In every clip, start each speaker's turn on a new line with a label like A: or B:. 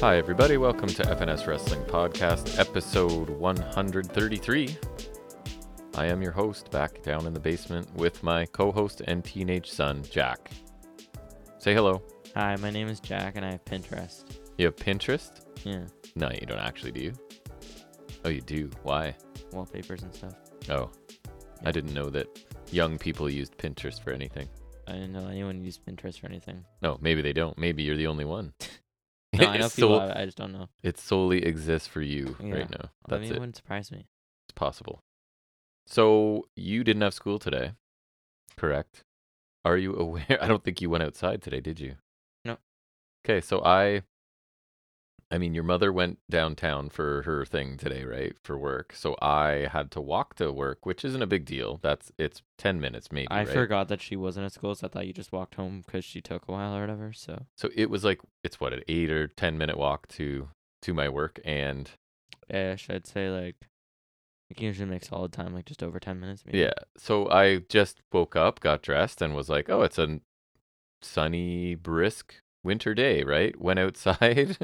A: Hi, everybody. Welcome to FNS Wrestling Podcast, episode 133. I am your host back down in the basement with my co host and teenage son, Jack. Say hello.
B: Hi, my name is Jack, and I have Pinterest.
A: You have Pinterest?
B: Yeah,
A: No, you don't actually, do you? Oh, you do. Why?
B: wallpapers and stuff.
A: Oh, I didn't know that young people used Pinterest for anything.
B: I didn't know anyone used Pinterest for anything.
A: No, maybe they don't. Maybe you're the only one.
B: No, I know
A: It's
B: people.
A: sol-
B: have it, I just don't know.
A: it solely exists for you
B: Yeah.
A: right now.
B: I mean,
A: That's
B: it
A: it.
B: wouldn't surprise me.
A: It's possible. So you didn't have school today, correct? Are you aware? I don't think you went outside today, did you?
B: No.
A: Okay, so I, I mean, your mother went downtown for her thing today, right? For work. So I had to walk to work, which isn't a big deal. That's it's ten minutes maybe.
B: I
A: right?
B: forgot that she wasn't at school, so I thought you just walked home because she took a while or whatever. So
A: So it was like it's what an eight or ten minute walk to to my work, and
B: ish, I'd say like you can usually make solid time, like just over ten minutes. Maybe.
A: Yeah. So I just woke up, got dressed, and was like, oh, it's a sunny, brisk winter day, right? Went outside.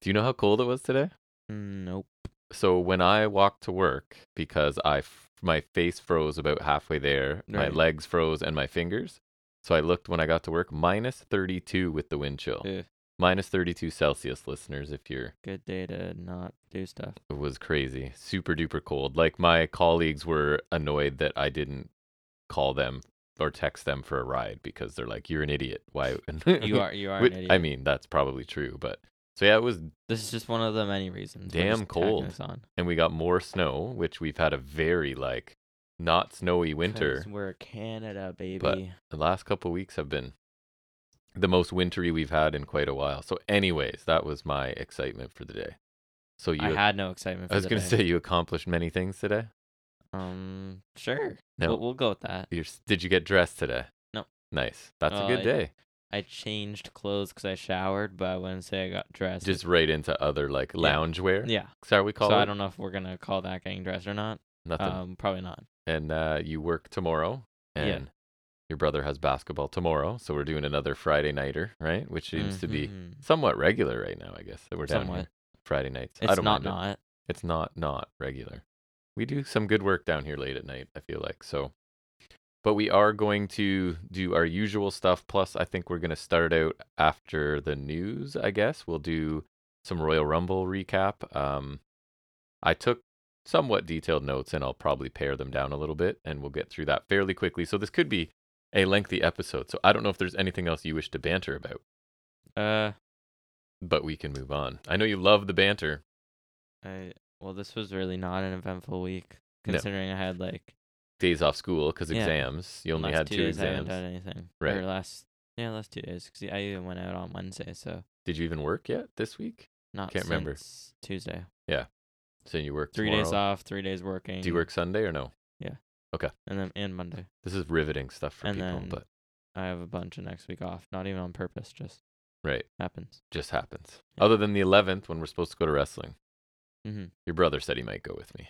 A: Do you know how cold it was today?
B: Mm, Nope.
A: So when I walked to work, because I f- my face froze about halfway there, my
B: Right.
A: legs froze, and my fingers. So I looked when I got to work, minus 32 with the wind chill,
B: Ugh,
A: minus 32 Celsius, listeners. If you're,
B: good day to not do stuff.
A: it was crazy, super duper cold. Like my colleagues were annoyed that I didn't call them or text them for a ride because they're like, "You're an idiot." Why?
B: You are. You are
A: Which-
B: an
A: I
B: idiot.
A: mean, that's probably true, but so yeah, it was,
B: This is just one of the many reasons. we're
A: Damn
B: just tacking
A: cold.
B: this on.
A: and we got more snow, which we've had a very like not snowy
B: 'Cause
A: winter.
B: We're Canada, baby.
A: The last couple weeks have been the most wintry we've had in quite a while. So, anyways, that was my excitement for the day. So you,
B: I had no excitement. For
A: I was
B: the
A: gonna
B: day.
A: say you accomplished many things today.
B: Um, sure.
A: No.
B: We'll, we'll go with that.
A: You're, s- did you get dressed today?
B: No.
A: Nice. That's
B: Well,
A: a good
B: I-
A: day.
B: I changed clothes because I showered, but I wouldn't say I got dressed.
A: Just right into other like loungewear.
B: yeah.
A: Sorry, we call
B: so
A: it
B: I don't know if we're gonna call that getting dressed or not.
A: nothing.
B: Um, probably not.
A: and uh, you work tomorrow,
B: Yeah.
A: and your brother has basketball tomorrow, so we're doing another Friday nighter, right? Which seems to be
B: Mhm.
A: somewhat regular right now, I guess. That we're down
B: Somewhat.
A: here Friday nights. I
B: It's
A: don't
B: not
A: mind it.
B: not.
A: It's not not regular. We do some good work down here late at night. I feel like so. But we are going to do our usual stuff. Plus, I think we're going to start out after the news. I guess we'll do some Royal Rumble recap. Um, I took somewhat detailed notes, and I'll probably pare them down a little bit, and we'll get through that fairly quickly. So this could be a lengthy episode. So I don't know if there's anything else you wish to banter about,
B: Uh,
A: but we can move on. I know you love the banter.
B: I well, this was really not an eventful week
A: No.
B: considering I had like
A: days off school because
B: Yeah.
A: exams. You only
B: last
A: had
B: two,
A: two,
B: days I haven't
A: exams.
B: done anything.
A: Right.
B: Or last yeah, last two days because I even went out on Wednesday, so
A: Did you even work yet this week?
B: not
A: Can't remember.
B: since Tuesday.
A: So you work
B: Three days
A: tomorrow.
B: off, three days working.
A: Do you work Sunday or no?
B: and then and Monday.
A: This is riveting stuff for
B: And
A: people,
B: then-
A: but
B: I have a bunch of next week off. Not even on purpose, just
A: right,
B: happens.
A: just happens.
B: Yeah.
A: Other than the 11th when we're supposed to go to wrestling,
B: Mm-hmm.
A: your brother said he might go with me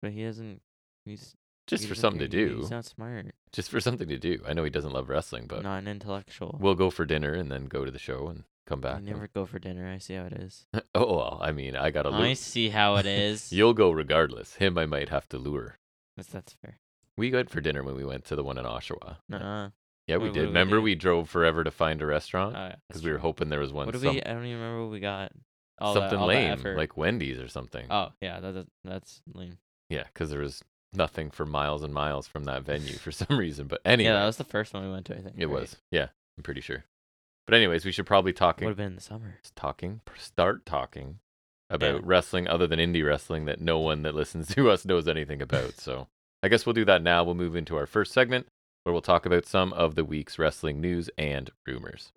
B: But he hasn't. He's
A: just
B: he
A: for
B: doesn't
A: something to
B: think he-
A: do.
B: He's not smart.
A: Just for something to do. I know he doesn't love wrestling, but
B: not an intellectual.
A: we'll go for dinner and then go to the show and come
B: I
A: back. and-
B: never go for dinner. I see how it is.
A: oh well, I mean, I got to
B: I
A: lure.
B: see how it is.
A: You'll go regardless. Him, I might have to lure.
B: That's, that's fair.
A: We went for dinner when we went to the one in Oshawa.
B: Nuh-uh.
A: Yeah, we
B: Wait, what
A: did.
B: did we
A: Remember,
B: do?
A: we drove forever to find a restaurant.
B: Oh, yeah, that's
A: because we were
B: true.
A: hoping there was one
B: What did
A: some-
B: we? I don't even remember what we got. All that-
A: something
B: all that
A: lame
B: effort.
A: like Wendy's or something.
B: Oh yeah, that, that- that's lame.
A: Yeah, because there was nothing for miles and miles from that venue for some reason. But anyway,
B: Yeah, that was the first one we went to. I think
A: it was. Yeah, I'm pretty sure. But anyways, we should probably
B: Would
A: talking
B: have been in the summer.
A: talking start talking about wrestling other than indie wrestling that no one that listens to us knows anything about. so I guess we'll do that now. We'll move into our first segment where we'll talk about some of the week's wrestling news and rumors.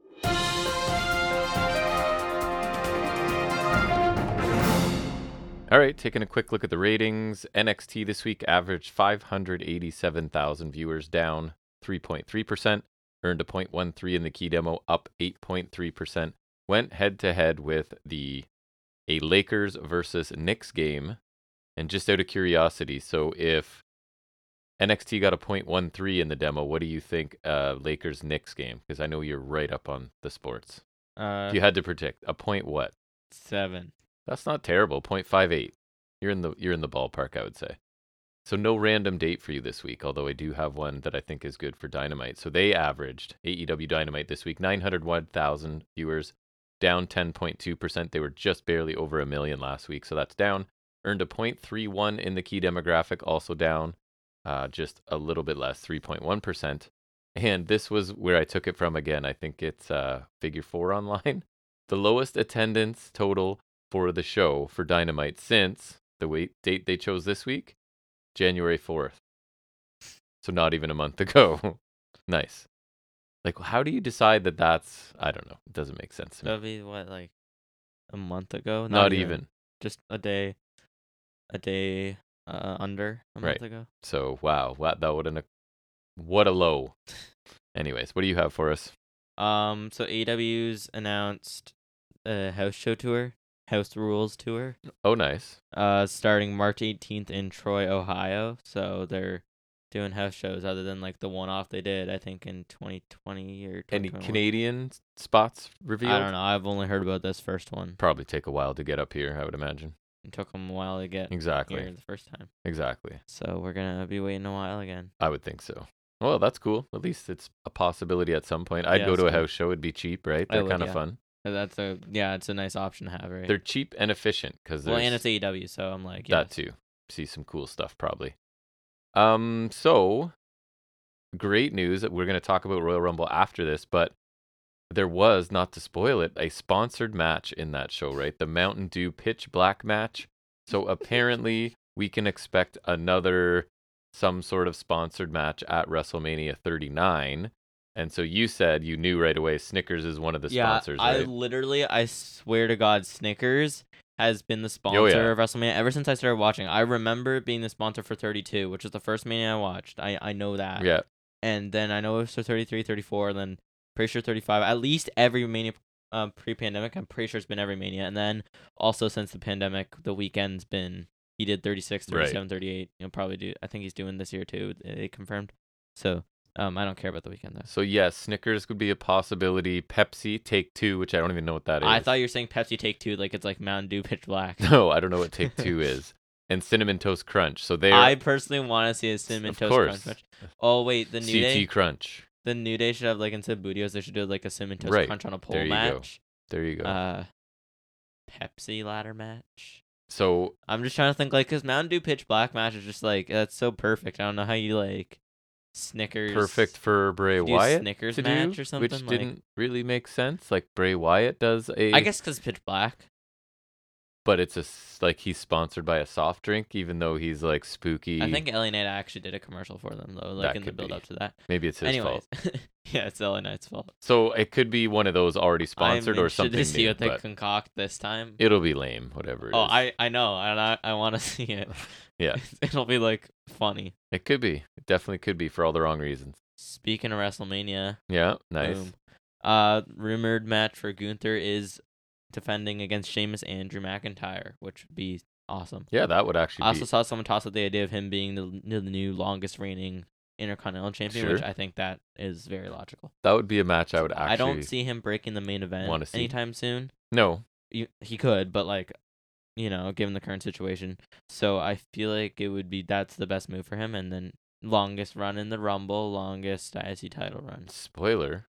A: All right, taking a quick look at the ratings. NXT this week averaged 587,000 viewers, down 3.3%, earned a 0.13 in the key demo, up 8.3%. Went head to head with the a Lakers versus Knicks game. And just out of curiosity, so if NXT got a 0.13 in the demo, what do you think uh, Lakers Knicks game? Because I know you're right up on the sports.
B: Uh,
A: If you had to predict a point what?
B: seven.
A: That's not terrible. 0.58. You're in the you're in the ballpark, I would say. So no random date for you this week, although I do have one that I think is good for Dynamite. So they averaged AEW Dynamite this week 901,000 viewers, down 10.2%. They were just barely over a million last week, so that's down. Earned a 0.31 in the key demographic, also down, uh, just a little bit less, 3.1%. And this was where I took it from again. I think it's uh, figure four online. The lowest attendance total for the show for Dynamite since the wait date they chose this week, January 4th. So not even a month ago. nice. Like how do you decide that that's I don't know. It doesn't make sense to me.
B: That'd be what like a month ago.
A: not even.
B: Just a day, a day uh, under a
A: Right.
B: month ago.
A: So wow, what that would have what a low. Anyways, what do you have for us?
B: Um, so AW's announced a house show tour, house rules tour,
A: Oh nice.
B: uh, starting March 18th in Troy, Ohio. So they're doing house shows other than like the one off they did, I think in 2020 or
A: Any
B: 2021.
A: Canadian s- spots revealed?
B: I don't know. I've only heard about this first one.
A: Probably take a while to get up here, I would imagine.
B: It took them a while to get
A: Exactly.
B: here the first time.
A: Exactly.
B: So we're gonna be waiting a while again.
A: I would think so. Well, that's cool. At least it's a possibility at some point. I'd
B: Yeah,
A: go
B: it's
A: to a
B: cool.
A: house show. It'd be cheap, right?
B: I
A: They're
B: would,
A: kind of
B: yeah.
A: fun.
B: Uh, That's a yeah, it's a nice option to have, right?
A: They're cheap and efficient because
B: well, and it's AEW, so I'm like, yeah,
A: that too. See some cool stuff probably. Um, so great news. We're going to talk about Royal Rumble after this, but there was, not to spoil it, a sponsored match in that show, right? The Mountain Dew Pitch Black match. So apparently, we can expect another some sort of sponsored match at WrestleMania 39. And so you said you knew right away Snickers is one of the
B: yeah.
A: sponsors,
B: I
A: right?
B: literally, I swear to God, Snickers has been the sponsor
A: Oh, yeah.
B: of WrestleMania ever since I started watching. I remember it being the sponsor for 32, which was the first mania I watched. I I know that.
A: yeah.
B: And then I know it was for 33, 34, and then pretty sure 35. At least every mania. Um, pre-pandemic, I'm pretty sure it's been every mania, and then also since the pandemic, the weekend's been he did 36,
A: Right.
B: 37, 38. You'll probably do. I think he's doing this year too. It confirmed. So, um, I don't care about the weekend though.
A: So yes, Snickers could be a possibility. Pepsi Take Two, which I don't even know what that is.
B: I thought you were saying Pepsi Take Two, like it's like Mountain Dew Pitch Black.
A: No, I don't know what Take Two is. And Cinnamon Toast Crunch. So they
B: I
A: are
B: personally want to see a cinnamon
A: of
B: toast
A: course.
B: crunch. match. Oh wait, the
A: CT
B: new day,
A: Crunch.
B: the new day should have like instead of Budios, they should do like a cinnamon toast
A: Right.
B: crunch on a pole
A: There you go.
B: match.
A: There you go.
B: Uh, Pepsi ladder match.
A: so
B: I'm just trying to think like because Mountain Dew Pitch Black match is just like that's so perfect. I don't know how you like Snickers
A: perfect for Bray
B: do
A: Wyatt
B: Snickers
A: to
B: match
A: do,
B: or something
A: which
B: like.
A: didn't really make sense. Like Bray Wyatt does a,
B: I guess because Pitch Black.
A: but it's a s- like he's sponsored by a soft drink, even though he's like spooky.
B: I think Ellie Knight actually did a commercial for them though, like
A: That
B: in the
A: could be
B: build up to that.
A: maybe it's his
B: Anyways,
A: fault.
B: yeah, it's Ellie Knight's fault.
A: So it could be one of those already sponsored
B: I'm
A: or something
B: to see
A: new,
B: what they
A: but
B: concoct this time.
A: it'll be lame, whatever. it
B: oh,
A: is.
B: I I know, and I I want to see it.
A: Yeah.
B: it'll be like funny.
A: it could be. It definitely could be for all the wrong reasons.
B: Speaking of WrestleMania,
A: Yeah, nice.
B: boom. Uh, rumored match for Gunther is defending against Sheamus and Drew McIntyre, which would be awesome.
A: Yeah, that would actually
B: I also
A: be
B: saw someone toss out the idea of him being the, the new longest reigning Intercontinental Champion, which
A: Sure.
B: I think that is very logical.
A: that would be a match I would actually
B: I don't see him breaking the main
A: wanna
B: event
A: see.
B: anytime soon.
A: No.
B: you, he could, but like, you know, given the current situation, so I feel like it would be that's the best move for him, and then longest run in the Rumble, longest IC title run.
A: Spoiler.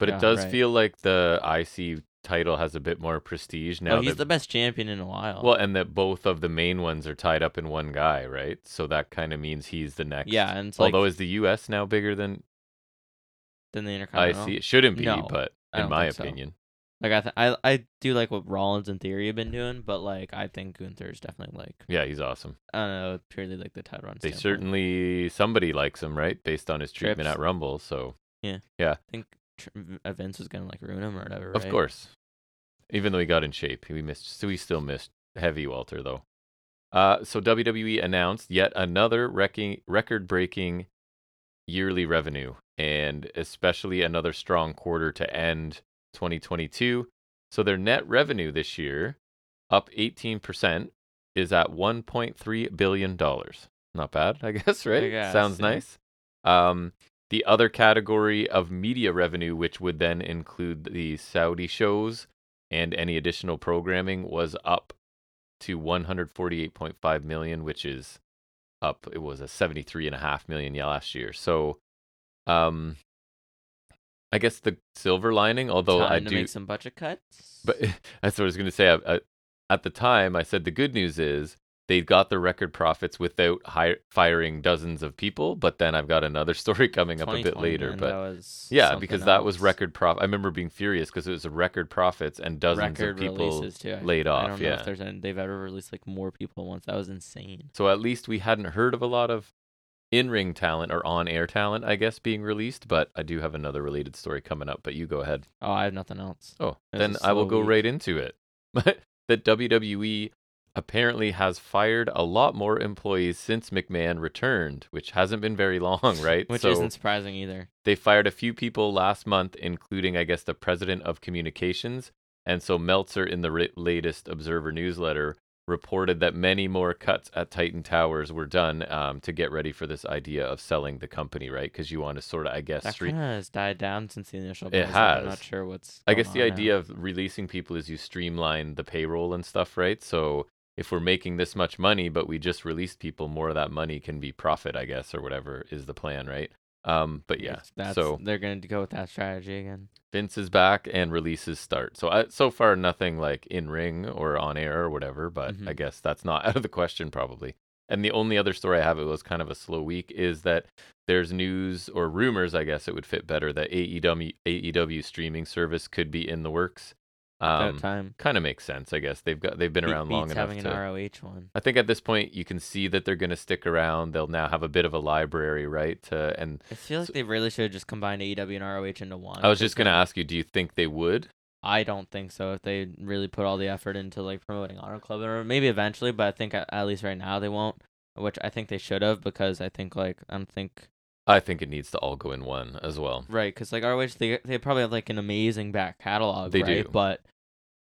A: But
B: Yeah,
A: it does
B: right.
A: feel like the IC title has a bit more prestige now.
B: oh, he's
A: that,
B: the best champion in a while.
A: well, and that both of the main ones are tied up in one guy, right? So that kind of means he's the next.
B: yeah, and it's like
A: Although is the U.S. now bigger than
B: then the
A: IC?
B: Intercontinental.
A: It shouldn't be,
B: No,
A: but
B: I
A: in
B: don't
A: my
B: think so.
A: opinion,
B: Like I, th- I, I do like what Rollins and Theory have been doing, but like I think Gunther's definitely like
A: yeah, he's awesome.
B: I don't know purely like the title run.
A: They
B: standpoint.
A: certainly somebody likes him, right? Based on his treatment
B: Trips.
A: at Rumble, so
B: I think tr- uh, Vince was gonna like ruin him or whatever.
A: of
B: right?
A: course. Even though he got in shape, we missed. So we still missed heavy Walter though. Uh, so WWE announced yet another wrecking, record-breaking yearly revenue, and especially another strong quarter to end 2022. So their net revenue this year, up 18%, is at 1.3 billion dollars. Not bad, I guess, right?
B: guess,
A: Sounds
B: yeah.
A: nice. Um, the other category of media revenue, which would then include the Saudi shows, and any additional programming was up to 148.5 million, which is up. It was a 73.5 million yeah, last year. So, um, I guess the silver lining, although
B: Time
A: I
B: to
A: do,
B: make some budget cuts.
A: but that's what I was going to say. I, I, at the time, I said the good news is they got the record profits without hi- firing dozens of people. But then I've got another story coming up a bit
B: 2020,
A: later.
B: man,
A: But
B: that was
A: yeah,
B: something
A: because that was
B: else.
A: record profit. I remember being furious because it was record profits and dozens of
B: record
A: people
B: releases too. I-
A: laid
B: I
A: off.
B: don't know
A: Yeah.
B: if there's any, they've ever released like more people at once. That was insane.
A: So at least we hadn't heard of a lot of in-ring talent or on-air talent, I guess, being released. But I do have another related story coming up. But you go ahead.
B: Oh, I have nothing else.
A: Oh,
B: It was
A: then
B: a
A: I will
B: slow
A: go
B: week.
A: right into it. the WWE apparently has fired a lot more employees since McMahon returned, which hasn't been very long, right?
B: Which
A: So-
B: isn't surprising either.
A: they fired a few people last month, including, I guess, the president of communications. And so Meltzer, in the ri- latest Observer newsletter, reported that many more cuts at Titan Towers were done um, to get ready for this idea of selling the company, right? Because you want to sort of, I guess,
B: That
A: re-
B: kind of has died down since the initial.
A: It
B: buzz, like, I'm
A: has.
B: not sure what's.
A: I
B: going
A: guess the
B: on now.
A: idea of releasing people is you streamline the payroll and stuff, right? So if we're making this much money, but we just released people, more of that money can be profit, I guess, or whatever is the plan, right? Um, but yeah,
B: Yes, that's,
A: so
B: they're going to go with that strategy again.
A: Vince is back and releases start. So I, so far nothing like in ring or on air or whatever, but I
B: Mhm.
A: guess that's not out of the question probably. And the only other story I have, it was kind of a slow week, is that there's news or rumors, I guess it would fit better that E AEW AEW streaming service could be in the works.
B: About
A: Um,
B: time.
A: kind of makes sense, I guess. They've got they've been
B: Be-
A: around long
B: beats
A: enough
B: having
A: to.
B: an ROH one.
A: I think at this point you can see that they're going to stick around. They'll now have a bit of a library, right? To, and
B: I feel like
A: So-
B: they really should have just combined AEW and ROH into one.
A: I was
B: 'cause,
A: just going to
B: like,
A: ask you, do you think they would?
B: I don't think so. If they really put all the effort into like promoting Honor Club, or maybe eventually, but I think at, at least right now they won't. Which I think they should have because I think like I don't think
A: I think it needs to all go in one as well.
B: right because like ROH they they probably have like an amazing back catalog.
A: They
B: right?
A: do.
B: but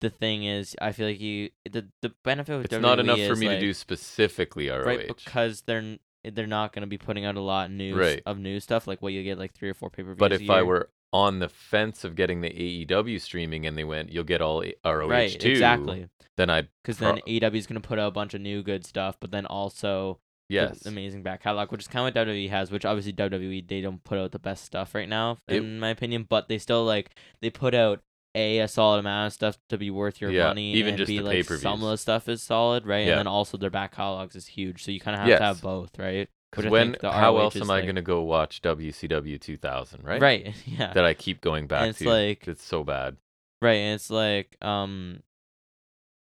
B: the thing is, I feel like you the the benefit of
A: It's not
B: WWE
A: enough for
B: E is,
A: me
B: like,
A: to do specifically ROH.
B: right because they're n- they're not going to be putting out a lot of news
A: Right.
B: of new stuff like what you get like three or four pay per views.
A: but if I were on the fence of getting the AEW streaming and they went, you'll get all A- ROH
B: right
A: too,
B: exactly
A: then I'd,
B: because
A: Pro-
B: then AEW is going to put out a bunch of new good stuff, but then also the
A: yes.
B: amazing back catalog, which is kind of what WWE has. Which obviously WWE they don't put out the best stuff right now,
A: It-
B: in my opinion, but they still like they put out. A, a solid amount of stuff to be worth your
A: Yeah,
B: money.
A: even
B: and
A: just
B: B,
A: the
B: like, Some of
A: pay-per-views.
B: the stuff is solid, right?
A: Yeah.
B: And then also their back catalogs is huge, so you kind of have
A: Yes.
B: to have both, right?
A: 'Cause
B: which I
A: when,
B: think the
A: how
B: ROH
A: else
B: is,
A: am I
B: like-
A: going to go watch WCW 2000, right?
B: Right. Yeah.
A: That I keep going back
B: and it's
A: to.
B: like
A: it's so bad.
B: Right, and it's like um,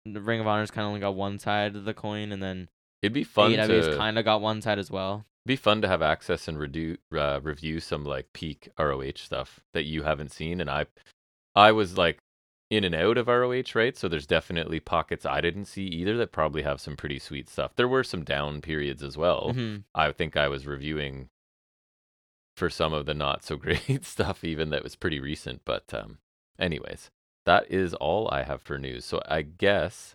B: the Ring of Honor's kind of only got one side of the coin, and then
A: It'd be fun
B: AEW's
A: to
B: kind of got one side as well.
A: be fun to have access and redo, uh, review some like peak ROH stuff that you haven't seen. And I, I was like in and out of ROH, right? So there's definitely pockets I didn't see either that probably have some pretty sweet stuff. There were some down periods as well.
B: Mhm.
A: I think I was reviewing for some of the not so great stuff, even that was pretty recent. But, um, anyways, that is all I have for news. So I guess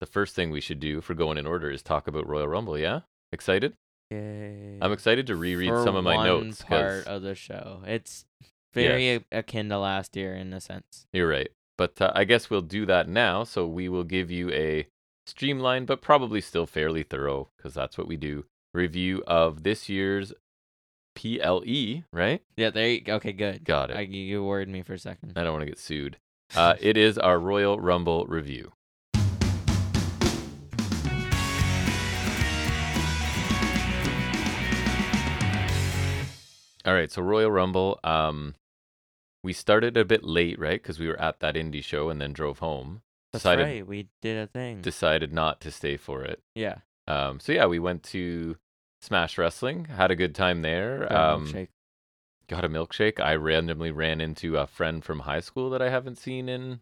A: the first thing we should do for going in order is talk about Royal Rumble. Yeah, excited. I'm excited to reread
B: For
A: some of my
B: one
A: notes
B: Part
A: because
B: of the show, it's very
A: Yes.
B: a- akin to last year in a sense.
A: you're right. But uh, I guess we'll do that now. So we will give you a streamlined, but probably still fairly thorough, because that's what we do, review of this year's PLE, right?
B: Yeah, there. You, okay, good.
A: Got it.
B: I,
A: I,
B: you you worried me for a second.
A: don't want to get sued. Uh, it is our Royal Rumble review. All right, so Royal Rumble. Um, we started a bit late, right? Because we were at that indie show and then drove home.
B: That's
A: decided
B: right. We did a thing.
A: decided not to stay for it.
B: yeah.
A: Um, so yeah, we went to Smash Wrestling, had a good time there.
B: got a
A: um,
B: milkshake.
A: got a milkshake. I randomly ran into a friend from high school that I haven't seen in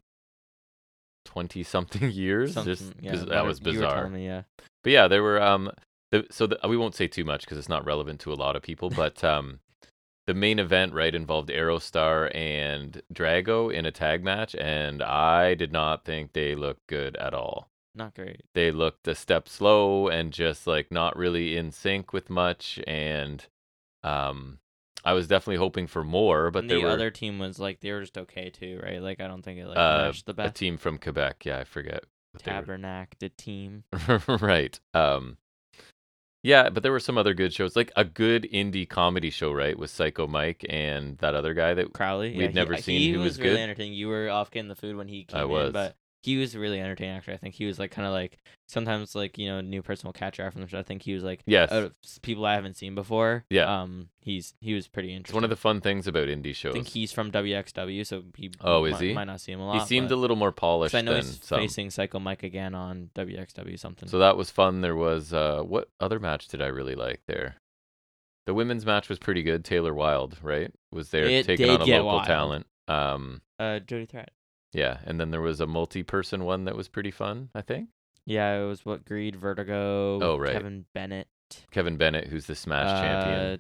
A: twenty something years. just
B: Something- yeah,
A: 'cause that
B: butter-
A: was
B: You were telling
A: bizarre.
B: me, yeah.
A: But yeah, there were um the, so the, we won't say too much because it's not relevant to a lot of people. But um the main event right involved Aerostar and Drago in a tag match, and I did not think they looked good at all
B: Not great.
A: they looked a step slow and just like not really in sync with much and um I was definitely hoping for more, but
B: and
A: there
B: the
A: were
B: other team was like they were just okay too, right? Like I don't think it like
A: Uh,
B: matched the
A: a
B: best
A: team from Quebec. Yeah, I forget. what they were-
B: tabernacle team.
A: right. Um Yeah, but there were some other good shows. Like a good indie comedy show, right, with Psycho Mike and that other guy that
B: Crowley.
A: We'd never seen
B: He
A: who
B: was,
A: was
B: really
A: good.
B: entertaining. You were off getting the food when he came
A: I
B: in,
A: was.
B: but he was really entertaining. Actually, I think he was like kind of like sometimes like you know new person will catch your eye from the show. I think he was like
A: Yes.
B: out of s- people I haven't seen before.
A: Yeah.
B: Um, he's he was pretty
A: It's
B: interesting.
A: one of the fun things about indie
B: I
A: shows.
B: think he's from WXW, so he
A: Oh, is
B: might,
A: he?
B: might not see him a
A: he
B: lot.
A: seemed
B: but,
A: a little more polished
B: because I know
A: than
B: he's
A: some.
B: facing Psycho Mike again on WXW something.
A: So that was fun. There was uh what other match did I really like there? The women's match was pretty good. Taylor Wilde, right? Was there
B: It
A: taking
B: did
A: on a
B: get
A: local
B: wild.
A: talent. Um
B: uh, Jody Threat.
A: yeah, and then there was a multi-person one that was pretty fun, I think.
B: Yeah, it was what Greed, Vertigo.
A: Oh, right.
B: Kevin Bennett.
A: Kevin Bennett, who's the Smash champion.
B: uh,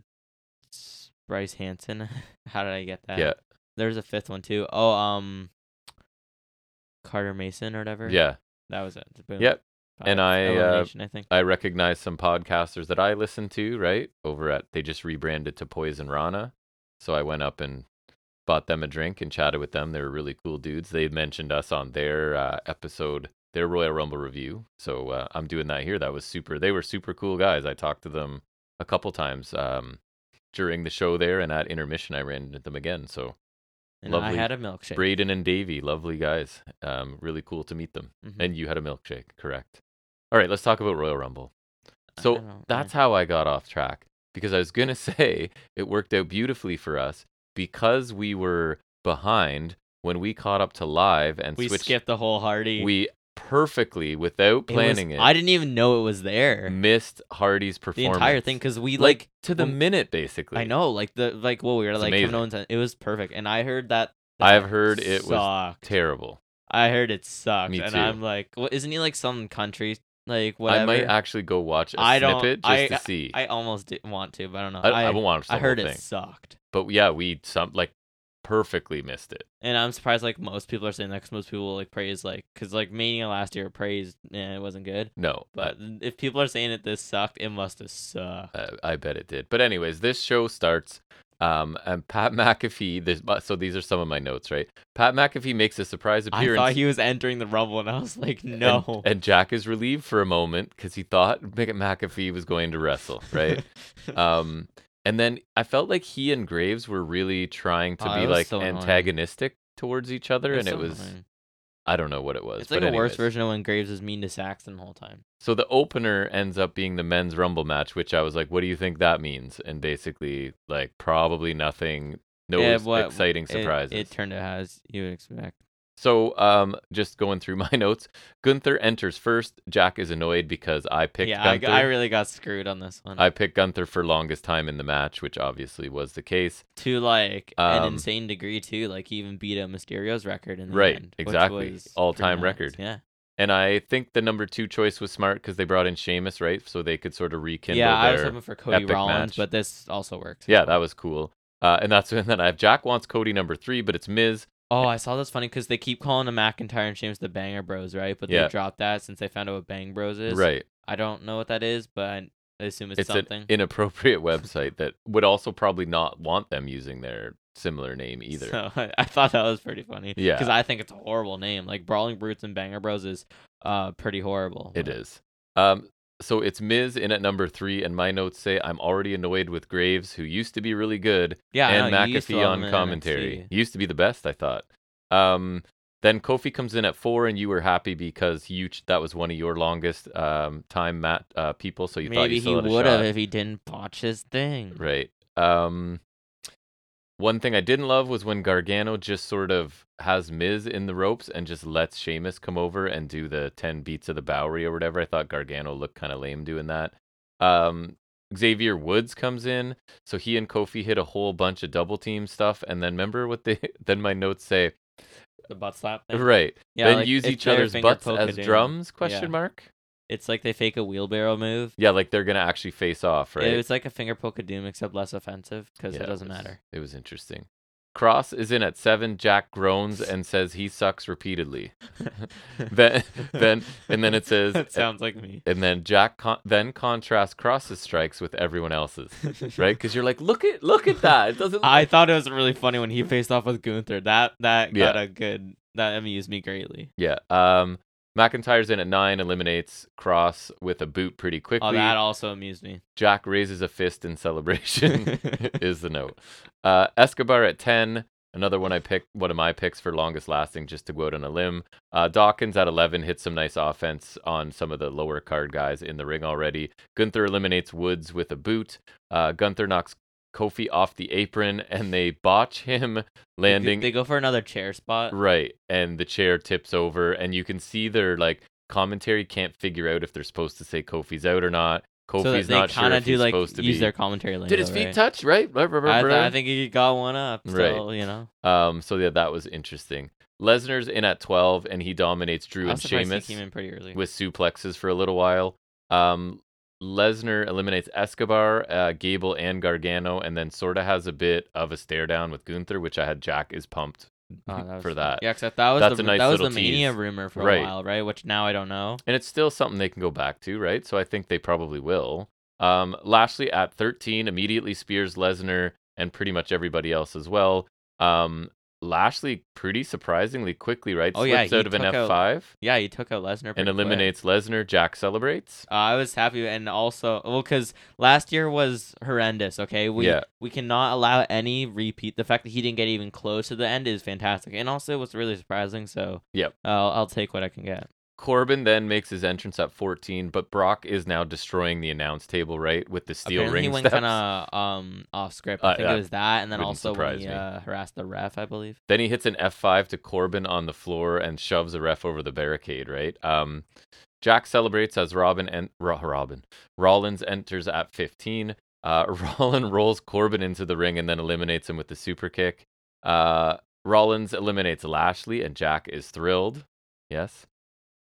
B: s- Bryce Hanson. How did I get that?
A: Yeah.
B: There's a fifth one too. Oh, um, Carter Mason or whatever.
A: Yeah.
B: That was it. Boom.
A: Yep.
B: Five.
A: And I, uh,
B: Elimination, I think.
A: I recognize some podcasters that I listen to, right? Over at they just rebranded to Poison Rana. So I went up and bought them a drink and chatted with them. They were really cool dudes. They had mentioned us on their uh, episode, their Royal Rumble review. So uh, I'm doing that here. That was super. They were super cool guys. I talked to them a couple times um, during the show there, and at intermission, I ran into them again. So
B: And I
A: lovely
B: had a milkshake.
A: Braden and Davey, lovely guys. Um, really cool to meet them.
B: Mhm.
A: And you had a milkshake, correct? All right, let's talk about Royal Rumble.
B: I
A: So
B: don't- yeah.
A: that's how I got off track because I was going to say it worked out beautifully for us because we were behind when we caught up to live and
B: we
A: switched.
B: skipped the whole Hardy.
A: We perfectly, without
B: It was-
A: planning it,
B: I didn't even know it was there.
A: missed Hardy's
B: The
A: performance.
B: entire thing, because we
A: like,
B: like
A: to the
B: when-
A: minute, basically.
B: I know, like the like what we were
A: It's
B: like
A: amazing.
B: Kevin Owens, and- it was perfect. And I heard that.
A: I've
B: that
A: heard it was
B: sucked.
A: Terrible.
B: I heard it sucked,
A: Me
B: and
A: too.
B: I'm like, what, isn't he like some country like whatever?
A: I might actually go watch a
B: I don't-
A: snippet just
B: I-
A: to see.
B: I almost didn't want to, but I don't know.
A: I,
B: I,
A: I won't watch the
B: I heard
A: whole
B: it
A: thing.
B: sucked,
A: But yeah, we some like perfectly missed it.
B: and I'm surprised like most people are saying that because most people like praise like because like Mania last year praised and it wasn't good,
A: No,
B: but if people are saying that this sucked, it must have sucked.
A: Uh, I bet it did. But anyways, this show starts. Um, and Pat McAfee. This, but- so these are some of my notes, right? Pat McAfee makes a surprise
B: I
A: appearance.
B: thought he was entering the rumble, and I was like,
A: and-
B: no.
A: And, Jack is relieved for a moment because he thought Mc- McAfee was going to wrestle, right? um, and then I felt like he and Graves were really trying to
B: Oh,
A: be
B: it was
A: like
B: so annoying.
A: antagonistic towards each other,
B: It's
A: and
B: so
A: it was
B: annoying.
A: I don't know what it was.
B: It's like
A: but
B: a worse
A: anyways.
B: version of when Graves was mean to Saxon the whole time.
A: So the opener ends up being the men's rumble match, which I was like, "What do you think that means?" And basically, like, probably nothing. No
B: Yeah,
A: s-
B: what-
A: exciting
B: It-
A: surprises.
B: It, turned out as you would expect.
A: so, um, just going through my notes, Gunther enters first. Jack is annoyed because I picked
B: yeah, I,
A: Gunther.
B: I really got screwed on this one.
A: I picked Gunther for longest time in the match, which obviously was the case.
B: to like
A: Um,
B: an insane degree too. Like he even beat out Mysterio's record in the
A: Right,
B: end,
A: exactly.
B: which was
A: All-time
B: pretty nuts.
A: record.
B: Yeah,
A: And I think the number two choice was smart because they brought in Sheamus, right? So they could sort of rekindle.
B: yeah. I was
A: their-
B: hoping for Cody
A: epic
B: Rollins,
A: match.
B: but this also worked.
A: yeah, that was cool. Uh, and that's when then I have Jack wants Cody number three, but it's Miz.
B: Oh, I saw this funny because they keep calling him McIntyre and Sheamus the Banger Bros, right? But
A: Yeah.
B: they dropped that since they found out what Bang Bros is.
A: Right.
B: I don't know what that is, but I assume it's,
A: it's
B: something.
A: an inappropriate website that would also probably not want them using their similar name either.
B: So I, I thought that was pretty funny.
A: Yeah.
B: Because I think it's a horrible name. Like Brawling Brutes and Banger Bros is uh pretty horrible.
A: It is. Um, so it's Miz in at number three, and my notes say I'm already annoyed with Graves, who used to be really good,
B: Yeah. I
A: and
B: know, you used to
A: McAfee
B: love
A: on
B: him in
A: commentary.
B: NXT.
A: He used to be the best, I thought. Um, then Kofi comes in at four, and you were happy because you ch- that was one of your longest um, time Matt uh, people, so you thought
B: Maybe
A: you
B: he
A: still had a
B: would have
A: shot.
B: if he didn't botch his thing.
A: Right. Um one thing I didn't love was when Gargano just sort of has Miz in the ropes and just lets Sheamus come over and do the 10 beats of the Bowery or whatever. I thought Gargano looked kind of lame doing that. Um Xavier Woods comes in, so he and Kofi hit a whole bunch of double team stuff and then remember what they then my notes say,
B: The butt slap. thing.
A: right.
B: Yeah,
A: then
B: like,
A: use
B: it's
A: each
B: their
A: other's
B: finger
A: butts
B: poke
A: as
B: it in.
A: drums question
B: Yeah.
A: mark.
B: It's like they fake a wheelbarrow move.
A: Yeah, like they're going to actually face off, right?
B: It was like a finger poke of doom, except less offensive because
A: Yeah,
B: it doesn't
A: was-
B: matter.
A: It was interesting. Cross is in at seven. Jack groans and says he sucks repeatedly. Then- then- and then it says-
B: that sounds like me.
A: And then Jack con- then contrasts Cross's strikes with everyone else's, right? Because you're like, look at look at that. It doesn't.
B: I thought it was really funny when he faced off with Gunther. That that
A: Yeah.
B: got a good that amused me greatly.
A: yeah. Um, McIntyre's in at nine, eliminates Cross with a boot pretty quickly.
B: Oh, that also amused me.
A: Jack raises a fist in celebration. is the note. Uh, Escobar at 10. Another one I picked, one of my picks for longest lasting, just to go out on a limb. Uh, Dawkins at 11 hits some nice offense on some of the lower card guys in the ring already. Gunther eliminates Woods with a boot. Uh, Gunther knocks Kofi off the apron and they botch him
B: They go-
A: landing
B: They uh, go for another chair spot.
A: right. And the chair tips over and you can see their like commentary can't figure out if they're supposed to say Kofi's out or not. Kofi's
B: so that they
A: not sure
B: kind of
A: if
B: do
A: he's
B: like
A: supposed to
B: use
A: be.
B: their commentary lingo.
A: Did his feet
B: right?
A: touch? Right. Right, right, right,
B: I, th-
A: right.
B: I think he got one up.
A: Right.
B: So, you know.
A: Um, so yeah, that was interesting. Lesnar's in at twelve, and he dominates Drew
B: I
A: and
B: was surprised he
A: Sheamus
B: came in pretty early.
A: with suplexes for a little while. Um, Lesnar eliminates Escobar, uh, Gable, and Gargano, and then sort of has a bit of a stare down with Gunther, which I had Jack is pumped
B: Oh, that was
A: for
B: fun.
A: that.
B: Yeah, except that was
A: That's
B: the,
A: a nice
B: that was the
A: little
B: mania
A: tease.
B: rumor for
A: Right.
B: a while, right? Which now I don't know.
A: and it's still something they can go back to, right? So I think they probably will. Um, Lashley at 13 immediately spears Lesnar and pretty much everybody else as well. Um, Lashley pretty surprisingly quickly, right?
B: Oh, yeah,
A: Slips
B: he
A: out of an
B: took out-
A: F5.
B: Yeah, he took out Lesnar pretty
A: and
B: quick.
A: eliminates Lesnar. Jack celebrates.
B: Uh, I was happy, and also well, because last year was horrendous. Okay, we
A: Yeah.
B: we cannot allow any repeat. The fact that he didn't get even close to the end is fantastic, and also it was really surprising. So
A: Yep.
B: I'll I'll take what I can get.
A: Corbin then makes his entrance at 14, but Brock is now destroying the announce table, right? With the steel
B: Apparently, he
A: ring
B: went
A: steps.
B: kind of um off script. I
A: Uh,
B: think
A: yeah.
B: it was that, and then
A: Wouldn't
B: also when
A: surprise
B: he
A: me.
B: uh, harassed the ref, I believe.
A: Then he hits an F5 to Corbin on the floor and shoves a ref over the barricade, right? Um, Jack celebrates as Robin and Ro- Robin Rollins enters at 15. Uh, Rollins rolls Corbin into the ring and then eliminates him with the super kick. Uh, Rollins eliminates Lashley and Jack is thrilled. Yes.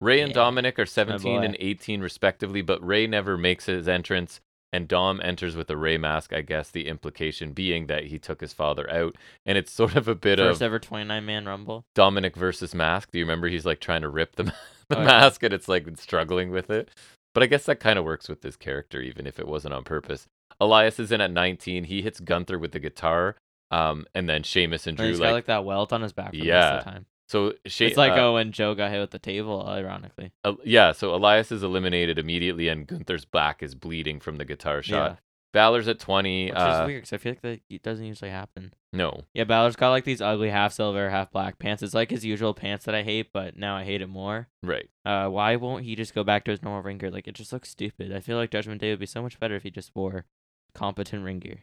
A: Ray and
B: Yeah. Oh,
A: Dominic are 17
B: boy.
A: and 18 respectively, but Ray never makes his entrance and Dom enters with a Ray mask. I guess the implication being that he took his father out, and it's sort of a bit of
B: First ever twenty nine man rumble.
A: Dominic versus Mask. Do you remember he's like trying to rip the, ma- the
B: Oh, yeah.
A: mask and it's like struggling with it? But I guess that kind of works with this character, even if it wasn't on purpose. Elias is in at 19. He hits Gunther with the guitar. Um, and then Sheamus and
B: And
A: Drew,
B: he's
A: like,
B: got like that welt on his back. From yeah,
A: Yeah.
B: the time.
A: so Sha-
B: it's like
A: uh,
B: oh, when Joe got hit with the table, ironically.
A: El- yeah, so Elias is eliminated immediately, and Gunther's back is bleeding from the guitar shot.
B: Yeah,
A: Balor's at 20.
B: which
A: uh,
B: is weird because I feel like that it doesn't usually happen.
A: No,
B: Yeah, Balor's got like these ugly half silver, half black pants. It's like his usual pants that I hate, but now I hate it more.
A: right.
B: Uh, why won't he just go back to his normal ring gear? Like it just looks stupid. I feel like Judgment Day would be so much better if he just wore competent ring gear.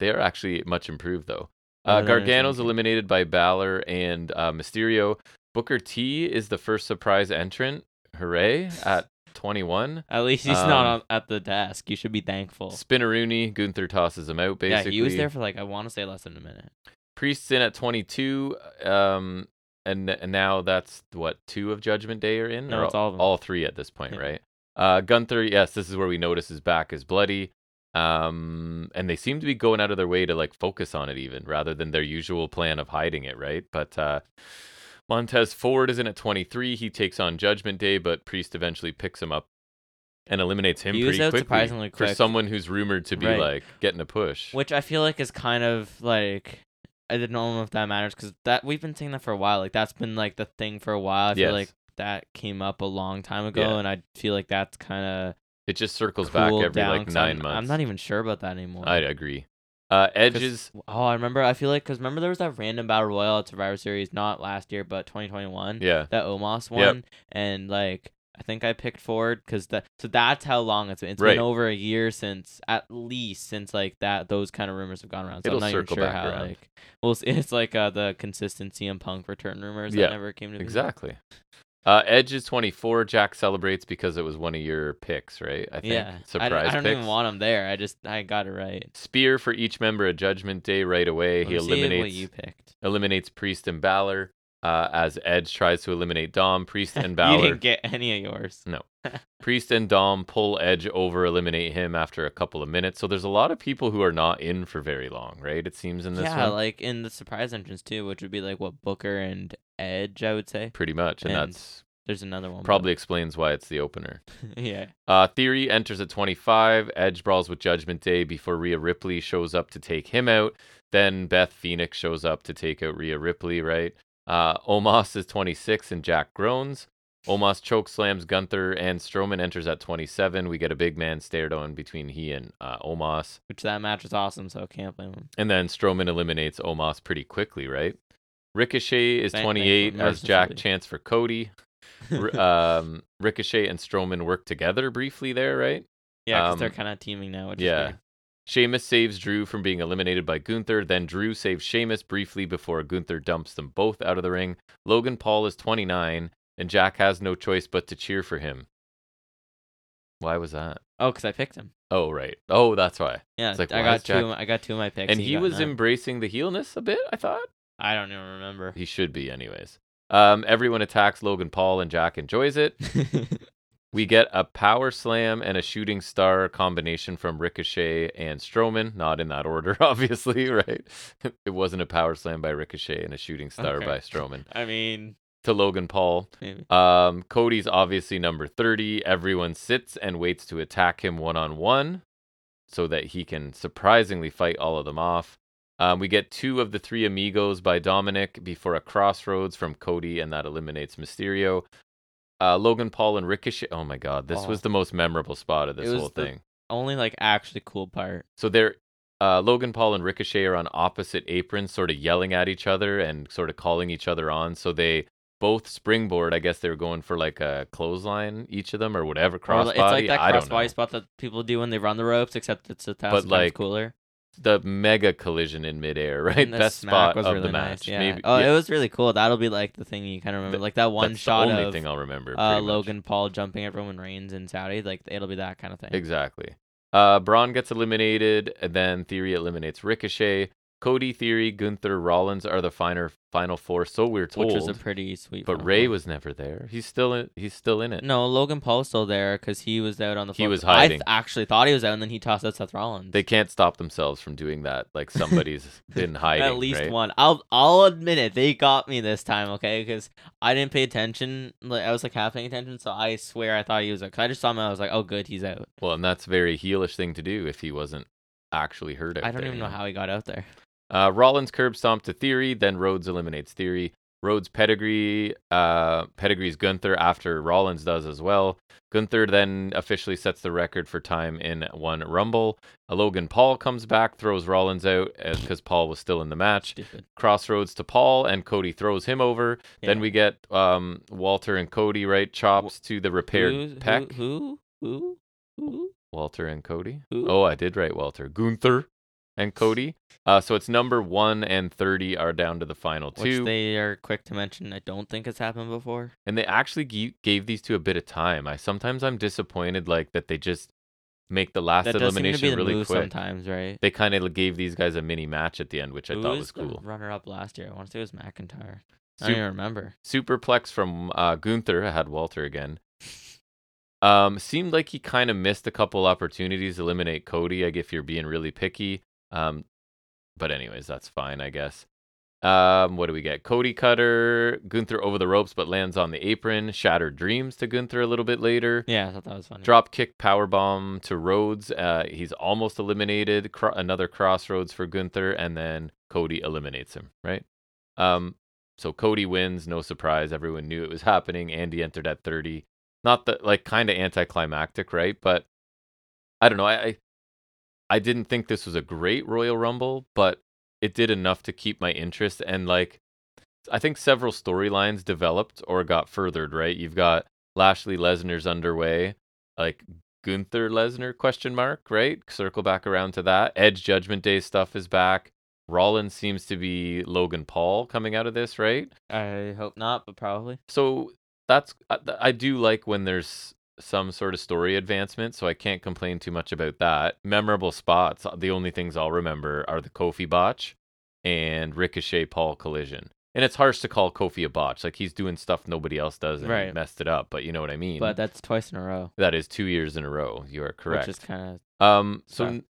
A: They are actually much improved though.
B: Oh,
A: Uh,
B: they're
A: Gargano's
B: interesting.
A: eliminated by Balor and uh, Mysterio. Booker T is the first surprise entrant. Hooray! At 21,
B: At least he's
A: Um,
B: not on, at the desk. You should be thankful.
A: Spinneroonie Gunther tosses him out. Basically,
B: Yeah, he was there for like I want to say less than a minute.
A: Priest's in at 22. Um, and, and now that's what two of Judgment Day are in.
B: No,
A: Or
B: it's all of 'em.
A: All three at this point,
B: Yeah.
A: right? Uh, Gunther, yes, this is where we notice his back is bloody. Um, and they seem to be going out of their way to like focus on it even rather than their usual plan of hiding it, right? But uh, Montez Ford is in at 23. He takes on Judgment Day, but Priest eventually picks him up and eliminates him
B: He was
A: pretty
B: out
A: quickly
B: surprisingly
A: for
B: quick.
A: someone who's rumored to be
B: Right.
A: like getting a push.
B: which I feel like is kind of like I don't know if that matters because that we've been saying that for a while. Like that's been like the thing for a while. I feel
A: Yes.
B: like that came up a long time ago,
A: Yeah.
B: and I feel like that's kind
A: It just circles
B: of
A: back
B: cooled
A: every
B: down,
A: like
B: 'cause
A: 9
B: I'm,
A: months.
B: I'm not even sure about that anymore.
A: I agree. Uh,
B: 'Cause-
A: Edge's
B: Oh, I remember. I feel like because remember there was that random battle royal at Survivor Series, not last year, but 2021.
A: yeah,
B: That Omos one,
A: Yep.
B: and like I think I picked Ford because that. So that's how long it's been. It's
A: Right.
B: been over a year since at least since like that. Those kind of rumors have gone around. So
A: It'll
B: I'm not
A: circle
B: even sure
A: back
B: how
A: around.
B: like. Well, it's, it's like uh, the consistent CM Punk return rumors
A: Yeah,
B: that never came to be.
A: exactly. Uh, Edge is 24. Jack celebrates because it was one of your picks, right? I think.
B: Yeah. I
A: Surprise
B: don't, I don't even
A: picks.
B: want him there. I just I got it right.
A: Spear for each member of Judgment Day right away.
B: Let
A: he
B: me see what
A: eliminates
B: you picked.
A: eliminates Priest and Balor. uh, as Edge tries to eliminate Dom, Priest, and
B: you
A: Balor.
B: didn't get any of yours.
A: Priest and Dom pull Edge over, eliminate him after a couple of minutes. So there's a lot of people who are not in for very long, right? It seems in this
B: Yeah,
A: one,
B: like in the surprise entrance too, which would be like what Booker and Edge, I would say.
A: pretty much, and,
B: and-
A: that's
B: There's another one. but-
A: probably explains why it's the opener.
B: yeah.
A: Uh, Theory enters at 25. Edge brawls with Judgment Day before Rhea Ripley shows up to take him out. Then Beth Phoenix shows up to take out Rhea Ripley, right? Uh, Omos is 26 and Jack groans. Omos choke slams Gunther and Strowman enters at 27. We get a big man stared on between he and uh, Omos.
B: Which that match was awesome, so can't blame him.
A: And then Strowman eliminates Omos pretty quickly, right? Ricochet is
B: Thank-
A: 28
B: thankful-
A: as Jack
B: mercifully.
A: chants for Cody. R- um, Ricochet and Strowman work together briefly there, right?
B: yeah, because they're
A: um,
B: kind of teaming now. Which
A: yeah.
B: Is weird.
A: Sheamus saves Drew from being eliminated by Gunther. Then Drew saves Sheamus briefly before Gunther dumps them both out of the ring. Logan Paul is 29, and Jack has no choice but to cheer for him. Why was that?
B: Oh, because I picked him.
A: Oh, right. Oh, that's why.
B: Yeah,
A: It's like,
B: I
A: why
B: got
A: is
B: two.
A: Jack-
B: Of, my- I got two of my picks.
A: And he
B: got
A: was
B: none.
A: embracing the heelness a bit, I thought.
B: I don't even remember.
A: He should be, anyways. Um, everyone attacks Logan Paul, and Jack enjoys it. We get a power slam and a shooting star combination from Ricochet and Strowman, not in that order, obviously, right? It wasn't a power slam by Ricochet and a shooting star
B: Okay.
A: by Strowman
B: I mean,
A: to Logan Paul.
B: maybe.
A: Um, Cody's obviously number 30. Everyone sits and waits to attack him one on one so that he can surprisingly fight all of them off. Um, we get two of the three amigos by Dominic before a crossroads from Cody, and that eliminates Mysterio. Uh, Logan Paul and Ricochet. Oh my God, this
B: Oh.
A: was the most memorable spot of
B: It
A: this
B: was
A: whole
B: the-
A: thing.
B: only like actually cool part.
A: So they're uh, Logan Paul and Ricochet are on opposite aprons, sort of yelling at each other and sort of calling each other on. So they both springboard. I guess they were going for like a clothesline, each of them, or whatever
B: Or,
A: crossbody.
B: like, it's like that
A: I don't know.
B: crossbody spot that people do when they run the ropes, except it's a thousand times
A: like,
B: cooler.
A: The mega collision in midair, right?
B: And the
A: Best
B: smack
A: spot
B: was
A: of
B: really
A: the
B: nice,
A: match.
B: yeah.
A: Maybe,
B: oh,
A: yeah,
B: it was really cool. That'll be like the thing you kind of remember,
A: Th-
B: like that one
A: that's
B: shot
A: the only
B: of
A: thing I'll remember.
B: uh,
A: pretty much.
B: Logan Paul jumping at Roman Reigns in Saudi. Like it'll be that kind of thing.
A: Exactly. Uh, Braun gets eliminated, and then Theory eliminates Ricochet. Cody, Theory, Gunther, Rollins are the finer final four. So we're told.
B: Which was a pretty sweet.
A: But
B: final
A: Ray
B: four.
A: was never there. He's still in. He's still in it.
B: No, Logan Paul's still there because he was out on the.
A: He
B: fourth-
A: was
B: I
A: hiding.
B: th- actually thought he was out, and then he tossed out Seth Rollins.
A: They can't stop themselves from doing that. Like somebody's been hiding.
B: At least
A: right?
B: one. I'll I'll admit it. They got me this time, okay? Because I didn't pay attention. Like I was like half paying attention, so I swear I thought he was out. 'Cause I just saw him. And I was like, oh, good, he's out.
A: Well, and that's a very heelish thing to do if he wasn't actually hurt. Out
B: I don't
A: there,
B: even
A: you
B: know how he got out there.
A: Uh, Rollins curb stomp to Theory, then Rhodes eliminates Theory. Rhodes pedigree uh, pedigrees Gunther after Rollins does as well. Gunther then officially sets the record for time in one Rumble. Uh, Logan Paul comes back, throws Rollins out because Paul was still in the match.
B: Stupid.
A: Crossroads to Paul, and Cody throws him over. Then
B: Yeah.
A: we get um, Walter and Cody, right? Chops to the repaired
B: Who's- who-
A: peck.
B: Who? Who? Who?
A: Walter and Cody.
B: Who?
A: Oh, I did write Walter. Gunther and Cody. Uh, so it's number one and 30 are down to the final
B: Which
A: two.
B: they are quick to mention. I don't think it's happened before.
A: and they actually g- gave these two a bit of time. I Sometimes I'm disappointed like that they just make the last
B: That does seem to
A: elimination
B: be the
A: really
B: move
A: quick.
B: sometimes, right?
A: They kind of gave these guys a mini match at the end, which I
B: Who
A: thought was
B: the
A: cool.
B: runner-up last year? I want to say it was McIntyre. I
A: Sup-
B: don't even remember.
A: superplex from uh, Gunther. I had Walter again. Um, seemed like he kind of missed a couple opportunities to eliminate Cody. Like if you're being really picky. Um, but anyways, that's fine, I guess. Um, what do we get? Cody Cutter, Gunther over the ropes, but lands on the apron. Shattered dreams to Gunther a little bit later.
B: Yeah, I thought that was funny.
A: Drop kick power bomb to Rhodes. Uh, he's almost eliminated. Cro- another crossroads for Gunther, and then Cody eliminates him. Right. Um, so Cody wins. No surprise. Everyone knew it was happening. Andy entered at 30. Not that like kind of anticlimactic, right? But I don't know. I, I I didn't think this was a great Royal Rumble, but it did enough to keep my interest and like I think several storylines developed or got furthered, right? You've got Lashley Lesnar's underway, like Gunther Lesnar question mark, right? Circle back around to that. Edge Judgment Day stuff is back. Rollins seems to be Logan Paul coming out of this, right?
B: I hope not, but probably.
A: So that's I, I do like when there's some sort of story advancement, so I can't complain too much about that. Memorable uh, spots, the only things I'll remember are the Kofi botch and Ricochet Paul collision. And it's harsh to call Kofi a botch. Like he's doing stuff nobody else does and he
B: Right.
A: messed it up. But you know what I mean.
B: But that's twice in a row,
A: that is two years in a row. You are correct.
B: which is kind of
A: um. So
B: suck.
A: n-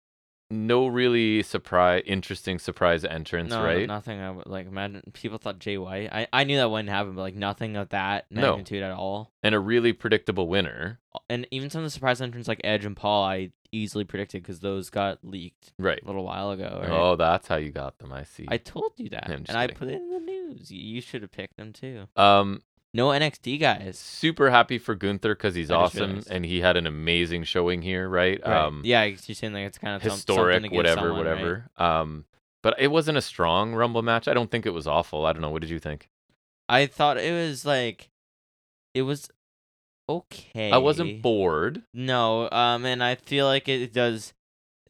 A: no really surprise, interesting surprise entrance,
B: no,
A: right?
B: nothing. I would like imagine people thought Jay White. I, I knew that wouldn't happen, but like nothing of that
A: No.
B: magnitude at all.
A: And a really predictable winner,
B: And even some of the surprise entrants like Edge and Paul, I easily predicted because those got leaked
A: right?
B: a little while ago. Right?
A: Oh, that's how you got them. I see.
B: I told you that,
A: I'm
B: and
A: just
B: I
A: kidding.
B: put it in the news. You, you should have picked them too.
A: um,
B: No NXT guys.
A: super happy for Gunther because he's
B: I just
A: awesome
B: realized.
A: and he had an amazing showing here, right?
B: Right.
A: Um,
B: yeah, you're saying like it's kind of
A: historic,
B: something to give
A: whatever,
B: someone, right?
A: whatever. Um, but it wasn't a strong Rumble match. I don't think it was awful. I don't know. What did you think?
B: I thought it was like, it was okay.
A: I wasn't bored.
B: No, um, and I feel like it does.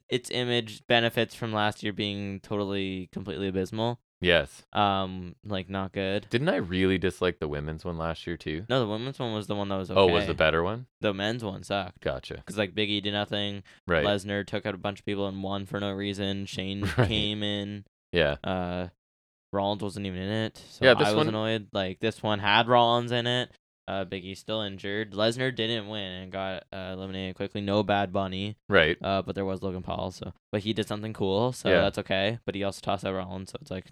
B: Its image benefits from last year being totally, completely abysmal.
A: Yes.
B: Um, like not good.
A: Didn't I really dislike the women's one last year too?
B: No, the women's one was the one that was okay.
A: Oh, was the better one?
B: The men's one sucked
A: Gotcha.
B: because like Biggie did nothing.
A: Right.
B: Lesnar took out a bunch of people and won for no reason. Shane
A: Right.
B: came in.
A: yeah.
B: Uh, Rollins wasn't even in it, so
A: Yeah, this
B: I was
A: one-
B: annoyed. Like this one had Rollins in it. Uh, Biggie's still injured. Lesnar didn't win and got uh, eliminated quickly. No Bad Bunny,
A: Right.
B: uh, but there was Logan Paul. So, but he did something cool, so
A: Yeah.
B: that's okay. But he also tossed out Rollins, so it's like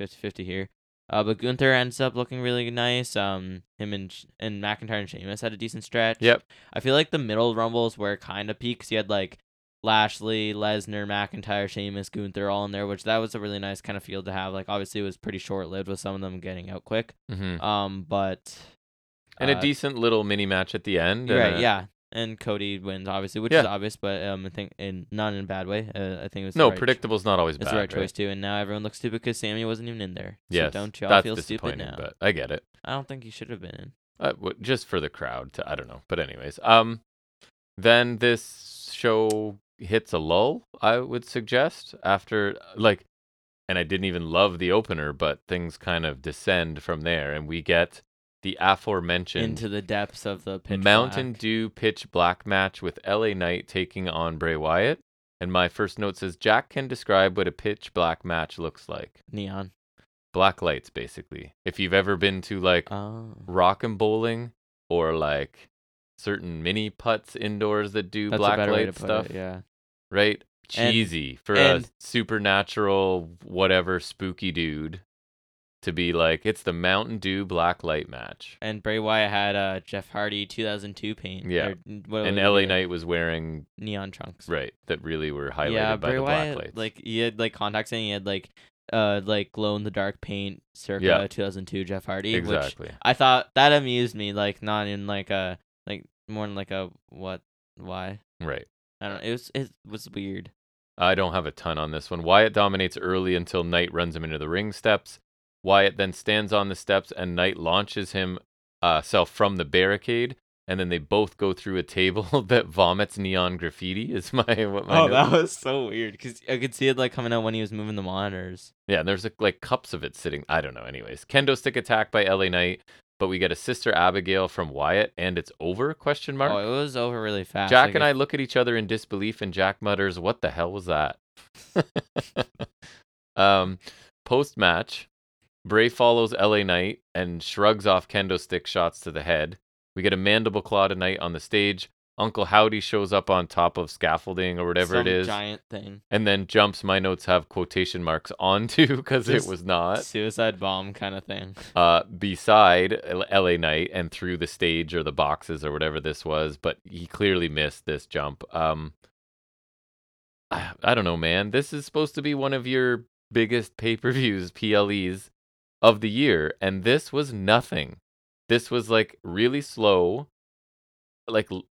B: 50-50 here. Uh, but Gunther ends up looking really nice. Um, him and Sh- and McIntyre and Sheamus had a decent stretch.
A: Yep.
B: I feel like the middle rumbles were kind of peaks. You had like Lashley, Lesnar, McIntyre, Sheamus, Gunther all in there, which that was a really nice kind of field to have. Like obviously it was pretty short lived with some of them getting out quick.
A: hmm
B: Um, but
A: And a
B: uh,
A: decent little mini match at the end. and
B: right,
A: a-
B: yeah. And Cody wins obviously, which is
A: Yeah.
B: obvious, but um, I think in not in a bad way. Uh, I think it was the
A: No,
B: right-
A: predictable's not always
B: It's
A: bad.
B: the right
A: right?
B: choice too, and now everyone looks stupid because Sammy wasn't even in there.
A: Yes.
B: so don't y'all
A: that's
B: feel stupid
A: disappointing,
B: now?
A: but I get it.
B: I don't think he should have been in.
A: uh, w- just for the crowd to i don't know but anyways um then this show hits a lull i would suggest after uh, like and i didn't even love the opener but things kind of descend from there and we get the aforementioned
B: Into the depths of the pitch
A: mountain
B: black.
A: dew pitch black match with la knight taking on bray wyatt and my first note says jack can describe what a pitch black match looks like
B: neon.
A: black lights basically if you've ever been to like
B: Oh,
A: rock and bowling or like certain mini putts indoors that do
B: that's a
A: black
B: better way to
A: light
B: put
A: stuff,
B: it. Yeah.
A: right?
B: And-
A: Cheesy for
B: and-
A: a supernatural whatever spooky dude to be like it's the Mountain Dew black light match.
B: And Bray Wyatt had uh, Jeff Hardy 2002 paint.
A: Yeah.
B: or n- what
A: And
B: would it
A: LA
B: be,
A: Knight was wearing
B: neon trunks.
A: right that really were highlighted
B: yeah,
A: by
B: Bray
A: the
B: Wyatt
A: black lights.
B: like he had like contacts and he had like uh like glow in the dark paint circa
A: Yeah.
B: 2002 Jeff Hardy, which
A: exactly.
B: I thought that amused me. Like not in like a like more in like a what why
A: Right.
B: I don't. It was it was weird.
A: I don't have a ton on this one. Wyatt dominates early until Knight runs him into the ring steps. Wyatt then stands on the steps and Knight launches him uh, self from the barricade, and then they both go through a table that vomits neon graffiti. Is my what my
B: Oh,
A: note-
B: that was so weird because I could see it like coming out when he was moving the monitors.
A: yeah. And there's like, like cups of it sitting. I don't know. Anyways, kendo stick attack by La Knight, but we get a sister Abigail from Wyatt, and it's over? Question mark.
B: Oh, it was over really fast.
A: Jack
B: like,
A: and
B: if-
A: I look at each other in disbelief, and Jack mutters, "What the hell was that?" um, Post match, Bray follows LA Knight and shrugs off kendo stick shots to the head. We get a mandible claw to Knight on the stage. Uncle Howdy shows up on top of scaffolding or whatever
B: some
A: it is,
B: giant thing.
A: and then jumps. My notes have quotation marks onto because it
B: Just-
A: was not
B: Suicide bomb kind of thing.
A: uh, beside L- LA Knight and through the stage or the boxes or whatever this was, but he clearly missed this jump. Um, I, I don't know, man. This is supposed to be one of your biggest pay per views, PLEs, of the year, and this was nothing. This was like really slow, like l-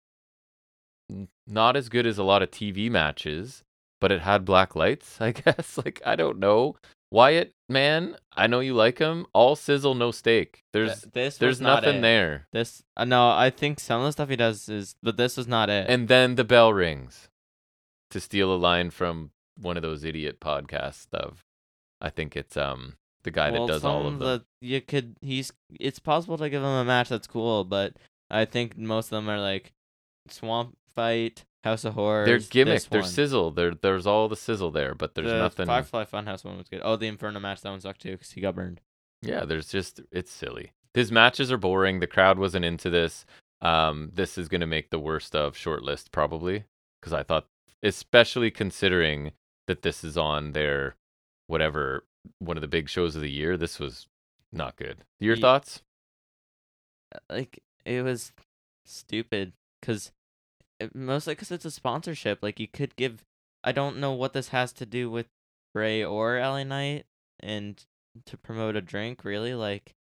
A: n- not as good as a lot of TV matches, but it had black lights, I guess. Like, I don't know. Wyatt, man, I know you like him. All sizzle, no steak. There's
B: Th- this
A: there's
B: was not
A: nothing
B: it.
A: there.
B: This uh, no, I think some of the stuff he does is, but this was not it.
A: And then the bell rings. To steal a line from one of those idiot podcasts of I think it's um the guy
B: Well,
A: that does all
B: some
A: of them.
B: The, you could he's it's possible to give him a match that's cool, but I think most of them are like swamp fight, house of horrors.
A: They're
B: this
A: gimmick, they're
B: one.
A: sizzle. There there's all the sizzle there, but there's
B: the
A: nothing
B: Firefly Funhouse one was good. Oh, the Inferno match that one sucked too because he got burned.
A: Yeah, there's just it's silly. His matches are boring. The crowd wasn't into this. Um, this is gonna make the worst of shortlist probably because I thought, especially considering that this is on their whatever one of the big shows of the year. This was not good. Your
B: Ye-
A: thoughts?
B: Like it was stupid because mostly because it's a sponsorship. Like you could give. I don't know what this has to do with Bray or LA Knight and to promote a drink really like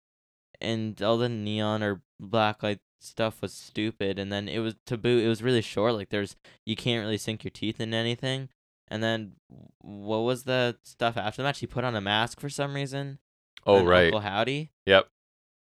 B: and all the neon or black light stuff was stupid and then it was to boot it was really short like there's you can't really sink your teeth in anything and then w- what was the stuff after the match he put on a mask for some reason
A: Oh
B: an
A: right,
B: Uncle Howdy.
A: Yep.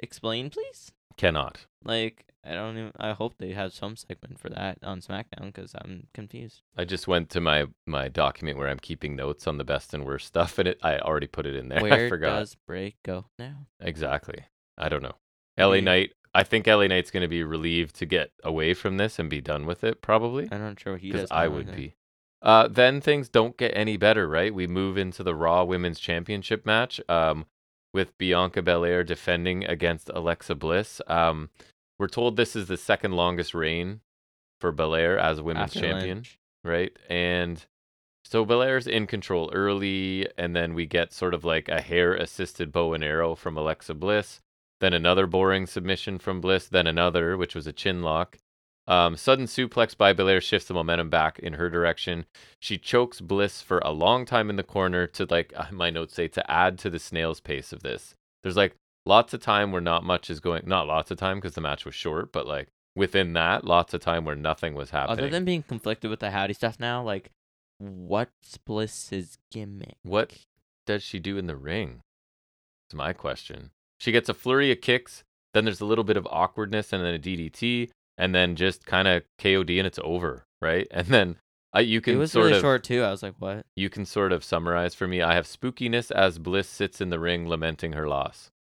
B: Explain, please.
A: cannot.
B: Like, I don't even. I hope they have some segment for that on SmackDown because I'm confused.
A: I just went to my my document where I'm keeping notes on the best and worst stuff, and it I already put it in there.
B: Where
A: I forgot
B: does Bray go now?
A: exactly. I don't know. LA
B: Yeah.
A: Knight. I think LA Knight's gonna be relieved to get away from this and be done with it probably.
B: I'm not sure what Uh, he does.
A: because I
B: now
A: would
B: either.
A: be. Uh, then things don't get any better, right? We move into the Raw Women's Championship match um, with Bianca Belair defending against Alexa Bliss. Um, we're told this is the second longest reign for Belair as women's
B: After
A: champion,
B: Lynch.
A: right? And so Belair's in control early, and then we get sort of like a hair assisted bow and arrow from Alexa Bliss, then another boring submission from Bliss, then another, which was a chin lock. Um, sudden suplex by Belair shifts the momentum back in her direction. She chokes Bliss for a long time in the corner to, like, uh, my notes say, to add to the snail's pace of this. There's like lots of time where not much is going, not lots of time because the match was short, but like within that, lots of time where nothing was happening.
B: Other than being conflicted with the Howdy stuff now, like, what's Bliss's gimmick?
A: What does she do in the ring? It's my question. She gets a flurry of kicks, then there's a little bit of awkwardness and then a DDT, and then just kind of KOD and it's over, right? And then uh, you
B: It
A: can
B: was
A: sort
B: really
A: of
B: short too. I was like, what?
A: you can sort of summarize for me. I have spookiness as Bliss sits in the ring lamenting her loss.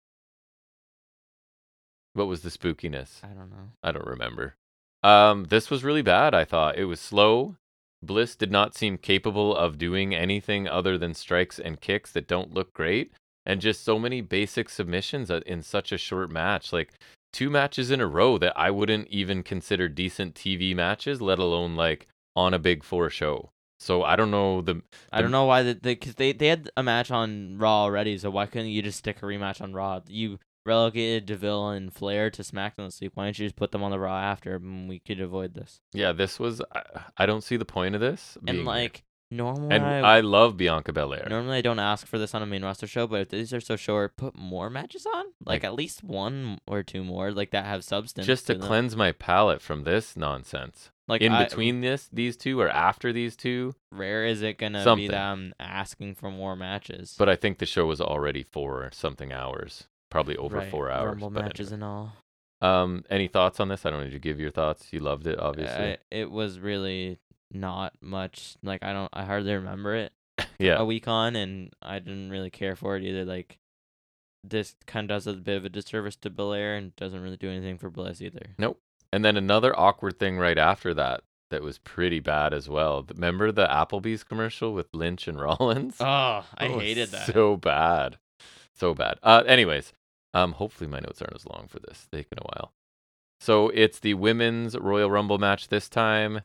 A: What was the spookiness?
B: I don't know.
A: I don't remember. Um, this was really bad, I thought. It was slow. Bliss did not seem capable of doing anything other than strikes and kicks that don't look great. And just so many basic submissions uh, in such a short match. Like two matches in a row that I wouldn't even consider decent TV matches, let alone like on a big four show. So I don't know the
B: I don't know why that because they they had a match on Raw already, so why couldn't you just stick a rematch on Raw? You relegated Deville and Flair to SmackDown this week. Why didn't you just put them on the Raw after, and we could avoid this?
A: yeah, this was I, I don't see the point of this. being
B: and
A: here.
B: like normally,
A: and
B: I,
A: I love Bianca Belair.
B: normally I don't ask for this on a main roster show, but if these are so short, put more matches on,
A: Like-
B: like, at least one or two more, like that have substance.
A: just to
B: them.
A: cleanse my palate from this nonsense.
B: like
A: in
B: I-
A: between this these two or after these two
B: rare is it gonna
A: Something.
B: be them asking for more matches?
A: but i think the show was already four something hours probably over
B: Right,
A: four hours
B: Rumble
A: but
B: matches and all.
A: anyway. um any thoughts on this i don't need to give your thoughts you loved it obviously
B: I- it was really not much. Like I don't, I hardly remember it.
A: yeah
B: A week on, and I didn't really care for it either. Like this kind of does a bit of a disservice to Belair, and doesn't really do anything for Bliss either.
A: and then another awkward thing right after that that was pretty bad as well remember the applebee's commercial with lynch and rollins
B: Oh, I
A: That was
B: hated that.
A: So bad. So bad. Uh anyways, um hopefully my notes aren't as long for this. They've been a while. So it's the women's Royal Rumble match this time.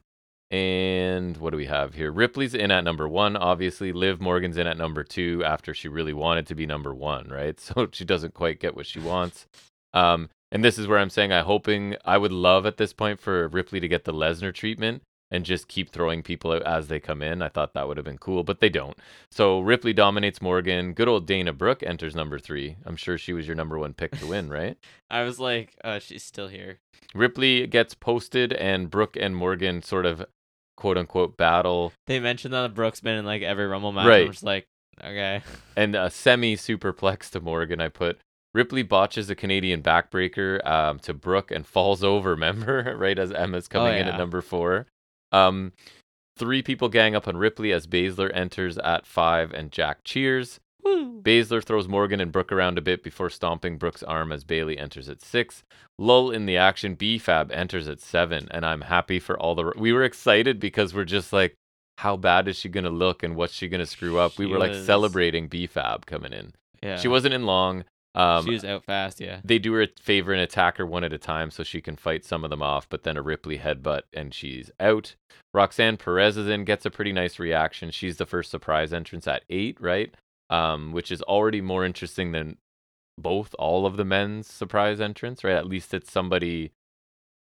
A: And what do we have here? Ripley's in at number one, obviously. Liv Morgan's in at number two after she really wanted to be number one, right? So she doesn't quite get what she wants. Um, and this is where I'm saying I'm hoping I would love at this point for Ripley to get the Lesnar treatment and just keep throwing people out as they come in. I thought that would have been cool, but they don't. So Ripley dominates Morgan. Good old Dana Brooke enters number three. I'm sure she was your number one pick to win, right?
B: I was like, uh, she's still here.
A: Ripley gets posted, and Brooke and Morgan sort of quote unquote battle.
B: They mentioned that Brooks been in like every Rumble match.
A: Right.
B: I'm just like, okay.
A: and a semi superplex to Morgan. I put Ripley botches a Canadian backbreaker um, to Brooke and falls over. Remember, right as Emma's coming in
B: yeah.
A: at number four. Um, three people gang up on Ripley as Baszler enters at five, and Jack cheers.
B: Woo.
A: Baszler throws Morgan and Brooke around a bit before stomping Brooke's arm as Bailey enters at six. Lull in the action. BFAB enters at seven, and I'm happy for all the. We were excited because we're just like, how bad is she gonna look and what's she gonna screw up? We
B: She
A: were like
B: was-
A: celebrating BFAB coming in.
B: Yeah.
A: She wasn't in long. Um,
B: she was out fast. Yeah.
A: they do her a favor and attack her one at a time so she can fight some of them off, but then a Ripley headbutt and she's out. Roxanne Perez is in, gets a pretty nice reaction. She's the first surprise entrance at eight, right? Um, which is already more interesting than both all of the men's surprise entrance, right? At least it's somebody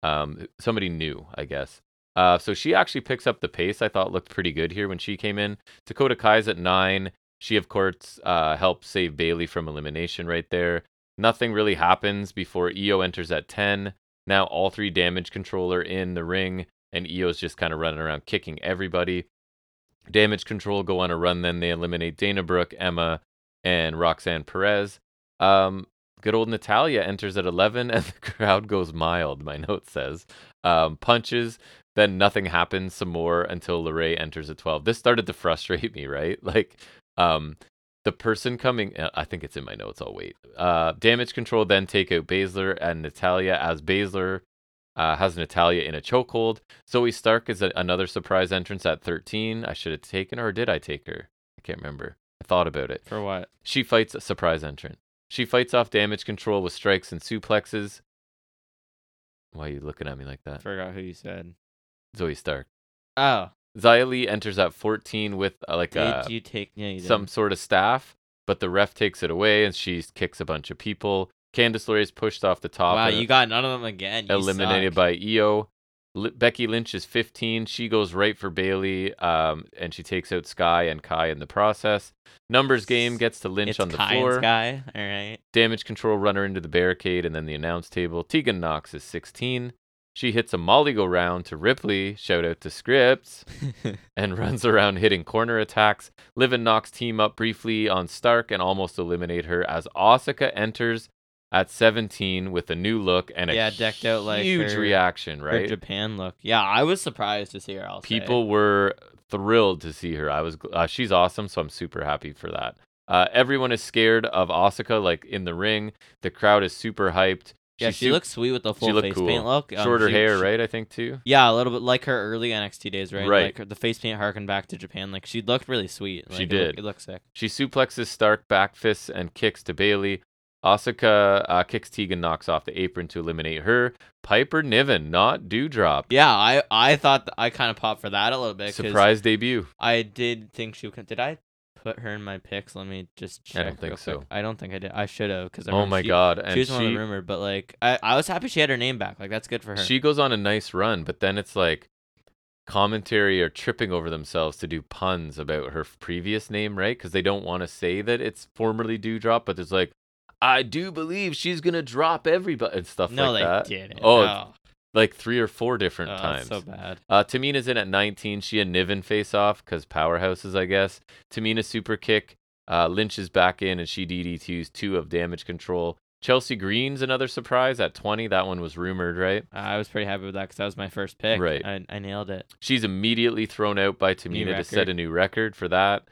A: um somebody new, I guess. Uh, so she actually picks up the pace. I thought looked pretty good here when she came in. Dakota Kai's at nine. She of course uh, helps save Bailey from elimination right there. Nothing really happens before EO enters at 10. Now all three damage control are in the ring, and EO's just kind of running around kicking everybody. Damage control go on a run, then they eliminate Dana Brooke, Emma, and Roxanne Perez. Um, good old Natalia enters at 11, and the crowd goes mild, my note says. Um, punches, then nothing happens some more until Lorray enters at 12. This started to frustrate me, right? Like, um, the person coming, uh, I think it's in my notes. I'll wait. Uh, damage control then take out Baszler and Natalia as Baszler uh, has Natalia in a chokehold. Zoe Stark is a, another surprise entrance at 13. I should have taken her, or did I take her? I can't remember. I thought about it.
B: For what?
A: She fights a surprise entrant. She fights off damage control with strikes and suplexes. Why are you looking at me like that?
B: Forgot who you said.
A: Zoe Stark.
B: Oh,
A: Xia Li enters at 14 with uh, like
B: did
A: a
B: you take? Yeah, you did.
A: some sort of staff, but the ref takes it away and she kicks a bunch of people. Candice LeRae is pushed off the top.
B: Wow,
A: and
B: you got none of them again. You
A: eliminated
B: suck.
A: by EO. L- Becky Lynch is 15. She goes right for Bailey, um, and she takes out Sky and Kai in the process. Numbers game gets to Lynch
B: it's
A: on the
B: Kai and
A: floor.
B: Sky. All right.
A: Damage control runner into the barricade and then the announce table. Tegan Knox is 16. She hits a molly go round to Ripley. Shout out to Scripps and runs around hitting corner attacks. Liv and Knox team up briefly on Stark and almost eliminate her as Osaka enters at 17 with a new look and a
B: Yeah, decked out like
A: huge
B: her-
A: reaction,
B: Her
A: right?
B: Japan look. Yeah, I was surprised to see her. I'll say.
A: People were thrilled to see her. I was gl- uh, she's awesome, so I'm super happy for that. Uh, everyone is scared of Osaka like in the ring. The crowd is super hyped.
B: Yeah,
A: She's
B: she
A: su-
B: looks sweet with the full
A: looked
B: face
A: cool.
B: paint look. Um,
A: shorter
B: she-
A: hair,
B: she-
A: right? I think too.
B: Yeah, a little bit like her early NXT days, right?
A: Right.
B: Like her, the face paint harkened back to Japan. Like she looked really sweet.
A: She
B: Like, It
A: did.
B: looked, it looked sick.
A: She suplexes Stark, back fists, and kicks to Bailey. Asuka uh, kicks Tegan Knox off the apron to eliminate her. Piper Niven, not Dewdrop.
B: Yeah, I I thought th- I kind of popped for that a little bit. 'cause
A: Surprise debut.
B: I did think she could. Did I put her in my picks? Let me just
A: I
B: check.
A: don't think
B: real
A: so.
B: quick. I don't think I did. I should have because
A: Oh my
B: she,
A: god. And
B: She
A: she,
B: was one of the rumored, but like I, I was happy she had her name back. Like that's good for her.
A: she goes on a nice run, but then it's like commentary are tripping over themselves to do puns about her previous name, right? Because they don't want to say that it's formerly Dewdrop, but there's like, I do believe she's gonna drop everybody and stuff
B: no,
A: like
B: they
A: that.
B: didn't.
A: Oh,
B: oh,
A: Like three or four different
B: oh,
A: times.
B: so bad.
A: Uh, Tamina's in at 19. She and Niven face off because powerhouses, I guess. Tamina super kick. Uh, Lynch is back in and she DDTs two of damage control. Chelsea Green's another surprise at 20. That one was rumored, right?
B: I was pretty happy with that because that was my first pick.
A: Right.
B: I, I nailed it.
A: She's immediately thrown out by Tamina to set
B: record.
A: a new record for that.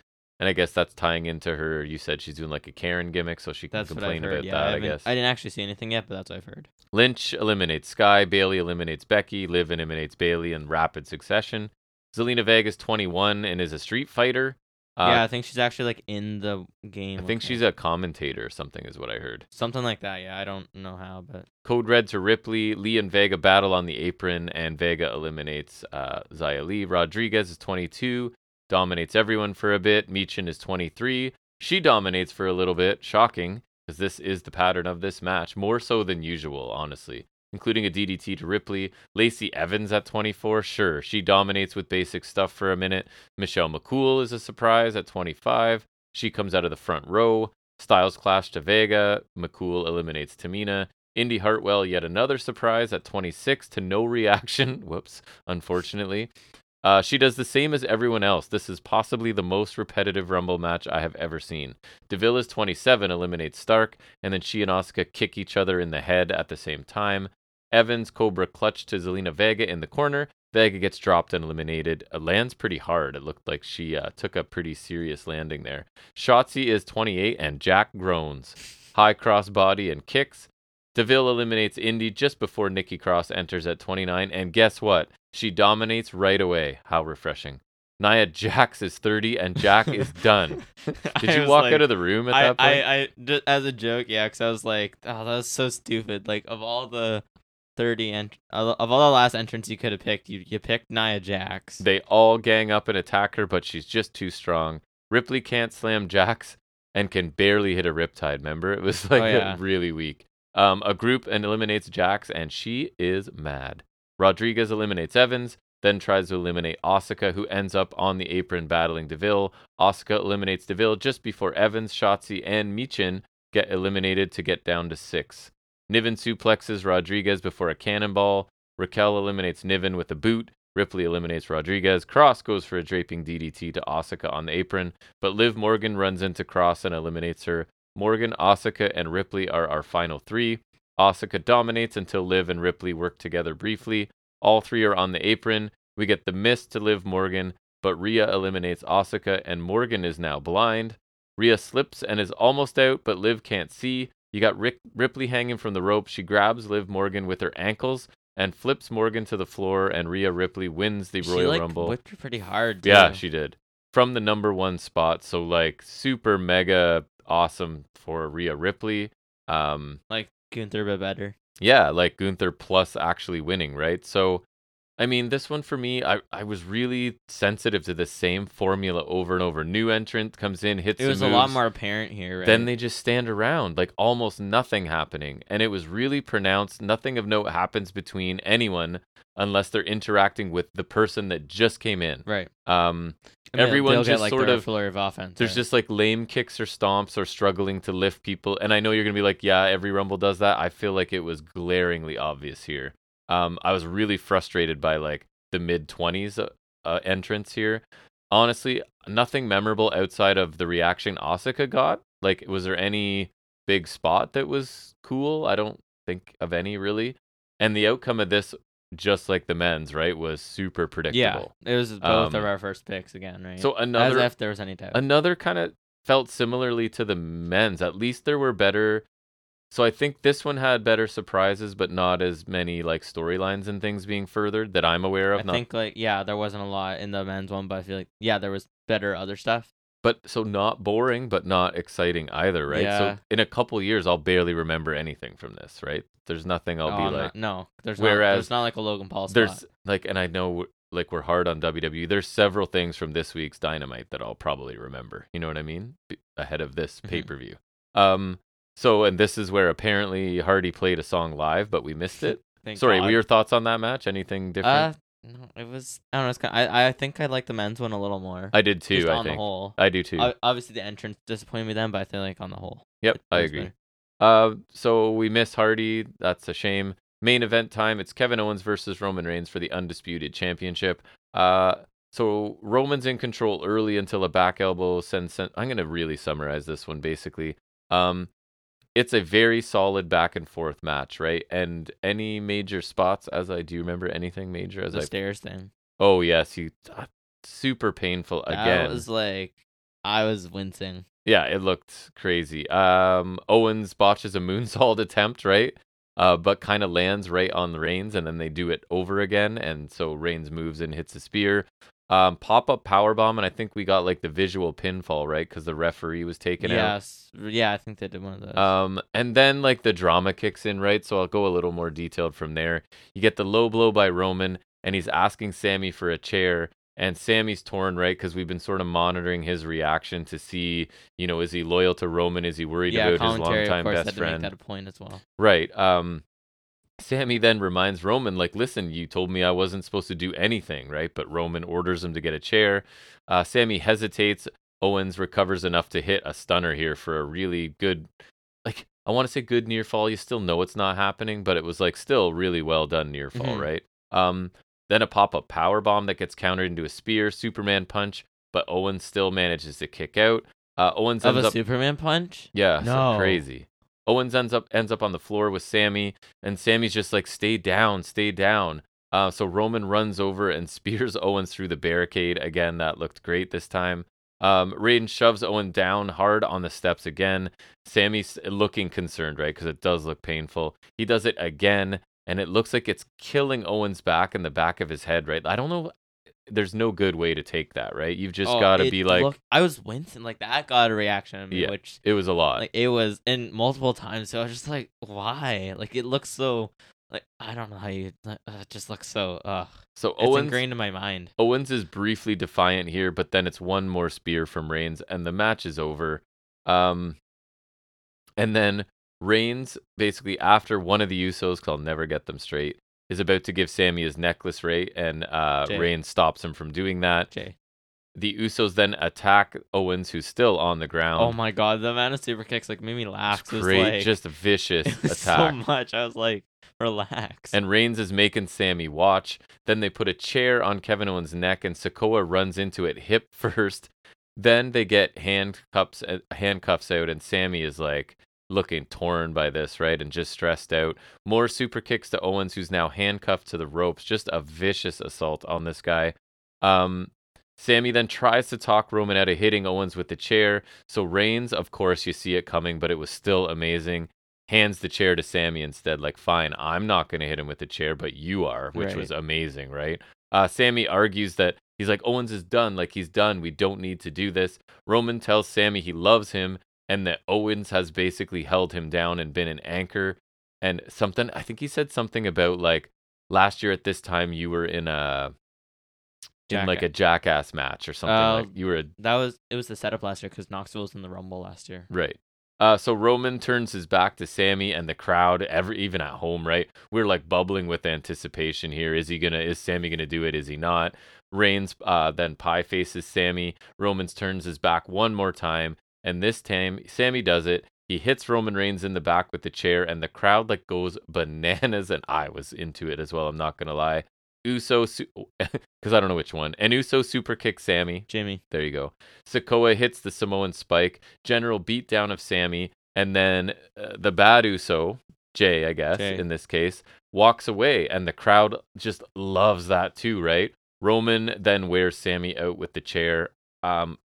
A: And I guess that's tying into her. You said she's doing like a Karen gimmick, so she can
B: That's what I've
A: complain
B: heard.
A: about
B: Yeah,
A: that, I,
B: haven't-
A: guess.
B: I didn't actually see anything yet, but that's what I've heard.
A: Lynch eliminates Sky, Bailey eliminates Becky, Liv eliminates Bailey in rapid succession. Zelina Vega's 21 and is a street fighter. Uh,
B: yeah, I think she's actually like in the game.
A: I think she's a commentator or something, is what I heard.
B: something like that. Yeah, I don't know how, but
A: Code Red to Ripley. Lee and Vega battle on the apron, and Vega eliminates uh, Zaya Lee. Rodriguez is 22, dominates everyone for a bit. Meechin is 23. She dominates for a little bit. Shocking, because this is the pattern of this match, more so than usual, honestly, including a DDT to Ripley. Lacey Evans at 24. Sure, she dominates with basic stuff for a minute. Michelle McCool is a surprise at 25. She comes out of the front row. Styles clash to Vega. McCool eliminates Tamina. Indy Hartwell, yet another surprise at 26 to no reaction. Whoops, unfortunately. Uh, she does the same as everyone else. This is possibly the most repetitive Rumble match I have ever seen. Davila's 27 eliminates Stark, and then she and Asuka kick each other in the head at the same time. Evans Cobra clutch to Zelina Vega in the corner. Vega gets dropped and eliminated. Uh, lands pretty hard. It looked like she uh, took a pretty serious landing there. Shotzi is 28, and Jack groans. High crossbody and kicks. Deville eliminates Indy just before Nikki Cross enters at 29, and guess what? She dominates right away. How refreshing. Nia Jax is 30 and Jack is done. Did
B: I
A: you
B: was
A: walk
B: like-
A: out of the room at
B: I,
A: that point?
B: I, I ju- as a joke, yeah, because I was like, oh, that was so stupid. Like of all the thirty and of all the last entrants you could have picked, you you picked Nia Jax.
A: They all gang up and attack her, but she's just too strong. Ripley can't slam Jax and can barely hit a riptide, remember? It was like
B: yeah.
A: really weak. Um, a group and eliminates Jax, and she is mad. Rodriguez eliminates Evans, then tries to eliminate Asuka, who ends up on the apron battling Deville. Asuka eliminates Deville just before Evans, Shotzi, and Michin get eliminated to get down to six. Niven suplexes Rodriguez before a cannonball. Raquel eliminates Niven with a boot. Ripley eliminates Rodriguez. Cross goes for a draping DDT to Asuka on the apron, but Liv Morgan runs into Cross and eliminates her. Morgan, Asuka, and Ripley are our final three. Asuka dominates until Liv and Ripley work together briefly. All three are on the apron. We get the miss to Liv Morgan, but Rhea eliminates Asuka, and Morgan is now blind. Rhea slips and is almost out, but Liv can't see. You got Rick, Ripley hanging from the rope. She grabs Liv Morgan with her ankles and flips Morgan to the floor, and Rhea Ripley wins the
B: she
A: Royal
B: like
A: Rumble.
B: whipped her pretty hard.
A: Yeah,
B: too.
A: she did. From the number one spot. So like super mega awesome for Rhea Ripley. Um
B: like Gunther but better.
A: yeah, like Gunther plus actually winning, right? So I mean this one for me, I, I was really sensitive to the same formula over and over. New entrant comes in, hits
B: It was
A: some
B: a lot
A: moves,
B: more apparent here. Right?
A: Then they just stand around, like almost nothing happening. And it was really pronounced. Nothing of note happens between anyone unless they're interacting with the person that just came in.
B: right.
A: Um,
B: I mean,
A: everyone
B: they'll
A: just
B: get, like,
A: sort
B: their
A: of-
B: flurry of offense.
A: there's
B: right?
A: just like lame kicks or stomps or struggling to lift people. And I know you're going to be like, yeah, every Rumble does that. I feel like it was glaringly obvious here. Um, I was really frustrated by like the mid 20s uh, uh, entrance here. Honestly, nothing memorable outside of the reaction Asuka got. Like, was there any big spot that was cool? I don't think of any really. And the outcome of this, just like the men's, right, was super predictable.
B: yeah. It was both
A: Um,
B: of our first picks again, right?
A: So another
B: as if there was any doubt.
A: another kind of felt similarly to the men's. At least there were better. So I think this one had better surprises, but not as many like storylines and things being furthered that I'm aware of.
B: I
A: not,
B: think like yeah, there wasn't a lot in the men's one, but I feel like yeah, there was better other stuff.
A: but so not boring, but not exciting either, right?
B: Yeah.
A: So in a couple years, I'll barely remember anything from this, right? There's nothing I'll
B: Oh,
A: be
B: I'm
A: like.
B: not- no, there's
A: whereas
B: not, there's not like a Logan Paul spot.
A: There's like, and I know w- like we're hard on WWE. There's several things from this week's Dynamite that I'll probably remember. You know what I mean? B- ahead of this
B: Mhm.
A: pay per view. Um. So, and this is where apparently Hardy played a song live, but we missed it.
B: Thank
A: Sorry,
B: God.
A: were your thoughts on that match? Anything different?
B: Uh, no, it was. I don't know. It's kind I I think I like the men's one a little more.
A: I did
B: just
A: too. I
B: on the
A: think
B: whole.
A: I do too.
B: O- obviously, the entrance disappointed me then, but I feel like on the whole,
A: Yep,
B: it
A: I
B: was
A: agree.
B: better.
A: Uh, so we miss Hardy. That's a shame. Main event time. It's Kevin Owens versus Roman Reigns for the undisputed championship. Uh, so Roman's in control early until a back elbow sends. send I'm gonna really summarize this one basically. Um, it's a very solid back and forth match, right? And any major spots, as I do you remember anything major as
B: the
A: I.
B: stairs thing.
A: oh yes, you. ah, super painful again.
B: That was like, I was wincing.
A: Yeah, it looked crazy. Um, Owens botches a moonsault attempt, right? Uh, but kind of lands right on Reigns, and then they do it over again, and so Reigns moves and hits a spear. Um, pop up power bomb, and I think we got like the visual pinfall, right? Because the referee was taken out.
B: Yes, yeah, I think they did one of those.
A: Um, and then like the drama kicks in, right? So I'll go a little more detailed from there. You get the low blow by Roman, and he's asking Sammy for a chair, and Sammy's torn, right? Because we've been sort of monitoring his reaction to see, you know, is he loyal to Roman? Is he worried
B: yeah,
A: about his
B: commentary
A: longtime
B: of course
A: best
B: had to
A: friend?
B: make that a point as well.
A: Right. Um Sammy then reminds Roman, like, listen, you told me I wasn't supposed to do anything, right? But Roman orders him to get a chair. Uh, Sammy hesitates. Owens recovers enough to hit a stunner here for a really good, like, I want to say good near fall. You still know it's not happening, but it was like still really well done near fall,
B: Mhm.
A: right? Um, then a pop up power bomb that gets countered into a spear, Superman punch, but Owens still manages to kick out. Uh, Owens
B: Of
A: ends
B: a
A: up
B: Superman punch.
A: yeah, so
B: No.
A: crazy. Owens ends up ends up on the floor with Sammy, and Sammy's just like, "Stay down, stay down." Uh, so Roman runs over and spears Owens through the barricade again. That looked great this time. Um, Raiden shoves Owen down hard on the steps again. Sammy's looking concerned, right? Because it does look painful. He does it again, and it looks like it's killing Owen's back and the back of his head, right? I don't know there's no good way to take that, right? You've just
B: Oh,
A: got to
B: it
A: be like,
B: looked- I was wincing like that got a reaction in me,
A: Yeah.
B: which
A: it was a lot.
B: like it was and multiple times. So I was just like, why? Like it looks so like I don't know how you. Uh, it just looks so. Ugh.
A: so
B: It's
A: Owens,
B: ingrained in my mind.
A: Owens is briefly defiant here, but then it's one more spear from Reigns, and the match is over. Um, and then Reigns, basically after one of the Usos, 'cause I'll never get them straight, is about to give Sammy his necklace, right? And uh,
B: Jay.
A: Reigns stops him from doing that.
B: Jay.
A: The Usos then attack Owens, who's still on the ground.
B: oh my god, the amount of super kicks like made me laugh.
A: It's
B: 'cause It was
A: great,
B: like,
A: just a vicious
B: it was
A: attack.
B: so much. I was like, relax.
A: And Reigns is making Sammy watch. Then they put a chair on Kevin Owens' neck, and Sokoa runs into it hip first. Then they get handcuffs uh, handcuffs out, and Sammy is like looking torn by this, right, and just stressed out. More super kicks to Owens, who's now handcuffed to the ropes. Just a vicious assault on this guy. Um, Sammy then tries to talk Roman out of hitting Owens with the chair. So Reigns, of course, you see it coming, but it was still amazing hands the chair to Sammy instead, like, fine, I'm not going to hit him with the chair, but you are, which
B: Right.
A: was amazing, right? Uh, Sammy argues that he's like, Owens is done. Like, he's done. We don't need to do this. Roman tells Sammy he loves him and that Owens has basically held him down and been an anchor. And something, I think he said something about like, last year at this time, you were in a. In like a
B: Jackass.
A: jackass match or something.
B: Oh.
A: like you were a
B: that was it was the setup last year because Knoxville was in the Rumble last year.
A: Right. Uh, so Roman turns his back to Sammy and the crowd, every even at home, right? We're like bubbling with anticipation here. Is he gonna? Is Sammy gonna do it? Is he not? Reigns uh, then pie faces Sammy. Roman's turns his back one more time, and this time Sammy does it. He hits Roman Reigns in the back with the chair, and the crowd like goes bananas. And I was into it as well. I'm not gonna lie. Uso, because I don't know which one. And Uso super kicks Sammy.
B: Jimmy.
A: There you go. Sokoa hits the Samoan spike, general beatdown of Sammy, and then uh, the bad Uso, Jay, I guess,
B: Jay.
A: in this case, walks away, and the crowd just loves that too, right? Roman then wears Sammy out with the chair. Um,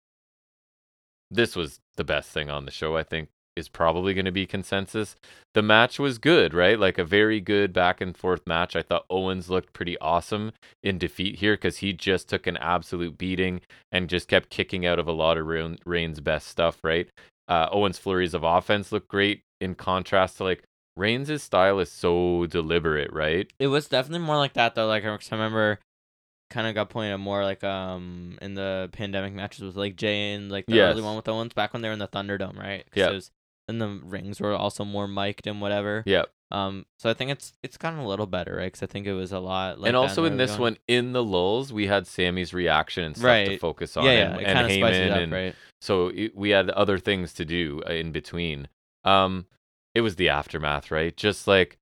A: this was the best thing on the show, I think, is probably going to be consensus. The match was good, right? Like a very good back and forth match. I thought Owens looked pretty awesome in defeat here because he just took an absolute beating and just kept kicking out of a lot of Reign- Reigns' best stuff, right? Uh, Owens' flurries of offense look great in contrast to like Reigns' style is so deliberate, right?
B: It was definitely more like that though. Like I 'cause I remember, kind of got pointed out more like um in the pandemic matches with like Jay and like the early
A: Yes.
B: one with the ones back when they were in the Thunderdome, right? 'Cause
A: Yeah.
B: it was- And the rings were also more mic'd and whatever.
A: Yeah.
B: Um. So I think it's it's gotten a little better, right? Because I think it was a lot. Like
A: and
B: that
A: also
B: the
A: in
B: early
A: this
B: on.
A: one, in the lulls, we had Sammy's reaction and stuff to
B: Right.
A: focus on.
B: yeah, yeah,
A: and,
B: it
A: and
B: kind of
A: Heyman
B: spices it up,
A: and
B: right?
A: so it, we had other things to do uh, in between um it was the aftermath right just like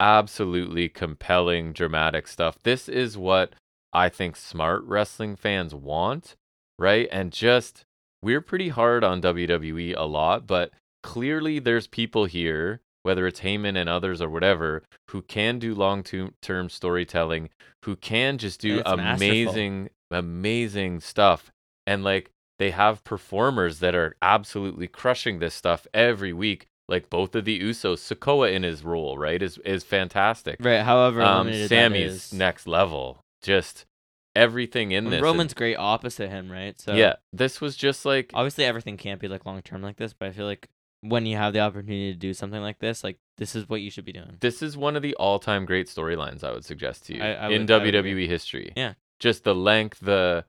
A: absolutely compelling dramatic stuff this is what i think smart wrestling fans want right and just we're pretty hard on WWE a lot but clearly there's people here whether it's Heyman and others or whatever who can do long term storytelling who can just do
B: And it's masterful.
A: amazing amazing stuff and like they have performers that are absolutely crushing this stuff every week. Like both of the Usos, Sokoa in his role, right, is is fantastic.
B: Right. However,
A: Um,
B: limited that
A: Sammy's
B: is.
A: next level. Just everything in
B: And
A: this. is-
B: Roman's great opposite him, right? So
A: yeah, this was just like
B: obviously everything can't be like long term like this, but I feel like when you have the opportunity to do something like this, like this is what you should be doing.
A: this is one of the all-time great storylines I would suggest to you
B: I- I
A: in
B: would- I would agree.
A: WWE history.
B: Yeah.
A: Just the length, the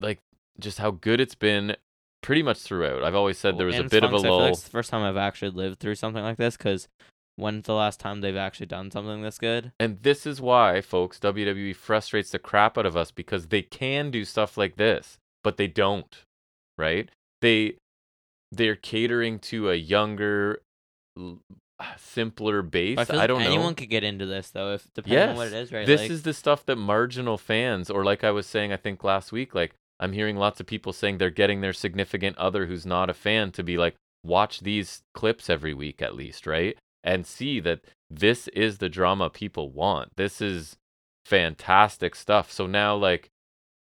A: like, just how good it's been, pretty much throughout. I've always said there was
B: Oh, And
A: a
B: it's
A: bit
B: fun
A: of a
B: 'cause I feel like
A: lull.
B: it's the first time I've actually lived through something like this because when's the last time they've actually done something this good?
A: And this is why, folks, WWE frustrates the crap out of us because they can do stuff like this, but they don't, right? They they're catering to a younger, l- simpler base.
B: But
A: I,
B: I, feel like
A: don't
B: anyone
A: know.
B: could get into this though, if depending
A: Yes,
B: on what it is, right?
A: this
B: like,
A: is the stuff that marginal fans, or like I was saying, I think last week, like I'm hearing lots of people saying they're getting their significant other who's not a fan to be like, watch these clips every week at least, right? And see that this is the drama people want. This is fantastic stuff. So now, like,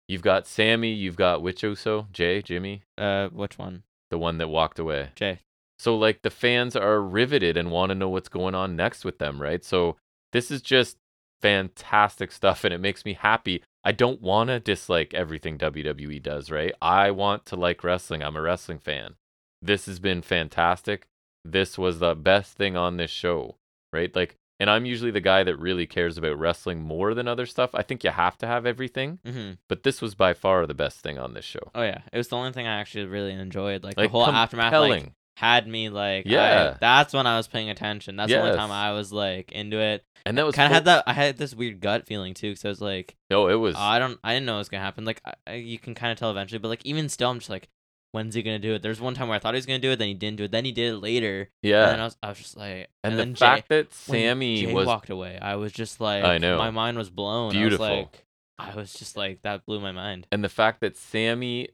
A: you've got Sammy, you've got which Uso, Jay, Jimmy,
B: uh, which one,
A: the one that walked away.
B: Jay?
A: So like the fans are riveted and want to know what's going on next with them, right? So this is just fantastic stuff and it makes me happy I don't want to dislike everything WWE does, right? I want to like wrestling. I'm a wrestling fan. This has been fantastic. This was the best thing on this show, right? Like, and I'm usually the guy that really cares about wrestling more than other stuff. I think you have to have everything,
B: hmm
A: but this was by far the best thing on this show.
B: Oh yeah, it was the only thing I actually really enjoyed. Like,
A: Like
B: the whole aftermath, like,
A: compelling.
B: had me like I-
A: Yeah.
B: that's when I was paying attention. That's the only time
A: Yes.
B: I was like into it.
A: and that was
B: Kind of had
A: full-
B: that. I had this weird gut feeling too, because I was like,
A: No, it was.
B: oh, I don't, I didn't know it was gonna happen. Like I- I, you can kind of tell eventually, but like even still, I'm just like, when's he gonna do it? There's one time where I thought he was gonna do it, then he didn't do it, then he did it later,
A: yeah,
B: and then I was, I was just like,
A: and,
B: then
A: the fact that
B: Jay, when
A: Sammy
B: Jay
A: was
B: walked away, I was just like,
A: I know.
B: my mind was blown.
A: beautiful,
B: I was, like, I was just like, that blew my mind.
A: and the fact that Sammy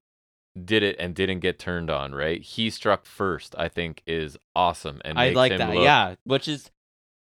A: did it and didn't get turned on, right? He struck first, I think, is awesome, and
B: I
A: makes
B: like
A: him
B: that,
A: look
B: yeah, which is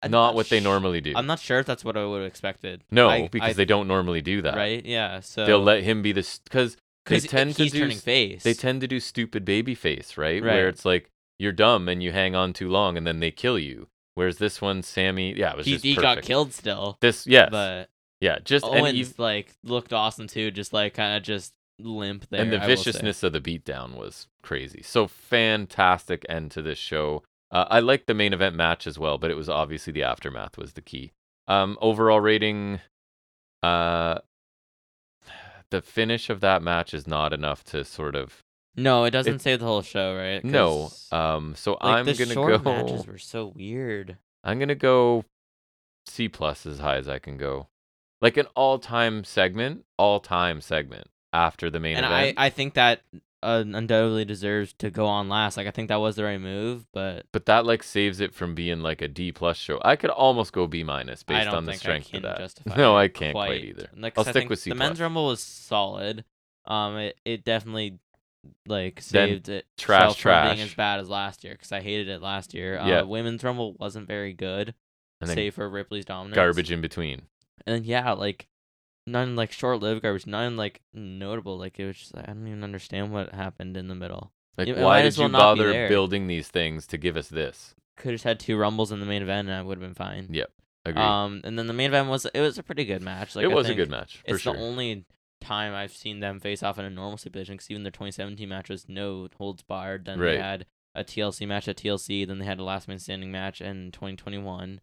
B: I'm
A: not what they
B: sh-
A: normally do.
B: I'm not sure if that's what I would have expected.
A: no,
B: I-
A: because
B: I
A: they don't normally do that.
B: Right? Yeah. So
A: They'll let him be this because they
B: 'cause
A: tend to
B: he's
A: do
B: turning
A: s-
B: face.
A: they tend to do stupid baby face, right?
B: Right.
A: Where it's like you're dumb and you hang on too long and then they kill you. Whereas this one, Sammy, yeah, it was
B: he,
A: just
B: he
A: perfect.
B: got killed still.
A: This, yes,
B: But
A: yeah, just Oh, and
B: Owens
A: ev-
B: like looked awesome too, just like kind of just limp there.
A: and the
B: I will say.
A: viciousness of the beatdown was crazy. So fantastic end to this show. Uh, I liked the main event match as well, but it was obviously the aftermath was the key. Um, overall rating, uh, the finish of that match is not enough to sort of
B: No, it doesn't
A: it-
B: save the whole show, right?
A: no.
B: 'Cause,
A: Um, so
B: like,
A: I'm
B: the
A: gonna
B: short
A: go.
B: matches were so weird.
A: I'm gonna go C plus as high as I can go, like an all time segment, all time segment after the main
B: And
A: event.
B: I, I think that uh, undoubtedly deserves to go on last. Like I think that was the right move, but
A: but that like saves it from being like a D plus show. I could almost go B minus
B: I
A: based
B: don't
A: on the
B: think I
A: strength
B: can
A: of that.
B: justify
A: no,
B: it
A: I can't quite, either.
B: Like,
A: I'll
B: 'cause I
A: stick
B: think
A: with C
B: The men's
A: plus.
B: rumble was solid. Um, it, it definitely like
A: Then
B: saved it
A: trash,
B: itself from being
A: trash.
B: as bad as last year because I hated it last year. Uh,
A: Yeah.
B: women's rumble wasn't very good,
A: And then
B: save for Ripley's dominance.
A: garbage in between.
B: And then, yeah, like none like short-lived garbage, none like notable. Like it was just like, I don't even understand what happened in the middle.
A: Like,
B: It- it might
A: why
B: as
A: did
B: well
A: you
B: not be
A: bother
B: there.
A: building these things to give us this?
B: Could have just had two rumbles in the main event and I would have been fine.
A: Yeah, Agreed.
B: Um, and then the main event was it was a pretty good match. Like
A: it
B: I
A: was a
B: think
A: good match for
B: It's
A: sure.
B: the only time I've seen them face off in a normal stipulation because even their 2017 match was no holds barred. Then
A: Right.
B: they had a TLC match at TLC. Then they had a last man standing match in 2021.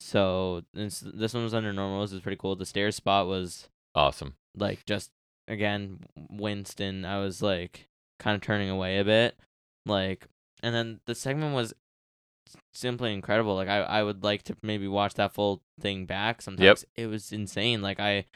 B: So this this one was under normal. This was pretty cool. The stairs spot was
A: awesome.
B: like just again Winston. I was like kind of turning away a bit, like, and then the segment was simply incredible. Like I I would like to maybe watch that full thing back. Sometimes it was insane. Like I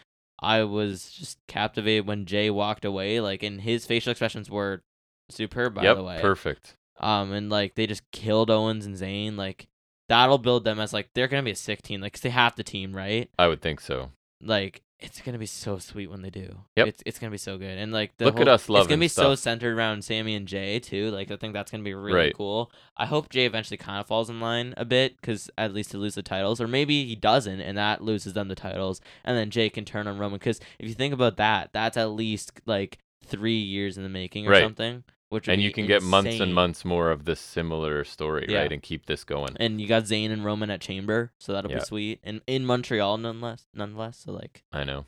B: I was just captivated when Jay walked away. Like and his facial expressions were superb. By
A: yep,
B: the way,
A: perfect.
B: um, and like they just killed Owens and Zayn. Like that'll build them as like they're gonna be a sick team. Like 'cause they have the team, right?
A: I would think so.
B: like it's gonna be so sweet when they do.
A: Yep.
B: It's it's gonna be so good. And like the
A: Look at
B: whole-
A: us
B: It's gonna
A: loving
B: be so
A: stuff.
B: centered around Sammy and Jay too. Like I think that's gonna be really
A: Right.
B: cool. I hope Jay eventually kind of falls in line a bit because at least to lose the titles, or maybe he doesn't and that loses them the titles, and then Jay can turn on Roman. Because if you think about that, that's at least like three years in the making or
A: Right.
B: something. Which would
A: And
B: be
A: you can get months and
B: insane.
A: months more of this similar story,
B: Yeah.
A: right? And keep this going.
B: And you got Zayn and Roman at Chamber, so that'll
A: Yeah.
B: be sweet. And in Montreal, nonetheless, nonetheless. So like
A: I know.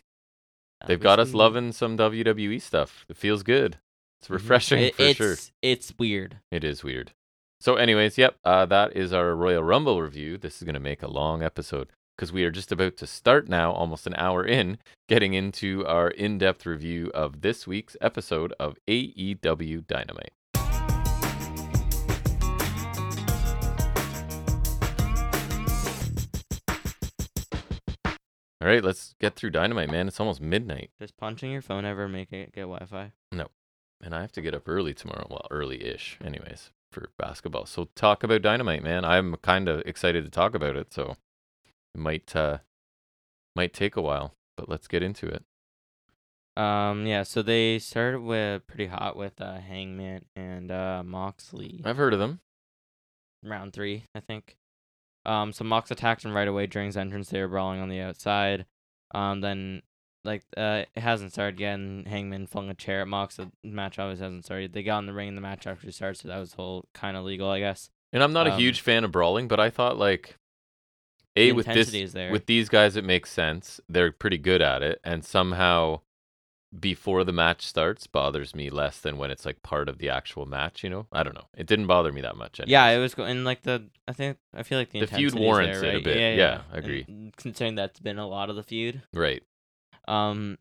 B: that'll
A: They've
B: be
A: got us
B: sweet.
A: loving some WWE stuff. It feels good. It's
B: Mhm.
A: refreshing
B: It-
A: for
B: it's,
A: sure.
B: It's weird.
A: It is weird. So, anyways, yep, uh, that is our Royal Rumble review. This is going to make a long episode because we are just about to start now, almost an hour in, getting into our in depth review of this week's episode of AEW Dynamite. All right, let's get through Dynamite, man. It's almost midnight,
B: Does punching your phone ever make it get Wi-Fi?
A: and I have to get up early tomorrow. Well, early ish, anyways, for basketball. So, talk about Dynamite, man. I'm kind of excited to talk about it. So, it might, uh, might take a while, but let's get into it.
B: Um, yeah. So they started with pretty hot with uh, Hangman and uh, Moxley
A: I've heard of them.
B: round three, I think. Um, so Mox attacks him right away during his entrance. They were brawling on the outside. Um, then like uh, it hasn't started yet. And Hangman flung a chair at Mox. The match obviously hasn't started. They got in the ring and the match actually starts. So that was whole kind of legal, I guess.
A: And I'm not a
B: Um,
A: huge fan of brawling, but I thought like a
B: the
A: with this
B: intensity is there.
A: with these guys it makes sense they're pretty good at it and somehow before the match starts bothers me less than when it's like part of the actual match you know i don't know it didn't bother me that much anyways.
B: yeah, it was go- and like the I think I feel like the,
A: The feud
B: intensity is
A: warrants
B: there,
A: it a
B: right?
A: bit.
B: Yeah,
A: Yeah, I
B: And
A: agree.
B: considering that's been a lot of the feud,
A: right
B: um,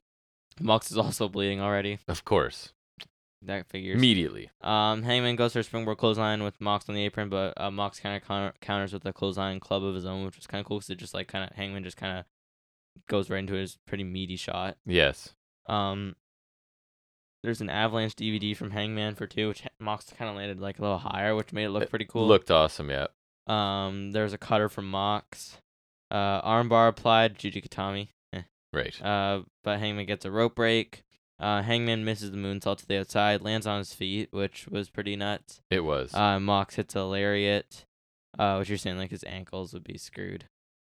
B: Mox is also bleeding already.
A: of course
B: That figures.
A: immediately
B: Um, Hangman goes for a springboard clothesline with Mox on the apron, but uh, Mox kind of counter- counters with a clothesline club of his own, which was kind of cool because it just like kind of Hangman just kind of goes right into his pretty meaty shot.
A: yes
B: Um, there's an Avalanche DVD from Hangman for two, which Ha- Mox kind of landed like a little higher, which made it look
A: It
B: pretty cool.
A: looked awesome yeah
B: Um, there's a cutter from Mox. Uh, armbar applied, Judy Katami. Eh.
A: right
B: Uh, but Hangman gets a rope break. Uh, Hangman misses the moonsault to the outside, lands on his feet, which was pretty nuts.
A: it was
B: Uh, Mox hits a lariat. Uh, which you're saying like his ankles would be screwed.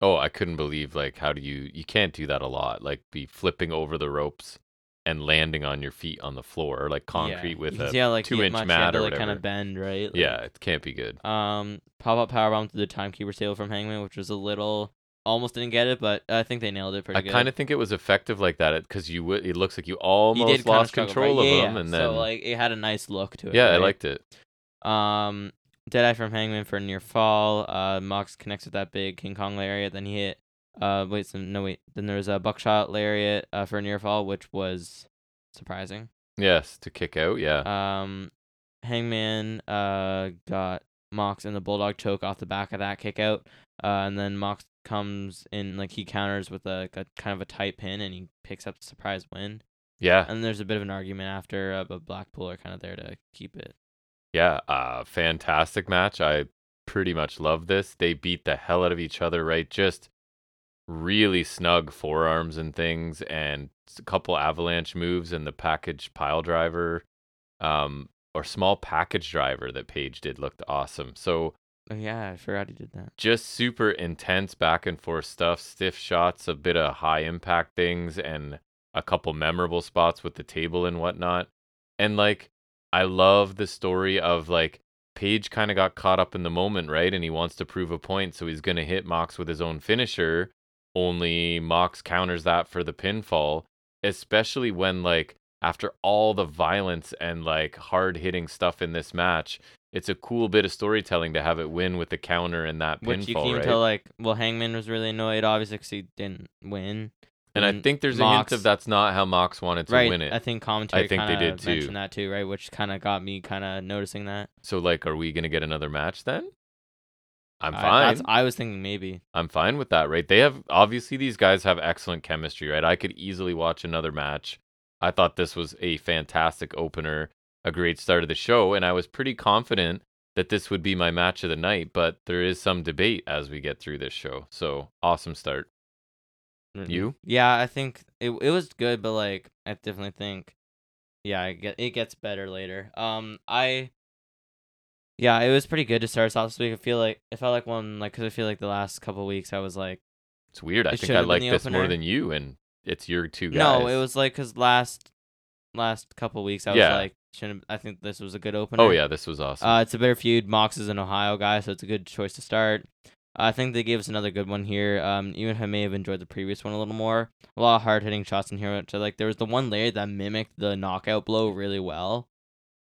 A: oh i couldn't believe like how do you you can't do that a lot like be flipping over the ropes and landing on your feet on the floor or like concrete with a
B: yeah, like
A: two-inch mat or
B: kind
A: whatever.
B: of bend, right? Like,
A: yeah it can't be good
B: Um, pop up powerbomb to the timekeeper sale from Hangman, which was a little almost didn't get it, but I think they nailed it pretty
A: I
B: good.
A: kind of think it was effective like that because you would. It looks like you
B: You
A: almost
B: did kinda
A: lost
B: struggle,
A: control
B: right?
A: of
B: Yeah,
A: them,
B: yeah.
A: and then
B: so like it had a nice look to it.
A: yeah, I
B: right?
A: liked it.
B: Um, Deadeye from Hangman for a near fall. Uh, Mox connects with that big King Kong lariat. Then he hit. Uh, wait, some no wait. Then there was a buckshot lariat uh, for a near fall, which was surprising.
A: Yes, to kick out. Yeah,
B: Um, Hangman uh got Mox and the Bulldog choke off the back of that kick out. Uh, and then Mox comes in like he counters with a, a kind of a tight pin and he picks up the surprise win.
A: yeah,
B: And there's a bit of an argument after, uh, but Blackpool are kind of there to keep it.
A: yeah. Uh, fantastic match. I pretty much love this. They beat the hell out of each other. Right, just really snug forearms and things, and s- a couple avalanche moves, and the package pile driver, um, or small package driver that Paige did looked awesome. So.
B: Oh yeah, I forgot he did that.
A: just super intense back and forth stuff, stiff shots, a bit of high impact things, and a couple memorable spots with the table and whatnot. And like, I love the story of like Paige kind of got caught up in the moment, right? And he wants to prove a point, so he's gonna hit Mox with his own finisher. Only Mox counters that for the pinfall, especially when like after all the violence and like hard hitting stuff in this match, it's a cool bit of storytelling to have it win with the counter and that
B: Which you can
A: pinfall,
B: even
A: right?
B: tell like, well, Hangman was really annoyed, obviously, 'cause he didn't win.
A: and I
B: then
A: think there's a hint
B: Mox-
A: of that's not how Mox wanted to
B: right,
A: win it.
B: I think commentary.
A: think they
B: kinda
A: did, too.
B: Mentioned that too, right? Which kind of got me kind of noticing that.
A: so like, are we gonna get another match then? I'm
B: I-
A: fine.
B: that's- I was thinking maybe.
A: I'm fine with that, right? They have obviously these guys have excellent chemistry, right? I could easily watch another match. I thought this was a fantastic opener, a great start of the show, and I was pretty confident that this would be my match of the night, but there is some debate as we get through this show. So, awesome start.
B: Mm,
A: You?
B: Yeah, I think it it was good, but like I definitely think, yeah, I get, it gets better later. Um, I, yeah, it was pretty good to start us off this week. I feel like I felt like one like because I feel like the last couple weeks I was like
A: It's weird. I
B: It should
A: think I
B: have been
A: like
B: the
A: this more
B: opener.
A: than you and it's your two guys.
B: no, it was like because last last couple weeks I was
A: Yeah.
B: like shouldn't I think this was a good opener.
A: Oh yeah, this was awesome.
B: Uh, it's a better feud. Mox is an Ohio guy, so it's a good choice to start. I think they gave us another good one here. Um, even if I may have enjoyed the previous one a little more, a lot of hard hitting shots in here. Which I like there was the one layer that mimicked the knockout blow really well.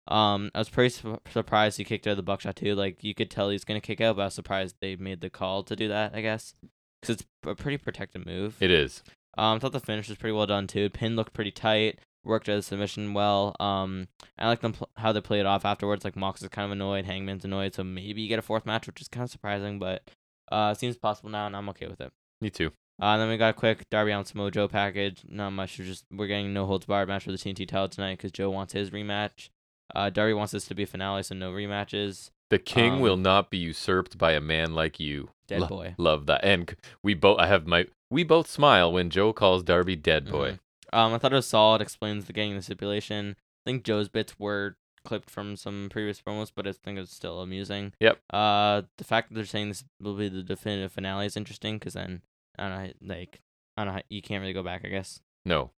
B: Um, I was pretty su- surprised he kicked out of the buckshot too. Like you could tell he's gonna kick out, but I was surprised they made the call to do that. I guess because it's a pretty protective move.
A: it is.
B: Um, I thought the finish was pretty well done too. Pin looked pretty tight. Worked out the submission well. Um, I like them pl- how they played it off afterwards. Like Mox is kind of annoyed, Hangman's annoyed, so maybe you get a fourth match, which is kind of surprising, but uh, it seems possible now, and I'm okay with it.
A: Me too.
B: Uh, and then we got a quick Darby on Samoa Joe package. Not much. We're just we're getting no holds barred match for the TNT title tonight because Joe wants his rematch. Uh, Darby wants this to be a finale, so no rematches.
A: The king
B: Um,
A: will not be usurped by a man like you.
B: Dead
A: Lo-
B: boy.
A: Love that. And c- we both I have my we both smile when Joe calls Darby dead boy.
B: Mhm. Um, I thought it was solid. Explains the gang, the stipulation. I think Joe's bits were clipped from some previous promos, but I think it's still amusing.
A: Yep.
B: Uh, the fact that they're saying this will be the definitive finale is interesting because then I don't know, like I don't know, you can't really go back. I guess.
A: No.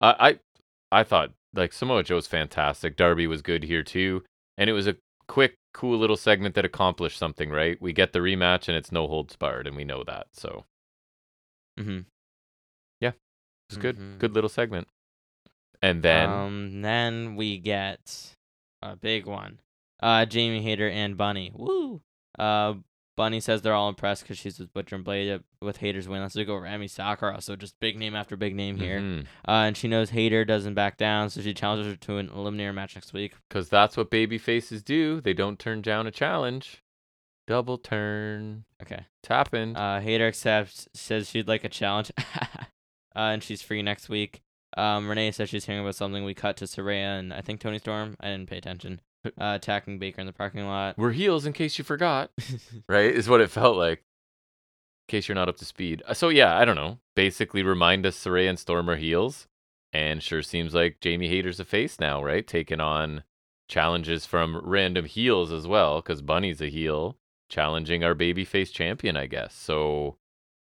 A: I I I thought like Samoa Joe's fantastic. Darby was good here too. And it was a quick cool little segment that accomplished something, right? We get the rematch and it's no holds barred, and we know that. So
B: Mm-hmm.
A: it's good.
B: Mhm.
A: Good little segment. And then
B: um, then we get a big one. Uh, Jamie Hader and Bunny. Woo. Uh, Bunny says they're all impressed because she's with Butcher and Blade uh, with Hader's win. Let's go Rami Sakura. So just big name after big name
A: Mm-hmm.
B: here. Uh, and she knows Hader doesn't back down, so she challenges her to an eliminator match next week.
A: Because that's what baby faces do. They don't turn down a challenge. Double turn.
B: Okay.
A: Tapping.
B: Uh, Hader accepts, says she'd like a challenge, uh, and she's free next week. Um, Renee says she's hearing about something. We cut to Soraya and I think Tony Storm. I didn't pay attention. Uh, attacking Baker in the parking lot.
A: We're heels in case you forgot. right? Is what it felt like. In case you're not up to speed. Uh, So yeah, I don't know. Basically remind us Saray and Storm are heels. And sure seems like Jamie Hader's a face now, right? Taking on challenges from random heels as well, because Bunny's a heel, challenging our babyface champion, I guess. So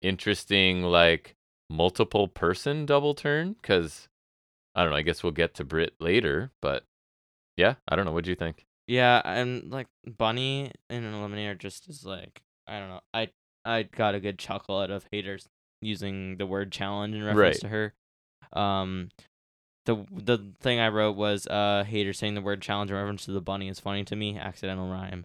A: interesting, like multiple person double turn, because I don't know, I guess we'll get to Brit later, but yeah, I don't know. What do you think?
B: Yeah, I'm like Bunny in an eliminator just is like I don't know. I I got a good chuckle out of haters using the word challenge in reference
A: Right.
B: to her. Um the the thing I wrote was uh hater saying the word challenge in reference to the bunny is funny to me, accidental rhyme.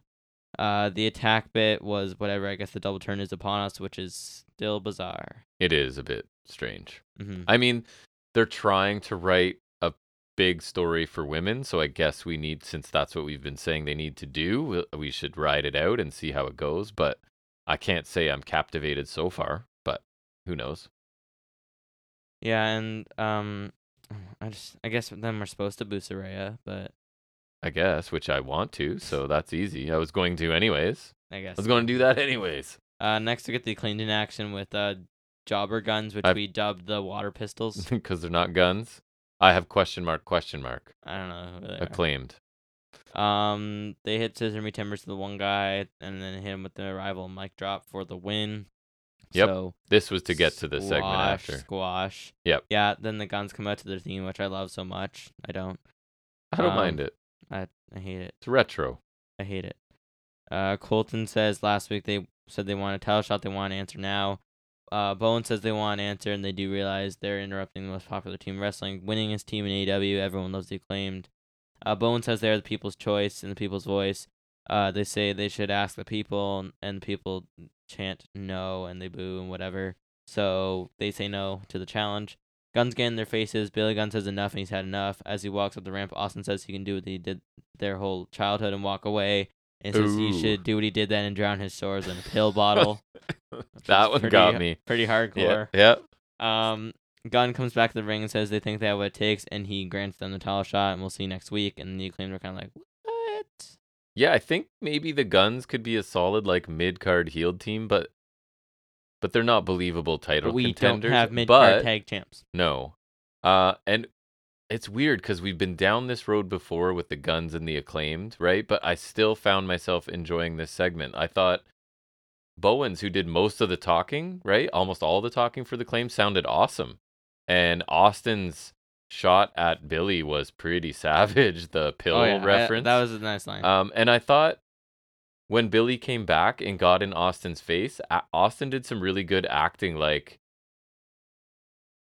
B: Uh the attack bit was whatever I guess the double turn is upon us, which is still bizarre.
A: It is a bit strange.
B: hmm
A: I mean, they're trying to write a big story for women, so I guess we need since that's what we've been saying they need to do, we- we should ride it out and see how it goes, but I can't say I'm captivated so far, but who knows?
B: Yeah, and um I just I guess then we're supposed to boo Soraya, but
A: I guess, which I want to, so that's easy. I was going to anyways.
B: I guess
A: I was going to do that anyways.
B: Uh, next we get the cleaned in action with uh, jobber guns, which
A: I've-
B: we dubbed the water pistols.
A: Cuz they're not guns. I have question mark question mark.
B: I don't know. Who they are.
A: Acclaimed.
B: um, they hit Scissor Me Timbers to the one guy, and then hit him with the rival mic drop for the win.
A: Yep.
B: So
A: This was to get to the segment
B: squash,
A: after.
B: Squash.
A: Yep.
B: Yeah. Then the guns come out to their theme, which I love so much. I don't.
A: I don't
B: Um,
A: mind it.
B: I hate it.
A: It's retro.
B: I hate it. Uh, Colton says last week they said they want a title shot. They want an answer now. Uh, Bowen says they want an answer, and they do realize they're interrupting the most popular team in wrestling, winning his team in AEW. Everyone loves the acclaimed. Uh, Bowen says they're the people's choice and the people's voice. Uh, they say they should ask the people, and, and the people chant no, and they boo and whatever. So they say no to the challenge. Guns get in their faces. Billy Gunn says enough, and he's had enough. As he walks up the ramp, Austin says he can do what he did their whole childhood and walk away. And says he
A: Ooh.
B: should do what he did then and drown his sores in a pill bottle. which is
A: That one
B: pretty-
A: got me.
B: Pretty
A: Yeah.
B: hardcore.
A: Yeah.
B: Um, Gunn comes back to the ring and says they think they have what it takes, and he grants them the title shot, and we'll see you next week. And the acclaimed are kind of like, what?
A: Yeah, I think maybe the guns could be a solid like mid card heel team, but but they're not believable title
B: But we don't
A: contenders.
B: have mid
A: but
B: card tag champs.
A: no, uh, and it's weird because we've been down this road before with the guns and the acclaimed, right? But I still found myself enjoying this segment. I thought Bowens, who did most of the talking, right, almost all the talking for the claim, sounded awesome, and Austin's shot at Billy was pretty savage. The pill
B: Oh, yeah, I-
A: reference
B: that was a nice line.
A: um, and I thought when Billy came back and got in Austin's face, A- Austin did some really good acting, like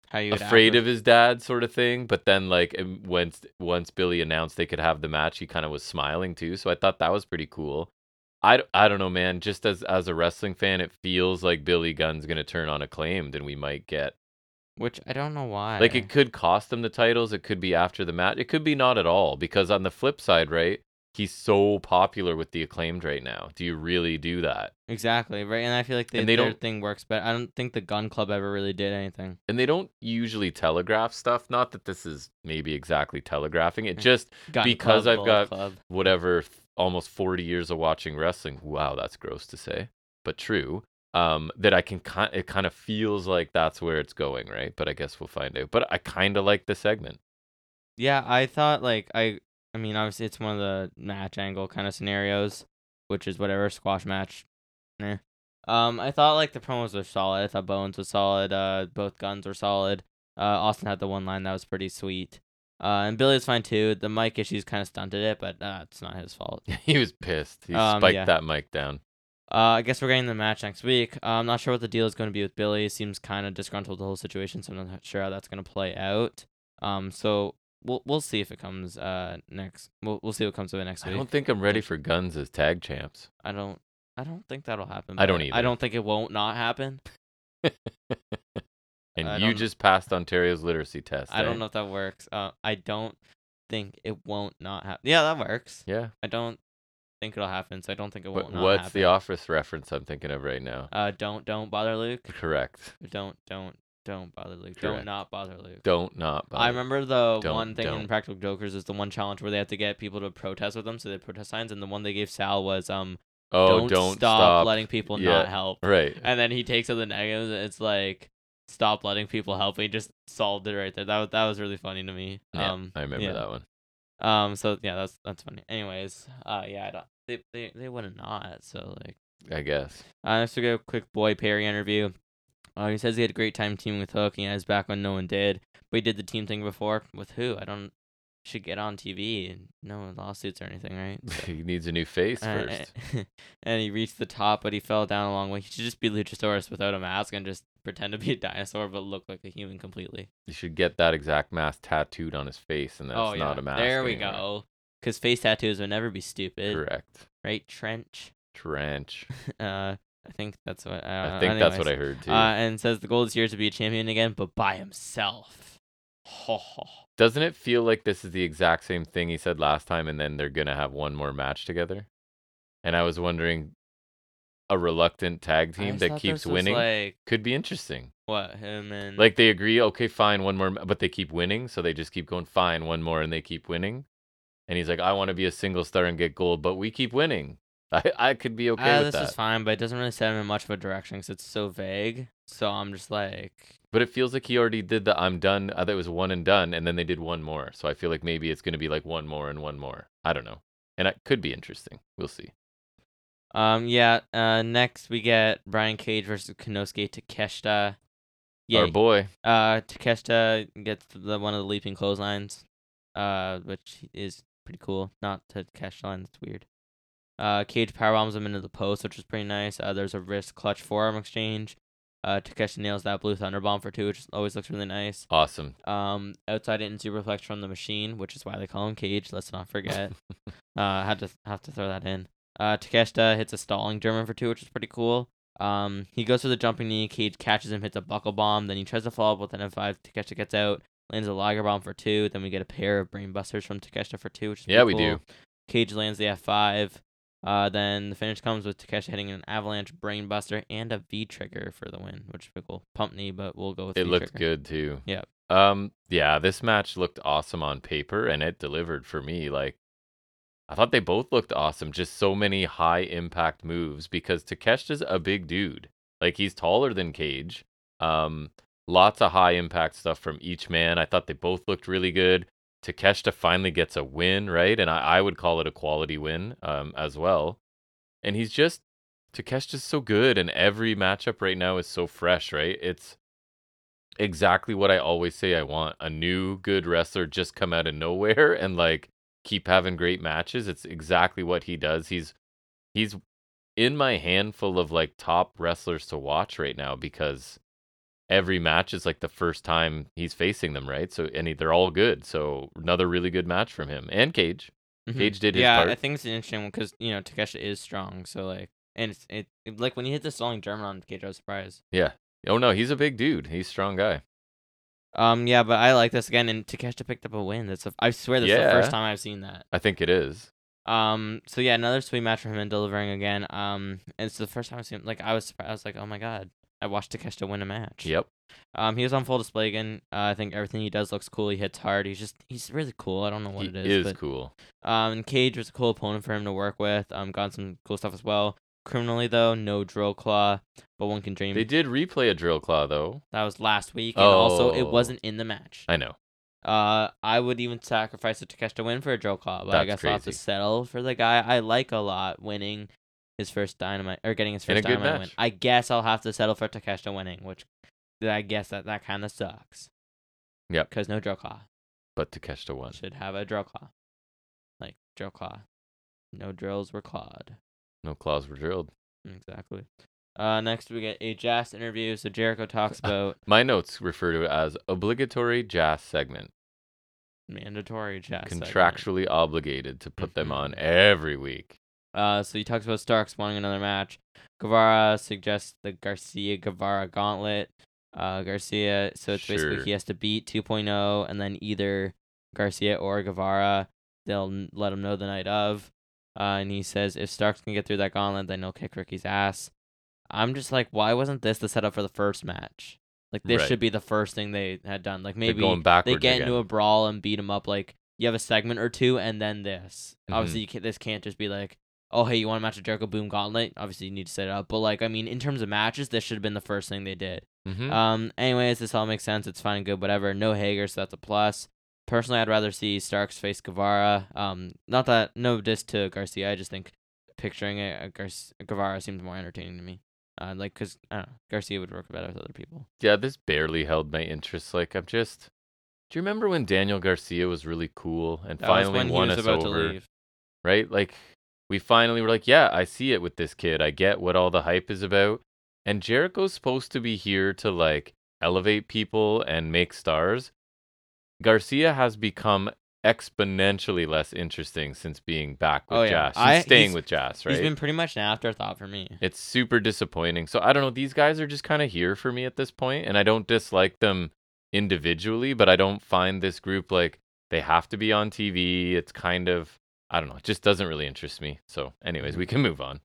B: How you would act
A: afraid
B: with-
A: of his dad sort of thing. But then, like um, once once Billy announced they could have the match, he kind of was smiling too. So I thought that was pretty cool. I, d- I don't know, man. Just as as a wrestling fan, it feels like Billy Gunn's gonna turn on acclaimed, and we might get
B: which I don't know why.
A: like it could cost them the titles. It could be after the match. It could be not at all. Because on the flip side, right, he's so popular with the acclaimed right now. Do you really do that?
B: exactly right, and I feel like they,
A: And they
B: their
A: don't-
B: thing works, but I don't think the Gun Club ever really did anything.
A: And they don't usually telegraph stuff. Not that this is maybe exactly telegraphing. It
B: Mm.
A: just
B: Gun
A: Because
B: Club,
A: I've
B: Bullet
A: got-
B: Club.
A: whatever th- almost 40 years of watching wrestling. Wow, that's gross to say, but true. Um, that I can kind it kind of feels like that's where it's going, right? But I guess we'll find out. But I kind of like this segment.
B: Yeah, I thought like I I mean obviously it's one of the match angle kind of scenarios, which is whatever squash match. Nah. Um I thought like the promos were solid. I thought Bones was solid, uh both guns were solid. Uh Austin had the one line that was pretty sweet. Uh, and Billy was fine too. The mic issues kind of stunted it, but uh, it's not his fault.
A: he was pissed. He
B: Um,
A: spiked
B: yeah.
A: that mic down.
B: Uh, I guess we're getting the match next week. Uh, I'm not sure what the deal is going to be with Billy. He seems kind of disgruntled with the whole situation, so I'm not sure how that's going to play out. Um, so we'll we'll see if it comes uh next. We'll we'll see what comes of it next
A: I
B: week.
A: don't think I'm ready for guns as tag champs.
B: I don't. I don't think that'll happen.
A: I
B: but
A: don't
B: I
A: either.
B: don't think it won't not happen.
A: And
B: I
A: you
B: don't-
A: just passed Ontario's literacy test.
B: I
A: eh?
B: don't know if that works. Uh, I don't think it won't not happen. Yeah, that works.
A: Yeah.
B: I don't think it'll happen, so I don't think it
A: But
B: won't not
A: what's
B: happen.
A: the office reference I'm thinking of right now?
B: Uh, don't don't bother Luke.
A: Correct.
B: Don't don't don't bother Luke.
A: Correct.
B: Don't not bother Luke.
A: Don't not. Bother.
B: I remember the
A: Don't,
B: one thing
A: don't.
B: in Practical Jokers is the one challenge where they had to get people to protest with them, so they had protest signs, and the one they gave Sal was um
A: Oh,
B: don't,
A: don't,
B: stop, letting people
A: Yeah.
B: not help.
A: Right.
B: And then he takes out the negatives and it's like stop letting people help. And he just solved it right there. That was that was really funny to me.
A: Yeah,
B: um
A: I remember
B: yeah.
A: that one.
B: Um so yeah, that's that's funny. Anyways, uh yeah, I don't they they, they wouldn't not, so like
A: I guess.
B: uh, next we go quick boy Perry interview. Uh, he says he had a great time teaming with Hook. and He had his back when no one did. But he did the team thing before with who? I don't should get on TV and no lawsuits or anything, right?
A: he needs a new face
B: Uh,
A: first.
B: and he reached the top, but he fell down a long way. He should just be Luchasaurus without a mask and just pretend to be a dinosaur, but look like a human completely.
A: You should get that exact mask tattooed on his face, and that's
B: oh yeah,
A: not a mask.
B: there we
A: anymore.
B: go. Because face tattoos would never be stupid,
A: Correct.
B: right? Trench.
A: Trench.
B: Uh, I think that's what. I,
A: I think that's what I heard too.
B: Uh, and says the goal is here to be a champion again, but by himself. Ho ho.
A: Doesn't it feel like this is the exact same thing he said last time, and then they're gonna have one more match together? And I was wondering, a reluctant tag
B: I
A: team
B: just
A: that
B: thought
A: keeps
B: this was
A: winning
B: Like Hmm.
A: could be interesting.
B: what him and
A: Like they agree, okay, fine, one more, ma- but they keep winning, so they just keep going, fine, one more, and they keep winning. And he's like, I want to be a single star and get gold, but we keep winning. I, I could be okay
B: ah,
A: with
B: this
A: that.
B: is fine, but it doesn't really set him in much of a direction because it's so vague. So I'm just like,
A: But it feels like he already did the I'm done. I thought it was one and done, and then they did one more. So I feel like maybe it's going to be like one more and one more. I don't know. And it could be interesting. We'll see.
B: Um, yeah. Uh, next we get Brian Cage versus Konosuke
A: Our
B: Takeshita. Yeah.
A: boy,
B: Uh, Takeshita gets the one of the leaping clotheslines, uh, which is pretty cool. Not Takeshita line, that's weird. Uh, Cage powerbombs him into the post, which is pretty nice. Uh, there's a wrist clutch forearm exchange. Uh, Takeshita nails that blue thunder bomb for two, which always looks really nice.
A: awesome.
B: Um, outside in superplex from the machine, which is why they call him Cage. Let's not forget. uh, had to have to throw that in. Uh, Takeshita hits a stalling German for two, which is pretty cool. Um, he goes for the jumping knee. Cage catches him, hits a buckle bomb. Then he tries to follow up with an M5. Takeshita gets out, lands a Lager bomb for two. Then we get a pair of brainbusters from Takeshita for two, which is
A: Yeah,
B: pretty
A: we
B: cool.
A: do.
B: Cage lands the F5. Uh, then the finish comes with Takeshita hitting an avalanche brainbuster and a V trigger for the win, which is pretty cool. Pump knee, but we'll go with
A: It
B: V
A: looked
B: trigger.
A: good too.
B: Yeah.
A: Um. Yeah. This match looked awesome on paper, and it delivered for me. Like, I thought they both looked awesome. Just so many high impact moves because Takeshita's a big dude. Like he's taller than Cage. Um. Lots of high impact stuff from each man. I thought they both looked really good. Takeshita finally gets a win, right? And I, I would call it a quality win um, as well. And he's just Takeshita's so good, and every matchup right now is so fresh, right? It's exactly what I always say I want. A new good wrestler just come out of nowhere and like keep having great matches. It's exactly what he does. He's he's in my handful of like top wrestlers to watch right now because every match is like the first time he's facing them, right? So and he, they're all good. So another really good match from him and Cage.
B: Mhm.
A: Cage did his
B: yeah, I
A: part.
B: think it's an interesting one because you know Takeshita is strong, so like, and it's it, it- like when he hit the stalling German on Cage, I was surprised.
A: Oh no, he's a big dude. He's a strong guy.
B: Um, yeah, but I like this again, and Takeshita picked up a win. That's a, I swear that's the
A: Yeah.
B: first time I've seen that.
A: I think it is.
B: Um, so yeah, another sweet match from him and delivering again. Um, and it's the first time I've seen like I was surprised. I was like, oh my god, I watched Takeshita win a match.
A: Yep.
B: Um, he was on full display again. Uh, I think everything he does looks cool. He hits hard. He's just he's really cool. I don't know what
A: he
B: it is.
A: is
B: but
A: cool.
B: Um, Cage was a cool opponent for him to work with. Um, got some cool stuff as well. Criminally though, no drill claw, but one can dream.
A: They did replay a drill claw though.
B: That was last week, and also it
A: Oh.
B: wasn't in the match.
A: I know.
B: Uh, I would even sacrifice a Takeshita win for a drill claw, but I guess
A: That's
B: I'll have to
A: crazy.
B: settle for the guy I like a lot winning his first dynamite or getting his
A: And a
B: first
A: good
B: dynamite win.
A: match.
B: I guess I'll have to settle for Takeshita winning, which I guess that that kind of sucks.
A: Yep.
B: Because no drill claw.
A: but to catch the one.
B: should have a drill claw. Like drill claw. No drills were clawed.
A: No claws were drilled.
B: Exactly. Uh, next we get a Jazz interview. So Jericho talks about
A: My notes refer to it as obligatory jazz segment,
B: mandatory Jazz. segment. Mm-hmm.
A: contractually obligated to put them on every week.
B: Uh, so he talks about Starks wanting another match. Guevara suggests the Garcia Guevara gauntlet. Uh, Garcia, so it's basically
A: Sure.
B: he has to beat 2.0 and then either Garcia or Guevara, they'll n- let him know the night of. Uh, and he says if Starks can get through that gauntlet, then he'll kick Ricky's ass. I'm just like, why wasn't this the setup for the first match? Like this
A: Right.
B: should be the first thing they had done. Like maybe
A: going
B: they
A: backwards
B: get into
A: again.
B: a brawl and beat him up. Like you have a segment or two, and then this.
A: Mhm.
B: Obviously, you can this can't just be like, oh hey, you want to match a Jericho Boom Gauntlet? Obviously, you need to set it up. But like, I mean, in terms of matches, this should have been the first thing they did.
A: Mhm.
B: Um. Anyways, this all makes sense. It's fine, and good, whatever. No Hager, so that's a plus. Personally, I'd rather see Starks face Guevara. Um. Not that no diss to Garcia. I just think picturing it, uh, Gar- Guevara seems more entertaining to me. Uh, like, cause I don't know, Garcia would work better with other people.
A: yeah, this barely held my interest. Like I'm just. Do you remember when Daniel Garcia was really cool and
B: That was
A: finally
B: when
A: won
B: he was
A: us
B: about
A: over?
B: to leave.
A: right? Like we finally were like, yeah, I see it with this kid. I get what all the hype is about. And Jericho's supposed to be here to like elevate people and make stars. Garcia has become exponentially less interesting since being back with
B: Oh, yeah.
A: Jazz, since
B: I-
A: staying
B: he's-
A: with Jazz, right?
B: He's been pretty much an afterthought for me.
A: It's super disappointing. So I don't know. These guys are just kind of here for me at this point, and I don't dislike them individually, but I don't find this group like they have to be on TV. It's kind of I don't know. It just doesn't really interest me. So, anyways, we can move on.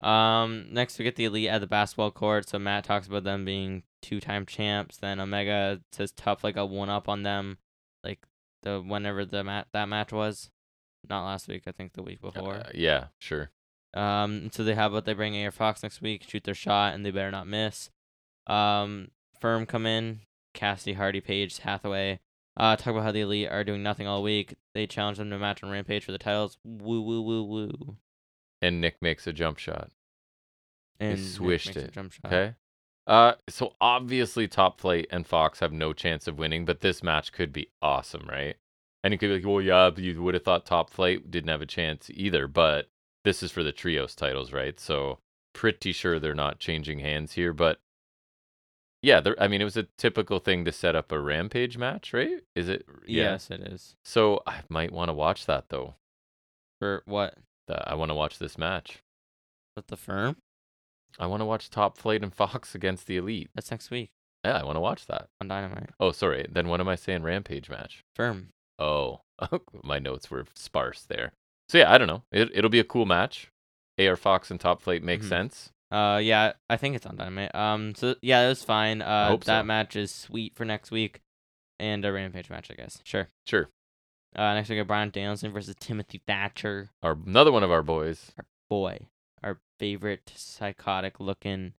B: Um, next we get the elite at the basketball court. So Matt talks about them being two-time champs. Then Omega says tough like a one-up on them, like the whenever the mat that match was, not last week. I think the week before.
A: Uh, yeah, sure.
B: Um, so they have what they bring Air Fox next week, shoot their shot, and they better not miss. Um, Firm come in, Cassidy, Hardy, Page, Hathaway. Uh, talk about how the Elite are doing nothing all week. They challenge them to a match on Rampage for the titles. Woo, woo, woo, woo.
A: And Nick makes a jump shot.
B: And Nick
A: swished
B: makes a
A: it,
B: Jump shot.
A: Okay. Uh, so obviously Top Flight and Fox have no chance of winning, but this match could be awesome, right? And you could be like, well, yeah, but you would have thought Top Flight didn't have a chance either, but this is for the trios titles, right? So pretty sure they're not changing hands here, but yeah, there. I mean, it was a typical thing to set up a Rampage match, right? Is it? Yeah.
B: Yes, it is.
A: So I might want to watch that though.
B: For what?
A: Th- I want to watch this match.
B: With the firm?
A: I want to watch Top Flight and Fox against the Elite.
B: That's next week
A: Yeah, I want to watch that.
B: on Dynamite.
A: Oh, sorry. Then what am I saying? Rampage match.
B: Firm.
A: Oh, my notes were sparse there. So yeah, I don't know. It it'll be a cool match. AR Fox and Top Flight makes
B: Mhm.
A: sense.
B: Uh, yeah, I think it's on Dynamite. Um, so yeah, that was fine. Uh,
A: hope
B: that
A: so.
B: match is sweet for next week, and a Rampage match, I guess. Sure.
A: Sure.
B: Uh, next we got Brian Danielson versus Timothy Thatcher.
A: Our another one of our boys.
B: Boy, our favorite psychotic looking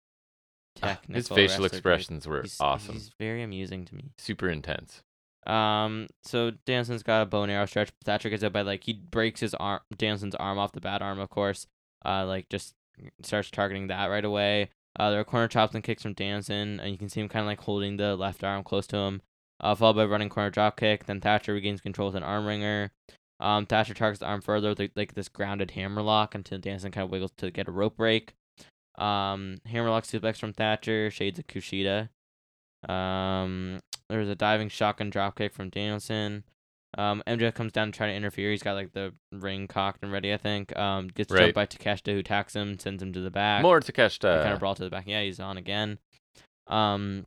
A: Ah,
B: technical.
A: His facial
B: wrestler dude.
A: expressions were
B: He's-
A: awesome.
B: He's very amusing to me.
A: Super intense.
B: Um, so Danson's got a bone arrow stretch. Thatcher gets up by like he breaks his arm, Danson's arm off the bad arm, of course. Uh, like just starts targeting that right away. Uh, there are corner chops and kicks from Danson, and you can see him kind of like holding the left arm close to him. Uh, followed by a running corner drop kick. Then Thatcher regains control with an arm ringer. Um, Thatcher targets the arm further with like, like this grounded hammerlock until Danson kind of wiggles to get a rope break. Um, hammerlock suplex from Thatcher, shades of Kushida. Um, there was a diving shotgun dropkick from Danielson. Um, MJF comes down to try to interfere. He's got like the ring cocked and ready, I think. Um, gets
A: Right.
B: jumped by Takeshita, who tacks him, sends him to the back.
A: More uh,
B: They kind of
A: Takeshita.
B: brawl to the back. Yeah, he's on again. Um,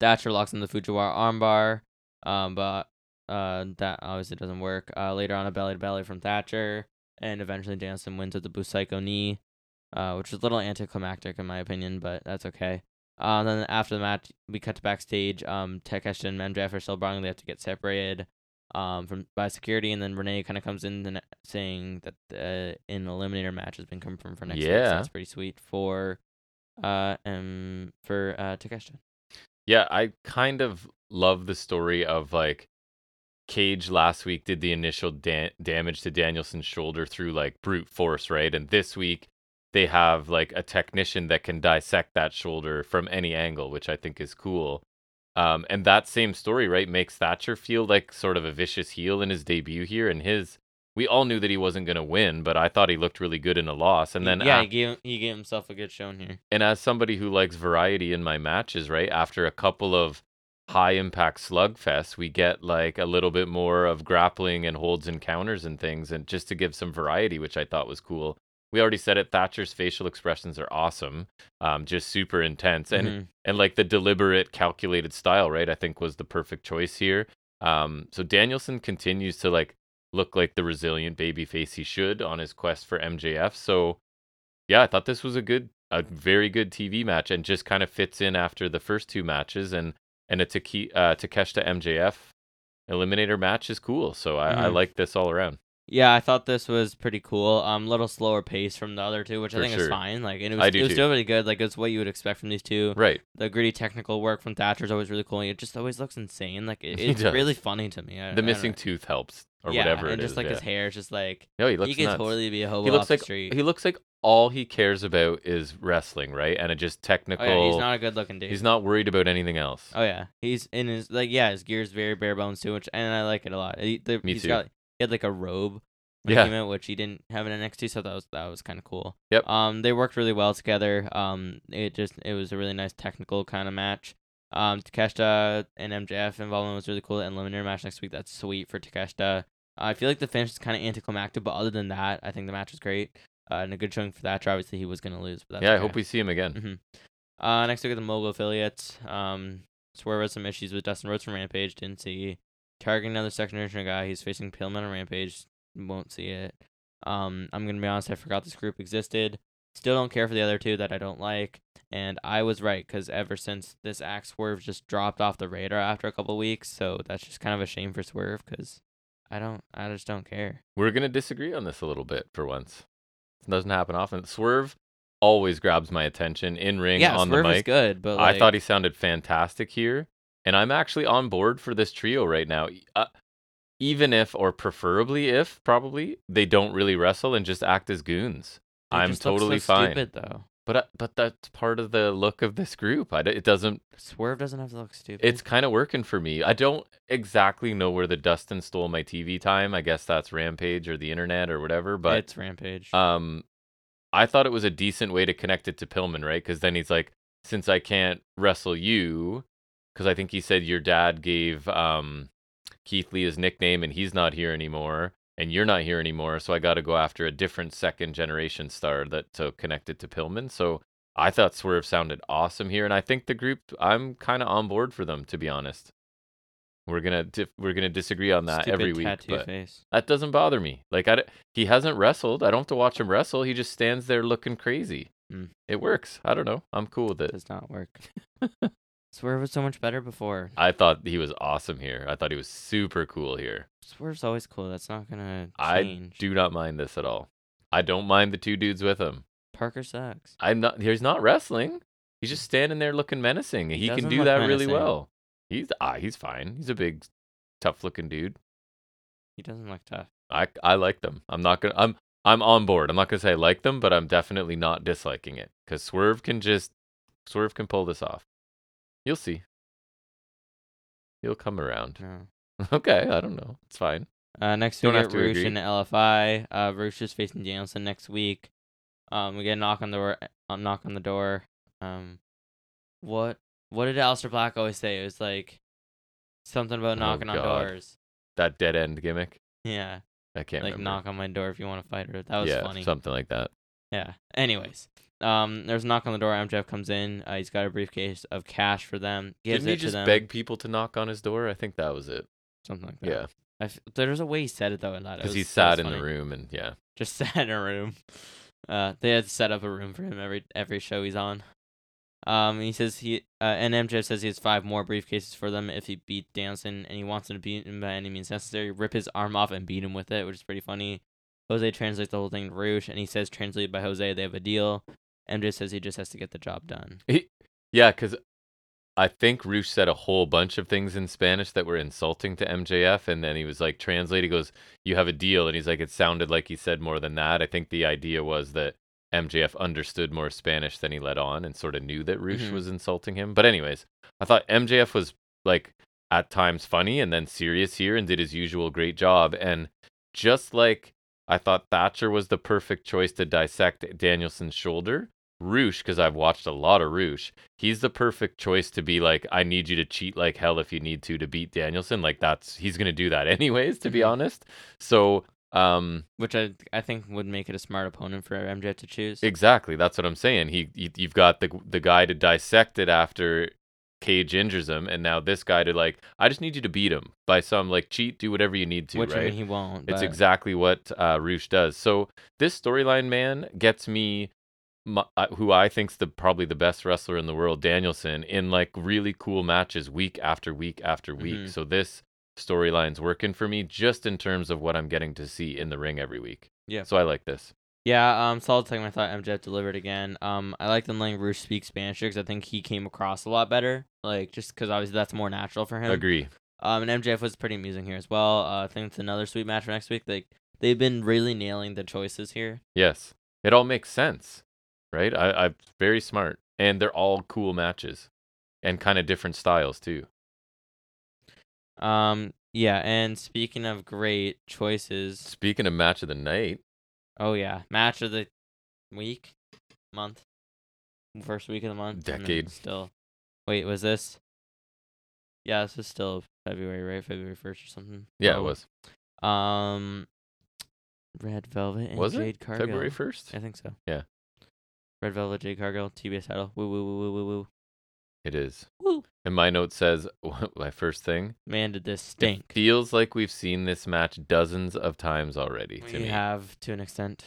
B: Thatcher locks in the Fujiwara armbar, um, but uh, that obviously doesn't work. Uh, later on, a belly to belly from Thatcher, and eventually Danielson wins with the Busaiko knee, uh, which is a little anticlimactic in my opinion, but that's okay. Uh, and then after the match, we cut to backstage. Um, Takeshita and MJF are still brawling. They have to get separated um, from by security, and then Renee kind of comes in and saying that uh, an eliminator match has been confirmed for next week.
A: Yeah.
B: So that's pretty sweet for uh um for uh Takeshita.
A: Yeah, I kind of love the story of like Cage last week did the initial da- damage to Danielson's shoulder through like brute force, right? And this week they have like a technician that can dissect that shoulder from any angle, which I think is cool. Um, and that same story, right, makes Thatcher feel like sort of a vicious heel in his debut here. And his, we all knew that he wasn't going to win, but I thought he looked really good in a loss. And then,
B: yeah,
A: af-
B: he gave he gave himself a good showing here.
A: and as somebody who likes variety in my matches, right, after a couple of high impact slugfests, we get like a little bit more of grappling and holds and counters and things, and just to give some variety, which I thought was cool. We already said it. Thatcher's facial expressions are awesome, um, just super intense, and
B: Mhm.
A: and like the deliberate calculated style right i think was the perfect choice here um so danielson continues to like look like the resilient baby face he should on his quest for mjf so yeah i thought this was a good a very good tv match and just kind of fits in after the first two matches and and a Take, uh, takeshita mjf eliminator match is cool so i, I
B: Mhm.
A: like this all around
B: yeah, I thought this was pretty cool. Um, little slower pace from the other two, which I
A: For
B: think is
A: sure.
B: fine. Like, and it
A: I
B: was
A: do
B: it was
A: too.
B: still really good. Like, it's what you would expect from these two.
A: right
B: The gritty technical work from Thatcher's always really cool. and It just always looks insane. Like, it,
A: He
B: it's
A: does.
B: really funny to me. I, I
A: the
B: don't
A: missing
B: know.
A: tooth helps or
B: yeah,
A: whatever
B: and
A: it
B: just
A: is,
B: like
A: yeah.
B: his hair is just like
A: no he looks
B: he could
A: nuts.
B: totally be a hobo
A: he
B: off
A: looks
B: the
A: like
B: street.
A: he looks like all he cares about is wrestling, right? And a just technical.
B: oh, yeah, he's not a good looking dude.
A: he's not worried about anything else.
B: Oh yeah, he's in his like yeah, his gear is very bare bones too, which and I like it a lot. He, the,
A: Me
B: he's
A: too.
B: Got, he had like a robe. When
A: Yeah.
B: He came out, which he didn't have in NXT, so that was that was kind of cool.
A: Yep.
B: Um, they worked really well together. Um, it just it was a really nice technical kind of match. Um, Takeshita and MJF involvement was really cool. And eliminator match next week. That's sweet for Takeshita. I feel like the finish is kind of anticlimactic, but other than that, I think the match was great. Uh, and a good showing for Thatcher. Obviously, he was gonna lose, but that's
A: yeah, I
B: okay. Mm-hmm.
A: hope we see him again.
B: Uh, next we got the Mogul affiliates. Um, Swerve had some issues with Dustin Rhodes from Rampage. Didn't see. Targeting another second generation guy. He's facing Pillman on Rampage. Won't see it. Um, I'm gonna be honest. I forgot this group existed. Still don't care for the other two that I don't like. And I was right because ever since this axe, Swerve just dropped off the radar after a couple weeks. So that's just kind of a shame for Swerve because I don't. I just don't care.
A: We're gonna disagree on this a little bit for once. It doesn't happen often. Swerve always grabs my attention in ring
B: yeah,
A: on
B: Swerve
A: the mic.
B: is good, but
A: I thought he sounded fantastic here, and I'm actually on board for this trio right now. E- Uh, even if, or preferably if, probably they don't really wrestle and just act as goons.
B: he
A: I'm
B: just looks
A: totally
B: so
A: fine.
B: Stupid though.
A: But I- but that's part of the look of this group. I d it doesn't
B: Swerve doesn't have to look stupid.
A: it's kind of working for me. I don't exactly know where the Dustin stole my TV time. I guess that's Rampage or the internet or whatever. But
B: it's Rampage.
A: um, I thought it was a decent way to connect it to Pillman, right? Because then he's like, since I can't wrestle you, because I think he said your dad gave um, Keith Lee his nickname and he's not here anymore. And you're not here anymore, so I got to go after a different second generation star that so connected to Pillman. So I thought Swerve sounded awesome here, and I think the group I'm kind of on board for them to be honest. We're gonna dif- we're gonna disagree on that
B: Stupid
A: every week,
B: tattoo
A: but
B: face.
A: that doesn't bother me. Like I, d- he hasn't wrestled. I don't have to watch him wrestle. He just stands there looking crazy.
B: Mm.
A: It works. I don't know. I'm cool with it.
B: Does not work. Swerve was so much better before.
A: I thought he was awesome here. I thought he was super cool here.
B: Swerve's always cool. That's not gonna
A: I
B: change.
A: Do not mind this at all. I don't mind the two dudes with him.
B: Parker sucks.
A: I'm not. He's not wrestling. He's just standing there looking menacing. He, can
B: doesn't
A: do
B: look
A: that really
B: menacing.
A: well. He's ah, he's fine. He's a big, tough looking dude.
B: He doesn't look tough.
A: I I like them. I'm not gonna. I'm I'm on board. I'm not gonna say I like them, but I'm definitely not disliking it because Swerve can just Swerve can pull this off. You'll see. He'll come around.
B: No.
A: Okay, I don't know. It's fine.
B: Uh, next
A: Don't
B: we
A: have
B: get
A: to
B: Roosh
A: agree.
B: and LFI. Uh, Roosh is facing Danielson next week. Um, we get a knock on the door. A knock on the door. Um, what what did Alistair Black always say? It was like something about
A: Oh,
B: knocking on
A: God.
B: doors.
A: That dead end gimmick.
B: Yeah,
A: I can't
B: like
A: remember.
B: knock on my door if you want to fight her. That was
A: yeah,
B: funny.
A: something like that.
B: Yeah. Anyways, um, there's a knock on the door. MJF comes in. Uh, he's got a briefcase of cash for them. Gives
A: Didn't he
B: it to
A: just
B: them.
A: beg people to knock on his door? I think that was it.
B: Something like that.
A: Yeah,
B: I f- there's a way he said it though. and that- it
A: because
B: was-
A: he's
B: that was
A: sat in the
B: funny.
A: room and yeah.
B: Just sat in a room. Uh, they had to set up a room for him every every show he's on. Um, he says he uh, and MJF says he has five more briefcases for them if he beat Danson, and he wants him to beat him by any means necessary. Rip his arm off and beat him with it, which is pretty funny. Jose translates the whole thing to Roosh, and he says translated by Jose, they have a deal. MJF says he just has to get the job done.
A: Yeah, because I think Roosh said a whole bunch of things in Spanish that were insulting to MJF, and then he was like, translate. He goes, "You have a deal," and he's like, "It sounded like he said more than that." I think the idea was that MJF understood more Spanish than he let on, and sort of knew that Roosh
B: Mhm.
A: was insulting him. But anyways, I thought MJF was like at times funny and then serious here and did his usual great job. And just like I thought Thatcher was the perfect choice to dissect Danielson's shoulder, Roosh, because I've watched a lot of Roosh, he's the perfect choice to be like, I need you to cheat like hell if you need to to beat Danielson. Like that's he's gonna do that anyways, to be
B: Mhm.
A: honest. So um
B: which I I think would make it a smart opponent for MJF to choose.
A: Exactly. That's what I'm saying. He, you- you've got the the guy to dissect it after Cage injures him, and now this guy to like, I just need you to beat him by some like cheat, do whatever you need to,
B: which
A: right?
B: I mean he won't.
A: It's
B: but-
A: exactly what uh, Roosh does. So this storyline man gets me, my, uh, who I think's the probably the best wrestler in the world, Danielson, in like really cool matches week after week after week.
B: Mhm.
A: So this storyline's working for me just in terms of what I'm getting to see in the ring every week.
B: Yeah.
A: So I like this.
B: Yeah, um, solid segment. I thought MJF delivered again. Um, I liked him letting Roosh speak Spanish because I think he came across a lot better. Like, just because obviously that's more natural for him.
A: Agree.
B: Um, and MJF was pretty amusing here as well. Uh, I think it's another sweet match for next week. Like, they've been really nailing the choices here.
A: Yes. It all makes sense, right? I, I'm very smart. And they're all cool matches and kind of different styles, too.
B: Um, yeah. And speaking of great choices,
A: Speaking of match of the night,
B: oh yeah, match of the week, month, first week of the month, I mean,
A: Decade.
B: Still, wait, was this? Yeah, this was still February, right? February first or something.
A: yeah, it
B: Probably.
A: was.
B: Um, Red Velvet and
A: Was it
B: Jade Cargill.
A: February 1st?
B: I think so.
A: Yeah.
B: Red Velvet, Jade Cargill, TBS title. Woo woo woo woo woo woo.
A: It is.
B: Woo.
A: And my note says, my first thing,
B: Man, did this
A: it
B: stink.
A: feels like we've seen this match dozens of times already to
B: we
A: me,
B: have to an extent.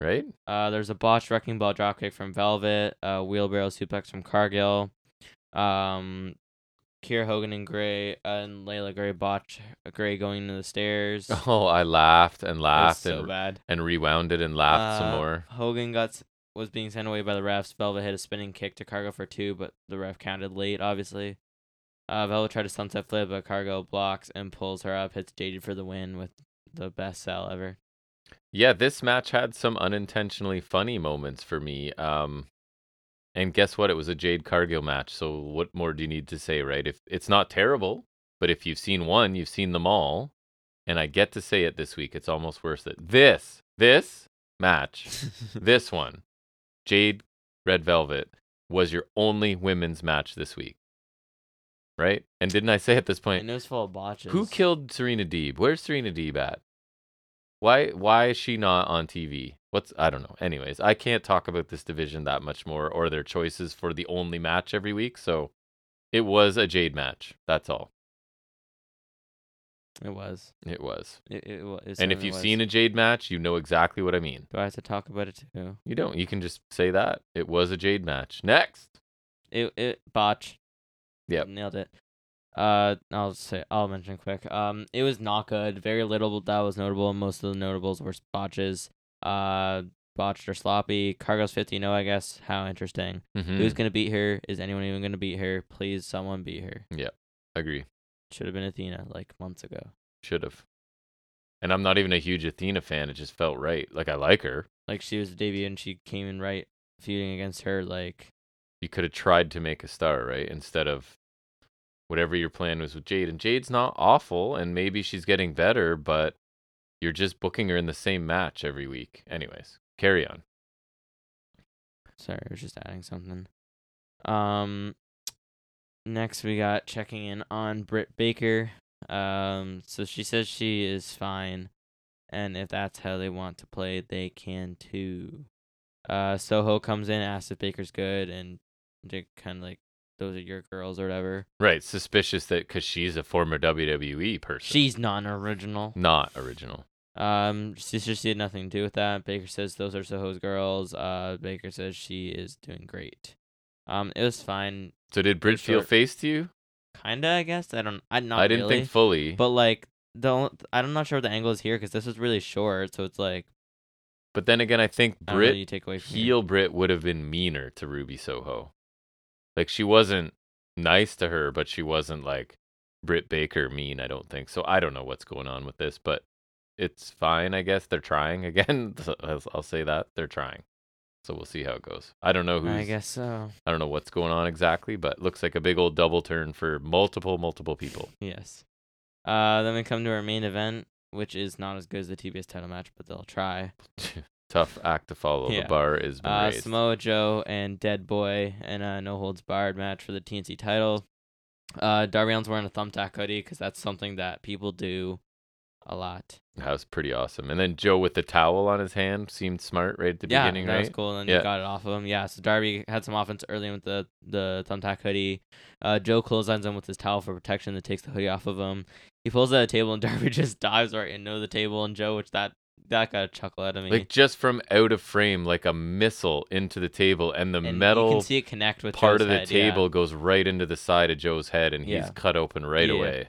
A: right?
B: Uh, there's a botched wrecking ball dropkick from Velvet. Uh, wheelbarrow suplex from Cargill. Um, Kier Hogan and Gray uh, and Layla Gray botch Gray going to the stairs. That was
A: Oh, I laughed and laughed
B: so
A: and,
B: bad.
A: and rewound it and laughed some
B: Uh,
A: more.
B: Hogan got s- was being sent away by the refs. Velvet hit a spinning kick to Cargo for two, but the ref counted late. Obviously, uh, Velvet tried a sunset flip, but Cargo blocks and pulls her up. Hits Jaded for the win with the best sell ever.
A: Yeah, this match had some unintentionally funny moments for me. Um, and guess what? It was a Jade Cargill match. So what more do you need to say, right? If it's not terrible, but if you've seen one, you've seen them all. And I get to say it this week. It's almost worth it. This, this match, this one, Jade Red Velvet was your only women's match this week, right? And didn't I say at this point?
B: and it was full of botches.
A: Who killed Serena Deeb? Where's Serena Deeb at? Why why is she not on TV? What's I don't know. Anyways, I can't talk about this division that much more or their choices for the only match every week. So it was a Jade match. That's all.
B: It was.
A: It was.
B: It, it, wa- it
A: and if
B: certainly
A: you've
B: was.
A: seen a Jade match, you know exactly what I mean.
B: do I have to talk about it too?
A: You don't. You can just say that. It was a Jade match. Next.
B: It it botch.
A: Yep.
B: Nailed it. Uh, I'll say I'll mention quick. Um, it was not good. Very little that was notable. Most of the notables were botches. Uh, botched or sloppy. Cargo's fifty. No, I guess. How interesting.
A: Mhm.
B: Who's gonna beat her? Is anyone even gonna beat her? Please, someone beat her.
A: Agree.
B: Should have been Athena like months ago.
A: Should have. And I'm not even a huge Athena fan. It just felt right. Like I like her.
B: Like she was the debut and she came in right feuding against her. Like
A: you could have tried to make a star, right? Instead of whatever your plan was with Jade. And Jade's not awful, and maybe she's getting better, but you're just booking her in the same match every week. Anyways, carry on.
B: Sorry, I was just adding something. Um, next we got checking in on Britt Baker. Um, so she says she is fine, and if that's how they want to play, they can too. Uh, Soho comes in, asks if Baker's good, and they kind of like, "Those are your girls" or whatever.
A: Right, suspicious that because she's a former WWE person.
B: She's non-original.
A: not original.
B: Um, she says she had nothing to do with that. Baker says those are Soho's girls. Uh, Baker says she is doing great. Um, it was fine.
A: So did Brit feel
B: short.
A: face to you?
B: kinda i guess i don't i not
A: I didn't
B: really,
A: think fully. But,
B: but like the only, i'm not sure what the angle is here because this is really short so it's like
A: then again, I think
B: I don't know what
A: Brit
B: you take away from here.
A: heel Brit would have been meaner to Ruby Soho. Like she wasn't nice to her, but she wasn't like Britt Baker mean, I don't think. So I don't know what's going on with this, but it's fine, I guess. They're trying again. So I'll I'll say that. They're trying. So we'll see how it goes. I don't know who's
B: I
A: I,
B: guess so.
A: don't know what's going on exactly, but looks like a big old double turn for multiple multiple people.
B: Yes. Uh, then we come to our main event, which is not as good as the TBS title match, but they'll try.
A: Tough act to follow.
B: Yeah.
A: The bar is been
B: Uh,
A: raised.
B: Samoa Joe and Dead Boy and a no holds barred match for the TNC title. Uh, Darby Allin's wearing a thumbtack hoodie because that's something that people do a lot.
A: that was pretty awesome. And then Joe with the towel on his hand seemed smart right at the
B: yeah,
A: beginning,
B: that
A: right?
B: was cool. And then he
A: Yeah.
B: got it off of him. Yeah, so Darby had some offense early with the the thumbtack hoodie. Uh, Joe clotheslines him with his towel for protection. That takes the hoodie off of him. He pulls out a table and Darby just dives right into the table and Joe, which that that got a chuckle out of me.
A: Like just from out of frame, like a missile into the table, and the
B: And you
A: metal
B: can see it connect with
A: part
B: Joe's
A: of the
B: head, yeah.
A: table goes right into the side of Joe's head, and
B: Yeah.
A: he's cut open right
B: Yeah.
A: away.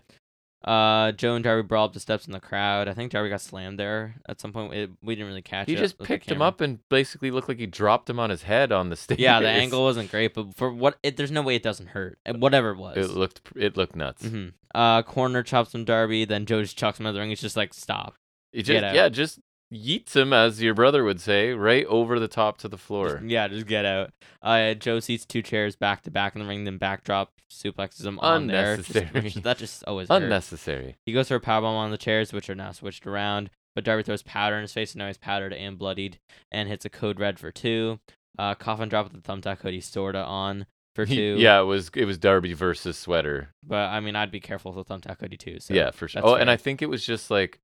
B: Uh, Joe and Darby brawl up the steps in the crowd. I think Darby got slammed there at some point. It, we didn't really catch
A: He
B: it.
A: just
B: with the
A: picked him
B: camera.
A: up and basically looked like he dropped him on his head on the stage.
B: Yeah, the angle wasn't great, but for what, it, there's no way it doesn't hurt. And whatever it was.
A: It looked it looked nuts.
B: hmm Uh, corner chops from Darby. Then Joe just chucks him out of the ring. It's just like stop.
A: It
B: Get
A: just
B: out.
A: yeah, just yeets him as your brother would say, right over the top to the floor.
B: Just- yeah, just get out. Uh, Joe seats two chairs back to back in the ring, then backdrop suplexes him on there. It's just-
A: Unnecessary.
B: which- that just always hurt.
A: Unnecessary.
B: He goes for a powerbomb on the chairs, which are now switched around. But Darby throws powder in his face, and now he's powdered and bloodied, and hits a code red for two. Uh, coffin drop with the thumbtack hoodie sorta on for two.
A: yeah, it was it was Darby versus Sweater.
B: But I mean, I'd be careful with the thumbtack hoodie too. So
A: yeah, for sure.
B: that's
A: Oh, and
B: fair.
A: I think it was just like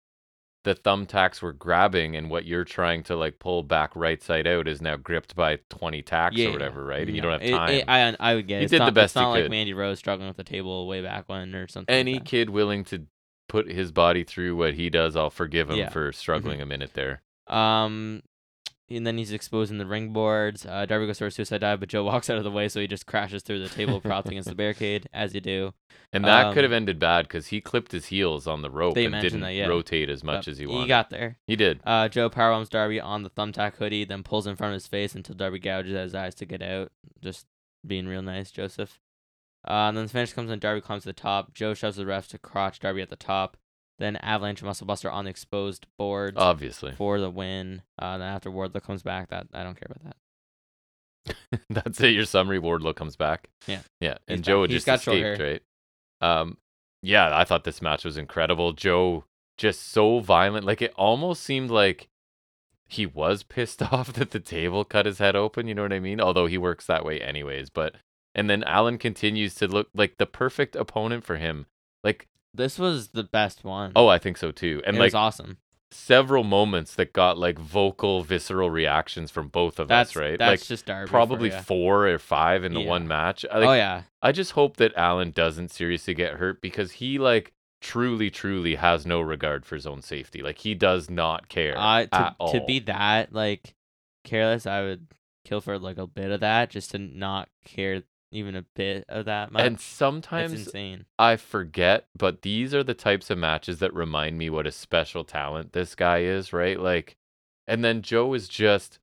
A: the thumbtacks were grabbing, and what you're trying to like pull back right side out is now gripped by 20 tacks
B: Yeah,
A: or whatever, right? And you
B: no,
A: don't have
B: it-
A: time.
B: it- I I would get.
A: You
B: it. It's
A: did the
B: not-
A: best
B: It's not
A: you
B: like
A: could.
B: Mandy Rose struggling with the table way back when or something. like
A: Any
B: that.
A: kid willing to put his body through what he does, I'll forgive him
B: Yeah. mm-hmm.
A: for struggling a minute there.
B: Um, and then he's exposing the ring boards. Uh, Darby goes for a suicide dive, but Joe walks out of the way, so he just crashes through the table propped against the barricade, as you do.
A: And that could have
B: Um,
A: ended bad because he clipped his heels on the rope
B: they
A: and
B: mentioned
A: didn't
B: that, yeah.
A: rotate as much
B: But
A: as he wanted.
B: He got there.
A: He did.
B: Uh, Joe powerbombs Darby on the thumbtack hoodie, then pulls in front of his face until Darby gouges at his eyes to get out. Just being real nice, Joseph. Uh, and then the finish comes and Darby climbs to the top. Joe shoves the refs to crotch Darby at the top. Then Avalanche and Muscle Buster on the exposed boards
A: Oh, Obviously,
B: for the win. Uh, then after Wardlow comes back, that I don't care about that.
A: that's it. Your summary. Wardlow comes back.
B: Yeah.
A: yeah. And
B: He's
A: Joe
B: back.
A: had
B: He's
A: just
B: got short
A: escaped, right? Um, yeah. I thought this match was incredible. Joe just so violent. Like it almost seemed like he was pissed off that the table cut his head open. You know what I mean? Although he works that way anyways. But and then Allen continues to look like the perfect opponent for him. Like
B: This was the best one.
A: oh, I think so too. And
B: Mm-hmm. it
A: like
B: was awesome.
A: several moments that got like vocal visceral reactions from both of
B: That's
A: us right
B: That's
A: like
B: just Darby. for
A: probably
B: ya.
A: four or five in the
B: Yeah.
A: one match I, like,
B: Oh yeah,
A: I just hope that alan doesn't seriously get hurt because he like truly truly has no regard for his own safety like he does not care
B: I to,
A: at all.
B: to be that like careless, I would kill for like a bit of that just to not care even a bit of that much.
A: and
B: it's
A: sometimes
B: insane.
A: I forget, but these are the types of matches that remind me what a special talent this guy is, right? Like, and then Joe is just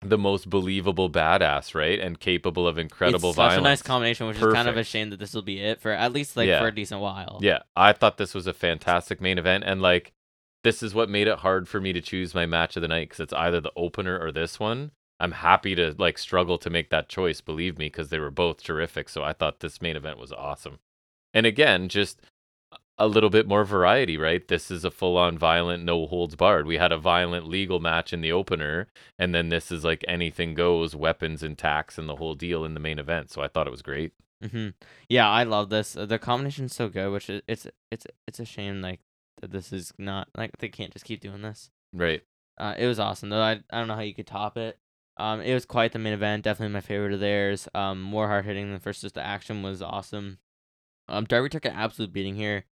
A: the most believable badass, right? And capable of incredible
B: it's
A: violence.
B: Such a nice combination, which is kind of a
A: Perfect.
B: shame that this will be it for at least like
A: Yeah.
B: for a decent while.
A: Yeah, I thought this was a fantastic main event, and like, this is what made it hard for me to choose my match of the night because it's either the opener or this one. I'm happy to like struggle to make that choice, believe me, because they were both terrific. So I thought this main event was awesome. And again, just a little bit more variety, right? This is a full on violent, no holds barred. We had a violent legal match in the opener, and then this is like anything goes, weapons and tax and the whole deal in the main event. So I thought it was great.
B: hmm Yeah, I love this. Uh, The combination's so good, which i- it's it's it's a shame like that this is not like they can't just keep doing this.
A: Right.
B: Uh, it was awesome though. I, I don't know how you could top it. Um, it was quite the main event. Definitely my favorite of theirs. Um, more hard hitting than first. Just the action was awesome. Um, Darby took an absolute beating here.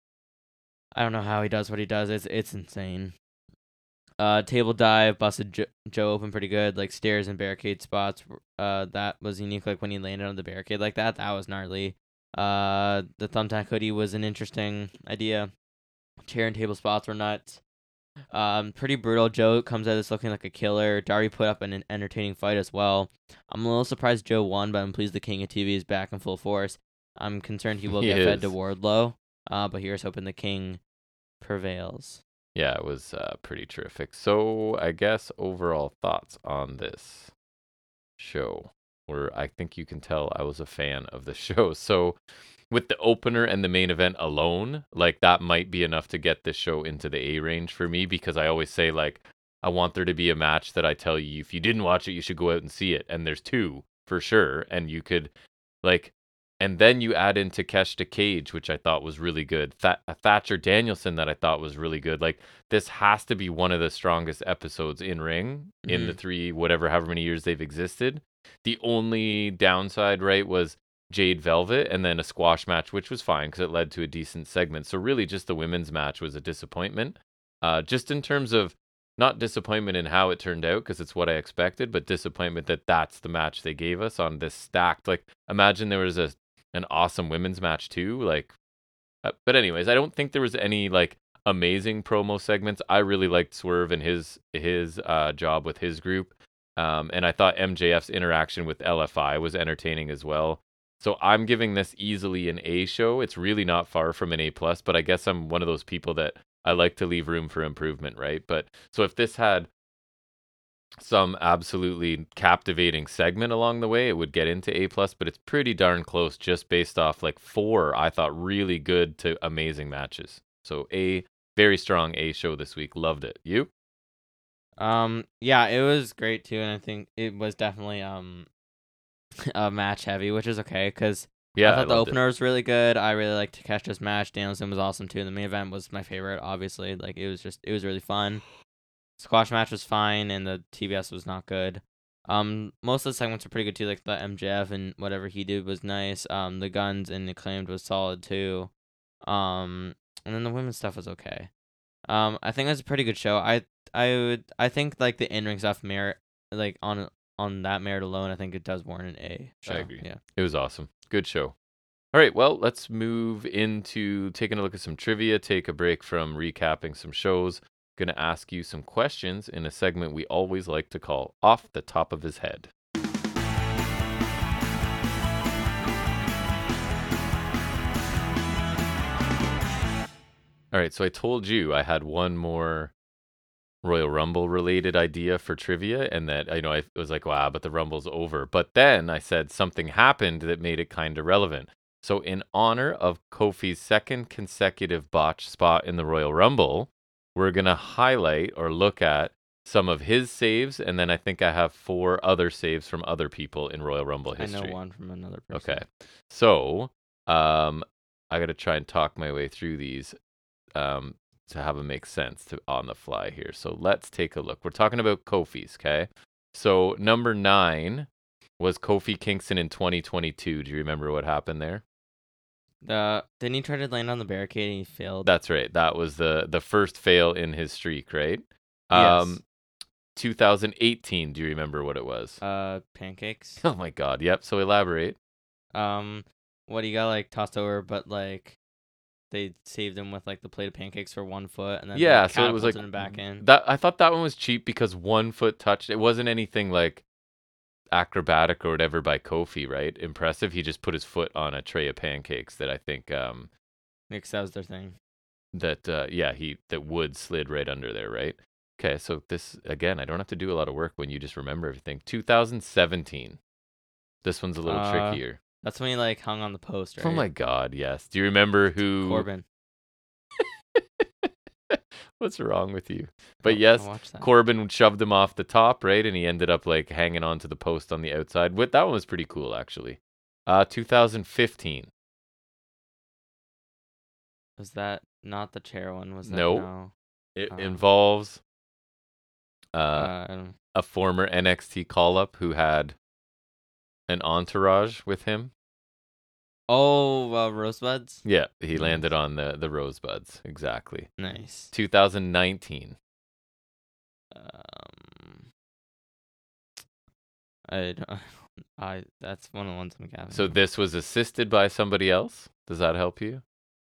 B: I don't know how he does what he does. It's it's insane. Uh, table dive busted jo- Joe open pretty good. Like stairs and barricade spots. were- Uh, that was unique. Like when he landed on the barricade like that, that was gnarly. Uh, the thumbtack hoodie was an interesting idea. Chair and table spots were nuts. Um, pretty brutal. Joe comes at this looking like a killer. Dari put up an, an entertaining fight as well. I'm a little surprised Joe won, but I'm pleased the King of TV is back in full force. I'm concerned he will
A: He
B: get fed to
A: is.
B: Wardlow, uh, but here's hoping the King prevails.
A: Yeah, it was uh, pretty terrific. So, I guess overall thoughts on this. show where I think you can tell I was a fan of the show. So with the opener and the main event alone, like that might be enough to get this show into the A range for me because I always say like I want there to be a match that I tell you if you didn't watch it, you should go out and see it. And there's two for sure. And you could like and then you add in Takesh to Cage, which I thought was really good. Th- Thatcher Danielson that I thought was really good. Like this has to be one of the strongest episodes in ring in the three whatever however many years they've existed. The only downside, right, was Jade Velvet and then a squash match, which was fine because it led to a decent segment. So really, just the women's match was a disappointment. Uh, just in terms of not disappointment in how it turned out because it's what I expected, but disappointment that that's the match they gave us on this stacked. Like imagine there was a an awesome women's match too. Like, uh, but anyways, I don't think there was any like amazing promo segments. I really liked Swerve and his his uh, job with his group, um, and I thought MJF's interaction with LFI was entertaining as well. So I'm giving this easily an A show. It's really not far from an A plus, but I guess I'm one of those people that I like to leave room for improvement, right? But so if this had some absolutely captivating segment along the way it would get into a plus but it's pretty darn close just based off like four i thought really good to amazing matches so a very strong a show this week loved it you
B: Um, yeah, it was great too, and I think it was definitely um a match heavy, which is okay because
A: yeah
B: I thought the
A: loved it.
B: opener was really good. I really liked Takeshita's match. Danielson was awesome too. And the main event was my favorite, obviously. Like it was just it was really fun. Squash match was fine and the TBS was not good. Um most of the segments were pretty good too, like the MJF and whatever he did was nice. Um the guns and acclaimed was solid too. Um and then the women's stuff was okay. Um I think it was a pretty good show. I I would I think like the in ring stuff merit like on on that merit alone, I think it does warrant an A. So,
A: agree.
B: Yeah.
A: It was awesome. Good show. All right, well, let's move into taking a look at some trivia, take a break from recapping some shows. Going to ask you some questions in a segment we always like to call Off the Top of His Head. All right, so I told you I had one more Royal Rumble related idea for trivia, and that you know I was like, wow, but the Rumble's over. But then I said something happened that made it kind of relevant. So in honor of Kofi's second consecutive botch spot in the Royal Rumble, we're gonna highlight or look at some of his saves, and then I think I have four other saves from other people in Royal Rumble
B: I
A: history.
B: know one from another person.
A: Okay. So, um, I gotta try and talk my way through these, um, to have them make sense to on the fly here. So let's take a look. We're talking about Kofi's, okay? So number nine was Kofi Kingston in 2022. Do you remember what happened there?
B: The Uh, didn't he try to land on the barricade and he failed?
A: That's right. That was the the first fail in his streak, right? Um,
B: Yes.
A: 2018. Do you remember what it was?
B: uh pancakes.
A: oh my God. Yep. So elaborate.
B: um what he got like tossed over but like they saved him with like the plate of pancakes for one foot and then like,
A: yeah so it was like
B: catapulted him back in.
A: that i thought that one was cheap because one foot touched it wasn't anything like acrobatic or whatever by kofi right impressive he just put his foot on a tray of pancakes that i think um
B: Like, 'cause that was their thing.
A: that uh yeah he that wood slid right under there right okay so this again i don't have to do a lot of work when you just remember everything 2017 this one's a little
B: Uh,
A: trickier
B: That's when he like hung on the post, right?
A: oh my god yes do you remember who
B: Corbin.
A: what's wrong with you
B: Oh, I
A: but
B: wa- I
A: yes
B: watched that.
A: Corbin shoved him off the top, right? And he ended up like hanging on to the post on the outside. What that one was pretty cool actually. Uh 2015.
B: was that not the chair one? Was that
A: No.
B: no?
A: It
B: Uh,
A: involves uh,
B: Uh, I don't-
A: a former NXT call up who had an entourage with him.
B: oh, uh, rosebuds.
A: Yeah, he
B: Nice.
A: landed on the the rosebuds. Exactly.
B: Nice.
A: 2019.
B: Um, I don't, I that's one of the ones I'm gathering.
A: So this was assisted by somebody else. Does that help you?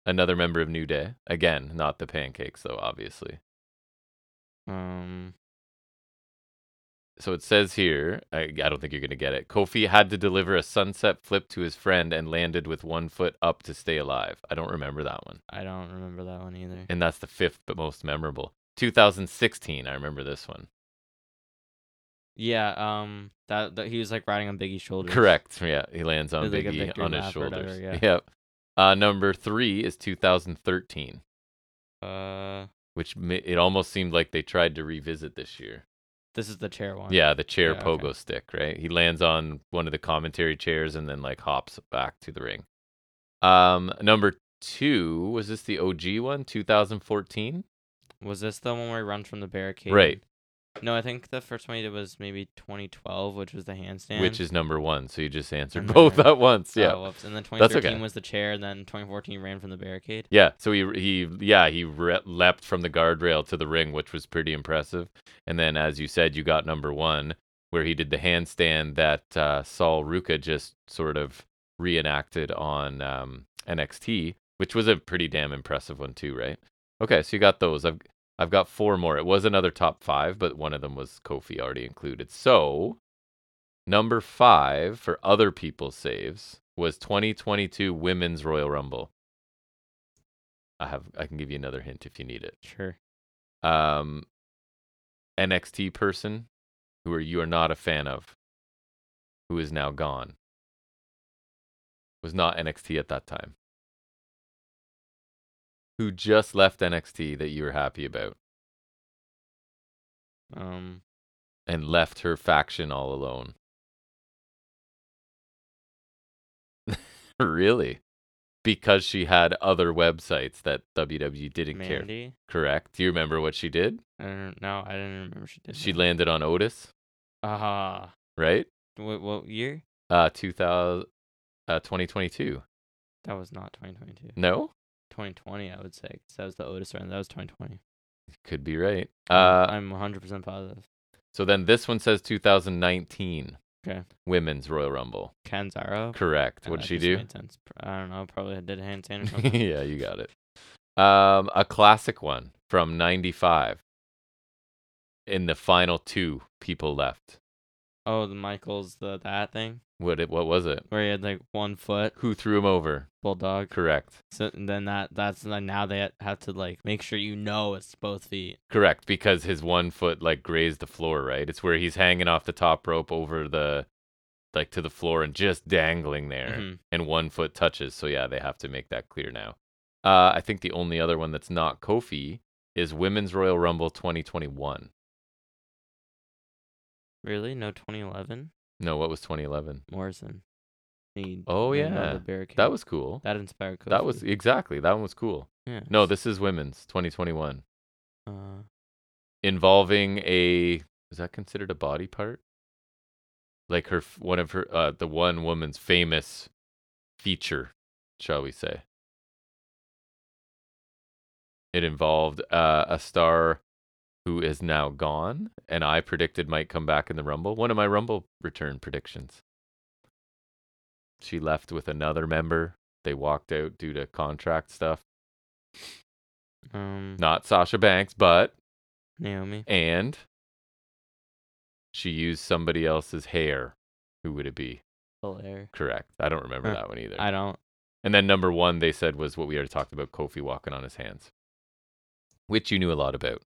A: Another member of New Day. Again, not the pancakes though, obviously.
B: um,
A: so it says here, I, I don't think you're going to get it. Kofi had to deliver a sunset flip to his friend and landed with one foot up to stay alive. I don't remember that one.
B: I don't remember that one either.
A: And that's the fifth but most memorable. 2016, I remember this one.
B: Yeah, um, that, that he was like riding on Biggie's shoulders.
A: Correct. Yeah, he lands on
B: It's like a
A: Biggie
B: victory
A: on his
B: lap or whatever,
A: shoulders.
B: yeah.
A: Yep. Uh, number three is 2013,
B: Uh,
A: which ma- it almost seemed like they tried to revisit this year.
B: this is the chair one.
A: Yeah, the chair
B: Yeah,
A: pogo
B: okay.
A: stick, right? He lands on one of the commentary chairs and then like hops back to the ring. Um, number two was this the OG one, 2014?
B: Was this the one where he runs from the barricade?
A: Right.
B: No, I think the first one he did was maybe 2012, which was the handstand.
A: which is number one. So you just answered
B: And
A: both
B: then-
A: at once.
B: Oh,
A: Yeah,
B: whoops. And then
A: That's
B: 2013
A: okay.
B: was the chair, and then 2014 ran from the barricade.
A: yeah. So he he yeah he re- leapt from the guardrail to the ring, which was pretty impressive. And then, as you said, you got number one, where he did the handstand that uh, Saul Ruka just sort of reenacted on um, NXT, which was a pretty damn impressive one too, right? Okay, so you got those. I've I've got four more. It was another top five, but one of them was Kofi already included. So number five for other people's saves was 2022 Women's Royal Rumble. I have I can give you another hint if you need it
B: Sure.
A: um, NXT person who are, you are not a fan of, who is now gone, was not NXT at that time, who just left NXT that you were happy about
B: Um,
A: and left her faction all alone. really? Because she had other websites that WWE didn't care.
B: Mandy.
A: Correct. Do you remember what she did?
B: I don't know. I didn't remember she did.
A: She landed on Otis,
B: Ah,
A: right?
B: what what year?
A: Uh, 2000, uh, 2022.
B: That was not 2022.
A: No,
B: 2020, I would say. 'cause that was the Otis run. That was 2020.
A: could be right.
B: I'm-
A: Uh,
B: I'm 100% positive.
A: so then this one says 2019.
B: Okay.
A: Women's Royal Rumble.
B: Kanzaro.
A: Correct.
B: Yeah,
A: What'd
B: that
A: she
B: just
A: do?
B: made sense. Pr- I don't know. Probably did a handstand or something.
A: yeah, you got it. Um, a classic one from 95. In the final two people left.
B: oh, the Michaels, the that thing
A: What it, what was it?
B: where he had like one foot
A: Who threw him over?
B: bulldog.
A: Correct.
B: So and then that that's like now they ha- have to like make sure you know it's both feet.
A: Correct, because his one foot like grazed the floor, right? It's where he's hanging off the top rope over the like to the floor and just dangling there
B: Mhm.
A: and one foot touches. So yeah, they have to make that clear now. Uh, I think the only other one that's not Kofi is Women's Royal Rumble 2021.
B: Really? No 2011
A: No, what was 2011?
B: Morrison. He
A: Oh,
B: ran over
A: yeah.
B: the barricade.
A: That was cool.
B: that inspired. Kofi.
A: That was exactly. That one was cool.
B: yeah.
A: No, this is Women's 2021
B: Uh,
A: involving a is that considered a body part? Like her f- one of her uh the one woman's famous feature, shall we say. It involved uh, a star who is now gone and I predicted might come back in the Rumble. One of my Rumble return predictions. She left with another member. They walked out due to contract stuff.
B: um.
A: Not Sasha Banks, but
B: Naomi.
A: and she used somebody else's hair. Who would it be?
B: Belair.
A: Correct. I don't remember
B: Huh.
A: that one either.
B: I don't.
A: And then number one, they said was what we already talked about Kofi walking on his hands, which you knew a lot about.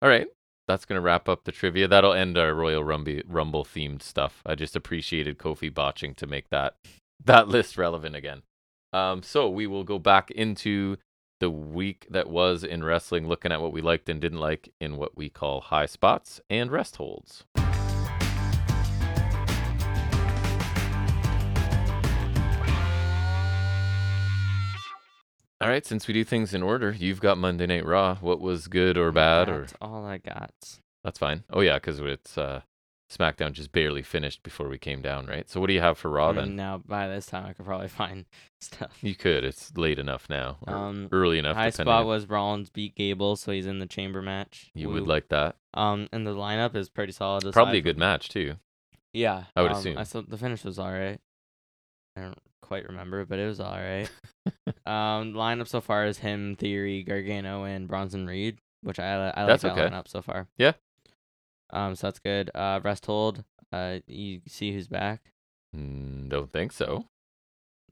A: All right. That's going to wrap up the trivia. That'll end our Royal Rumble, Rumble themed stuff. I just appreciated Kofi botching to make that, that list relevant again. Um, so we will go back into the week that was in wrestling, looking at what we liked and didn't like in what we call high spots and rest holds. All right, since we do things in order, you've got Monday Night Raw. What was good or bad or
B: That's all I got.
A: that's fine. Oh yeah, because it's uh, SmackDown just barely finished before we came down, right? So what do you have for Raw
B: I mean,
A: then?
B: now by this time I could probably find stuff.
A: You could. It's late enough now, or
B: Um,
A: early enough.
B: High
A: depending
B: spot
A: on-
B: was Rollins beat Gable, so he's in the chamber match.
A: you
B: Woo.
A: would like that.
B: Um, and the lineup is pretty solid. aside
A: Probably a
B: from-
A: good match too.
B: Yeah,
A: I would
B: um,
A: assume.
B: I saw the finish was all right. I don't quite remember, but it was all right. um, lineup so far is him, Theory, Gargano, and Bronson Reed, which I I like
A: That's
B: that
A: okay.
B: lineup so far.
A: Yeah.
B: Um, so that's good. Uh, rest hold. Uh, you see who's back?
A: Mm, don't think so.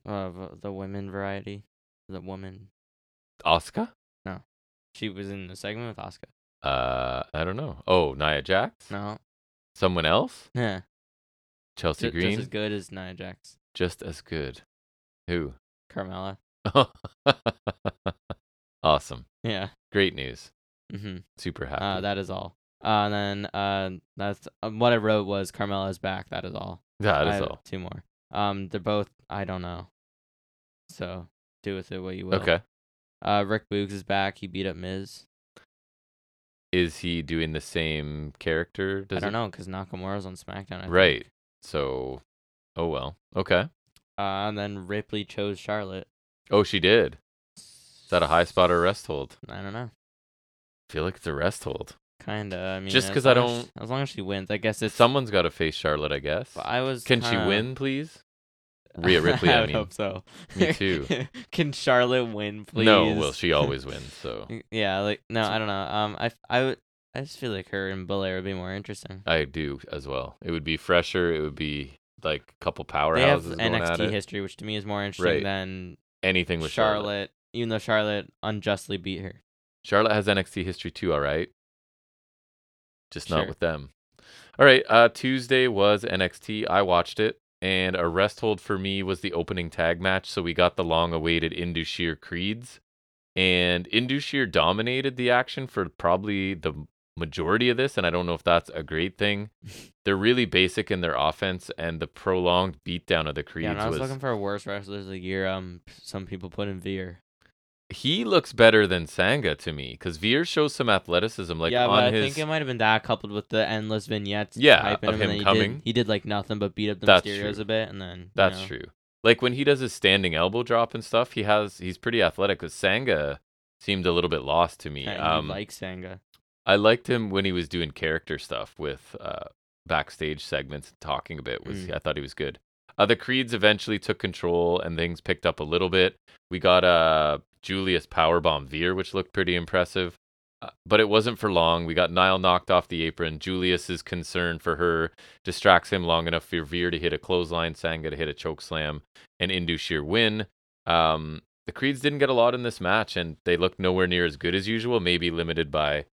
B: Uh, v- the women variety, the woman.
A: Oscar?
B: She was in the segment with Oscar.
A: Uh, I don't know. Oh, Nia Jax.
B: No,
A: Someone else?
B: Yeah.
A: Chelsea
B: Ju-
A: Green?
B: Just as good as Nia Jax.
A: Just as good. Who?
B: Carmella.
A: awesome.
B: Yeah.
A: Great news.
B: Mm-hmm.
A: Super happy.
B: Uh, that is all. Uh, and then uh, that's um, what I wrote was Carmella's back. That is all.
A: that
B: I
A: is
B: have
A: all.
B: Two more. Um, they're both. I don't know. So do with it what you will.
A: Okay.
B: Uh, Rick Boogs is back. He beat up Miz.
A: Is he doing the same character? Does
B: I don't
A: it-
B: know because Nakamura's on SmackDown. I think.
A: Right. So, oh well. Okay.
B: Uh, and then Ripley chose Charlotte.
A: Oh, she did.
B: Is
A: Is that a high spot or a rest hold?
B: I don't know.
A: I feel like it's a rest hold.
B: Kinda. I mean,
A: Just
B: as
A: 'cause I
B: long as she- as long as she wins, I guess it's.
A: Someone's got to face Charlotte, I guess.
B: but I was.
A: Can she
B: kinda-
A: win, please? Rhea Ripley,
B: I
A: I
B: would
A: mean.
B: hope so.
A: Me too.
B: Can Charlotte win, please?
A: No, well, she always wins. So
B: yeah, like no,
A: So-
B: I don't know. Um, I f- I would I just feel like her and Belair would be more interesting.
A: I do as well. It would be fresher. It would be like a couple powerhouses
B: They have
A: going at
B: NXT
A: it.
B: history, which to me is more interesting
A: Right.
B: than
A: Anything
B: Charlotte,
A: with Charlotte. Charlotte.
B: Even though Charlotte unjustly beat her,
A: has NXT history too. All right, just not
B: Sure.
A: with them. All right. Uh, Tuesday was NXT. I watched it, and a rest hold for me was the opening tag match. So we got the long-awaited Indushir Creeds, and Indushir dominated the action for probably the majority of this, and I don't know if that's a great thing. They're really basic in their offense, and the prolonged beatdown of the Creeds
B: yeah. And I was,
A: was.
B: looking for worst wrestlers of the year. Um, some people put in Veer.
A: He looks better than Sangha to me because Veer shows some athleticism, like
B: yeah,
A: on
B: but I
A: his.
B: think it might have been that coupled with the endless vignettes.
A: Yeah,
B: hyping
A: of him
B: him, and then He
A: coming.
B: did, he did like nothing but beat up the
A: That's
B: Mysterios
A: true.
B: a bit, and then you
A: That's
B: know.
A: true. Like when he does his standing elbow drop and stuff, he has he's pretty athletic. Because Sangha seemed a little bit lost to me.
B: Yeah, you
A: um,
B: like Sangha.
A: I liked him when he was doing character stuff with uh, backstage segments, talking a bit. Was I thought he was good. Uh, the Creeds eventually took control and things picked up a little bit. We got uh, Julius powerbomb Veer, which looked pretty impressive, uh, but it wasn't for long. We got Nile knocked off the apron. Julius's concern for her distracts him long enough for Veer to hit a clothesline, Sangha to hit a choke slam, and Indushir win. Um, the Creeds didn't get a lot in this match, and they looked nowhere near as good as usual. Maybe limited by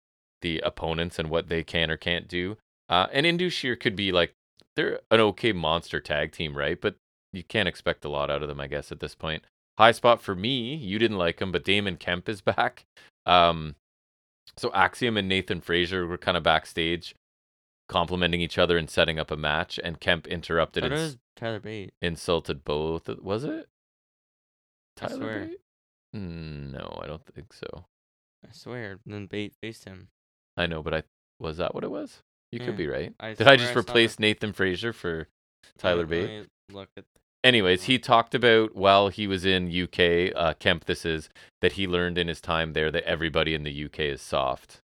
A: the opponents and what they can or can't do. Uh, and Indushir could be like they're an okay monster tag team, right? But you can't expect a lot out of them, I guess, at this point. High spot for me. You didn't like him, but Damon Kemp is back. Um, so Axiom and Nathan Frazier were kind of backstage, complimenting each other and setting up a match. And Kemp interrupted
B: That
A: and
B: was Tyler Bate.
A: insulted both. Was it
B: I swear.
A: Tyler? Bate? Mm, No, I don't think so.
B: I swear. Then Bate faced him.
A: I know, but I was that what it was? You
B: Yeah.
A: could be right.
B: Mm, I
A: Did I
B: swear
A: just
B: saw that.
A: replace Nathan Frazier for Tyler
B: Let me-
A: Bate?
B: let me Look at
A: Anyways, he talked about while he was in UK, uh, Kemp, this is that he learned in his time there that everybody in the UK is soft.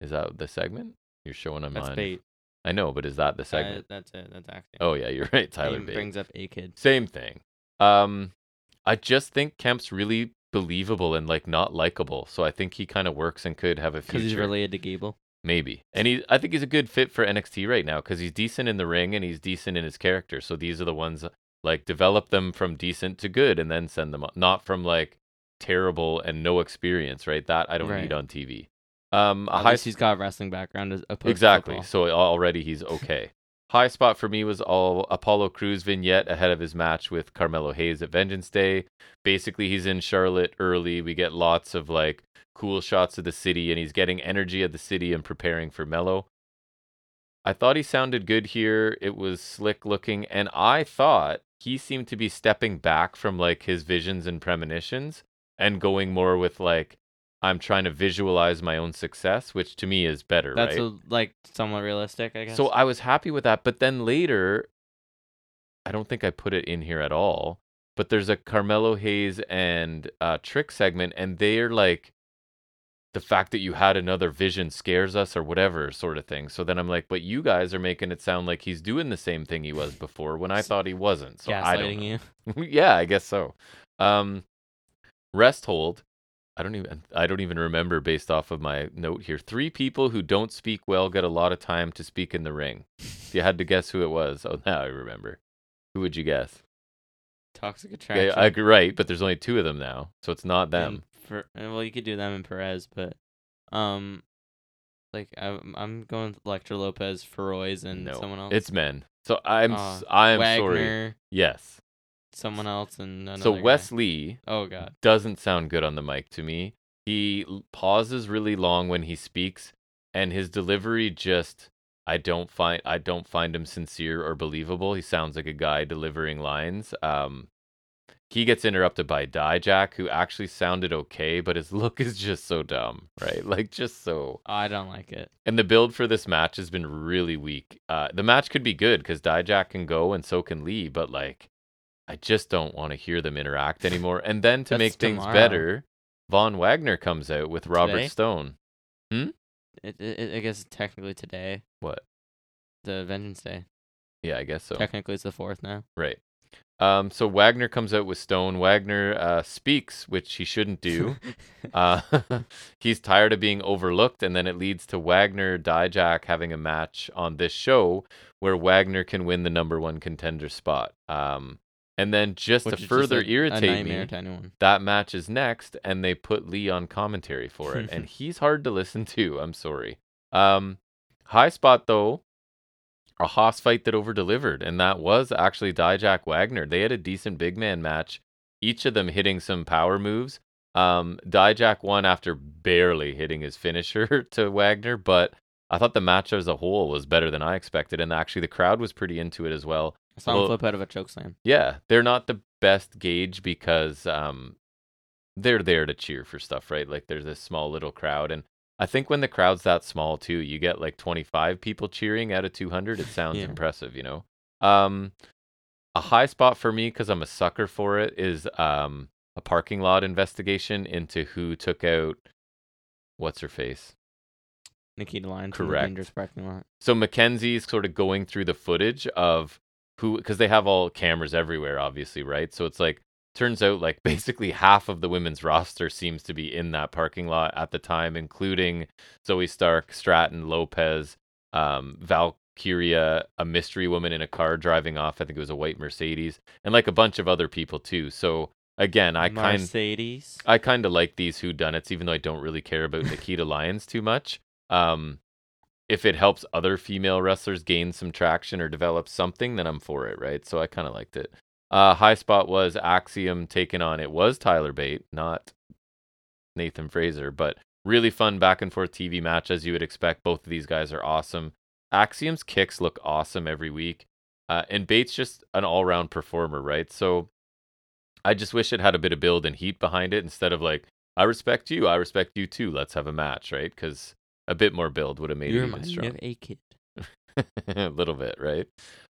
A: Is that the segment you're showing on
B: that's
A: mine?
B: Bate.
A: I know, but is that the
B: That-
A: segment?
B: that's it. That's acting.
A: oh yeah, you're right, Tyler
B: Name
A: Bate.
B: brings up a kid.
A: Same thing. Um, I just think Kemp's really believable and like not likable, so I think he kind of works and could have a future.
B: Because he's related to Gable.
A: Maybe. And he I think he's a good fit for NXT right now cuz he's decent in the ring and he's decent in his character. So these are the ones like develop them from decent to good and then send them up, not from like terrible and no experience, right? That I don't
B: Right.
A: need on TV. Um a
B: At
A: high
B: least he's got a wrestling background as opposed
A: Exactly.
B: to football.
A: So already he's okay. High spot for me was all Apollo Crews vignette ahead of his match with Carmelo Hayes at Vengeance Day. Basically, he's in Charlotte early. We get lots of like cool shots of the city, and he's getting energy of the city and preparing for Mello. I thought he sounded good here. It was slick looking, and I thought he seemed to be stepping back from like his visions and premonitions and going more with like I'm trying to visualize my own success, which to me is better.
B: That's
A: right?
B: a, like somewhat realistic, I guess.
A: So I was happy with that, but then later, I don't think I put it in here at all. But there's a Carmelo Hayes and uh, Trick segment, and they're like, the fact that you had another vision scares us or whatever sort of thing. So then I'm like, but you guys are making it sound like he's doing the same thing he was before when I thought he wasn't. So I don't.
B: gaslighting
A: know.
B: you.
A: yeah, I guess so. Um, rest hold. I don't even I don't even remember based off of my note here. Three people who don't speak well get a lot of time to speak in the ring. If you had to guess who it was, oh now I remember. Who would you guess?
B: Toxic
A: Yeah,
B: attraction.
A: I agree, right, but there's only two of them now, so it's not
B: and
A: them.
B: Per- uh, well, you could do them in Perez, but um, Like I'm, I'm going with Electra Lopez, Feroz, and
A: no,
B: someone else.
A: it's men. So I'm
B: Oh. Uh,
A: I'm sorry.
B: Wagner,
A: Yes.
B: someone else, and another.
A: so
B: guy.
A: Wesley
B: Oh God.
A: doesn't sound good on the mic to me. He l- pauses really long when he speaks, and his delivery just I don't find I don't find him sincere or believable. He sounds like a guy delivering lines. Um, he gets interrupted by Dijak, who actually sounded okay, but his look is just so dumb, right? Like just so.
B: Oh, I don't like it.
A: And the build for this match has been really weak. Uh, the match could be good because Dijak can go and so can Lee, but like, I just don't want to hear them interact anymore. And then to
B: That's
A: make things
B: tomorrow.
A: better, Von Wagner comes out with Robert
B: Today?
A: Stone.
B: It, it, it- I guess technically today,
A: What?
B: the Vengeance Day.
A: Yeah, I guess so.
B: Technically, it's the fourth now.
A: Right. Um, so Wagner comes out with Stone. Wagner uh, speaks, which he shouldn't do. Uh, he's tired of being overlooked, and then it leads to Wagner Dijak having a match on this show where Wagner can win the number one contender spot. Um, and then just
B: Which is
A: to
B: just
A: further
B: a- a
A: irritate
B: nightmare
A: me,
B: to anyone.
A: that match is next, and they put Lee on commentary for it, and he's hard to listen to. I'm sorry. Um, high spot though, a Haas fight that over delivered, and that was actually Dijak Wagner. They had a decent big man match, each of them hitting some power moves. Um, Dijak won after barely hitting his finisher to Wagner, but I thought the match as a whole was better than I expected, and actually the crowd was pretty into it as well.
B: I saw him
A: well-
B: flip out of a choke slam.
A: Mm-hmm. Yeah, they're not the best gauge because um, they're there to cheer for stuff, right? Like there's this small little crowd, and I think when the crowd's that small too, you get like 25 people cheering out of 200. It sounds
B: Yeah.
A: impressive, you know. Um, a high spot for me because I'm a sucker for it is um a parking lot investigation into who took out what's her face.
B: Nikita Lyons.
A: Correct.
B: Correct. Dangerous parking lot.
A: So Mackenzie's sort of going through the footage of who, because they have all cameras everywhere, obviously, right? So it's like, turns out like basically half of the women's roster seems to be in that parking lot at the time, including Zoe Stark, Stratton, Lopez, um, Valkyria, a mystery woman in a car driving off. I think it was a white Mercedes, and like a bunch of other people too. So again, I kind
B: Mercedes.
A: I kind of like these whodunits, even though I don't really care about Nikita Lyons too much. Um, if it helps other female wrestlers gain some traction or develop something, then I'm for it, right? So I kind of liked it. Uh, high spot was Axiom taking on. It was Tyler Bate, not Nathan Fraser, but really fun back and forth TV match as you would expect. Both of these guys are awesome. Axiom's kicks look awesome every week, uh, and Bate's just an all round performer, right? So I just wish it had a bit of build and heat behind it instead of like, I respect you, I respect you too. Let's have a match, right? Because a bit more build would have made
B: you
A: it even
B: remind me
A: stronger.
B: of a kid.
A: a little bit, right?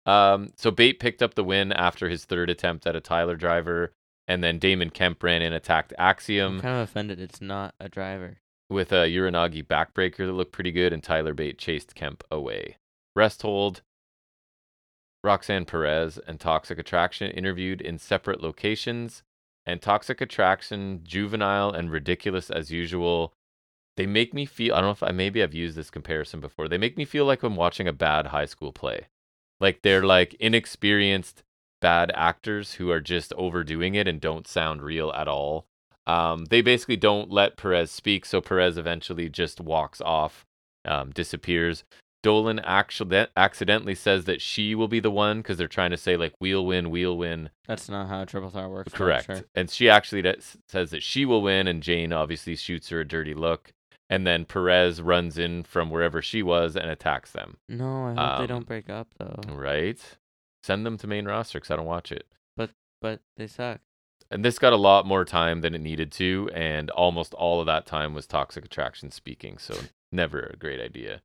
A: Um, so Bate picked up the win after his third attempt at a Tyler driver, and then Damon Kemp ran in, attacked
B: I'm
A: Axiom
B: kind of offended. It's not a driver.
A: with a Uranagi backbreaker that looked pretty good, and Tyler Bate chased Kemp away. Rest hold. Roxanne Perez and Toxic Attraction interviewed in separate locations, and Toxic Attraction, juvenile and ridiculous as usual. They make me feel, I don't know if I maybe I've used this comparison before. They make me feel like I'm watching a bad high school play. Like they're like inexperienced bad actors who are just overdoing it and don't sound real at all. Um, they basically don't let Perez speak, so Perez eventually just walks off, um, disappears. Dolan accident- accidentally says that she will be the one because they're trying to say like we'll win, we'll win.
B: That's not how a triple star works. but
A: Correct.
B: Sure.
A: And she actually da- s- says that she will win, and Jane obviously shoots her a dirty look. And then Perez runs in from wherever she was and attacks them.
B: No, I hope they
A: Um,
B: don't break up though.
A: Right? Send them to main roster because I don't watch it.
B: But they suck.
A: And this got a lot more time than it needed to, and almost all of that time was Toxic Attraction speaking, so never a great idea.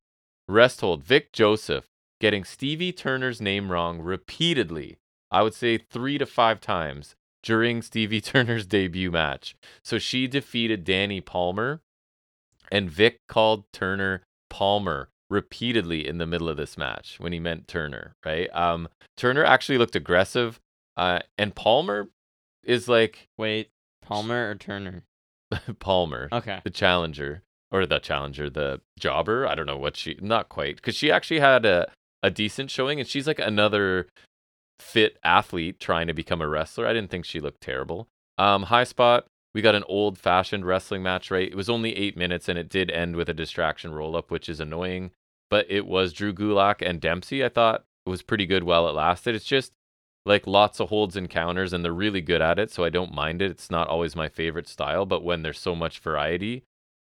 A: Rest hold Vic Joseph getting Stevie Turner's name wrong repeatedly. I would say three to five times during Stevie Turner's debut match. So she defeated Danny Palmer, and Vic called Turner Palmer repeatedly in the middle of this match when he meant Turner, right? Um, Turner actually looked aggressive, uh, and Palmer is like
B: Wait, Palmer or Turner?
A: Palmer,
B: Okay.
A: the challenger, or the challenger, the jobber. I don't know what she, not quite, because she actually had a, a decent showing, and she's like another fit athlete trying to become a wrestler. I didn't think she looked terrible. Um, high spot, We got an old fashioned wrestling match, right? It was only eight minutes and it did end with a distraction roll up, which is annoying. But it was Drew Gulak and Dempsey, I thought was pretty good while it lasted. It's just like lots of holds and counters, and they're really good at it, so I don't mind it. It's not always my favorite style, but when there's so much variety,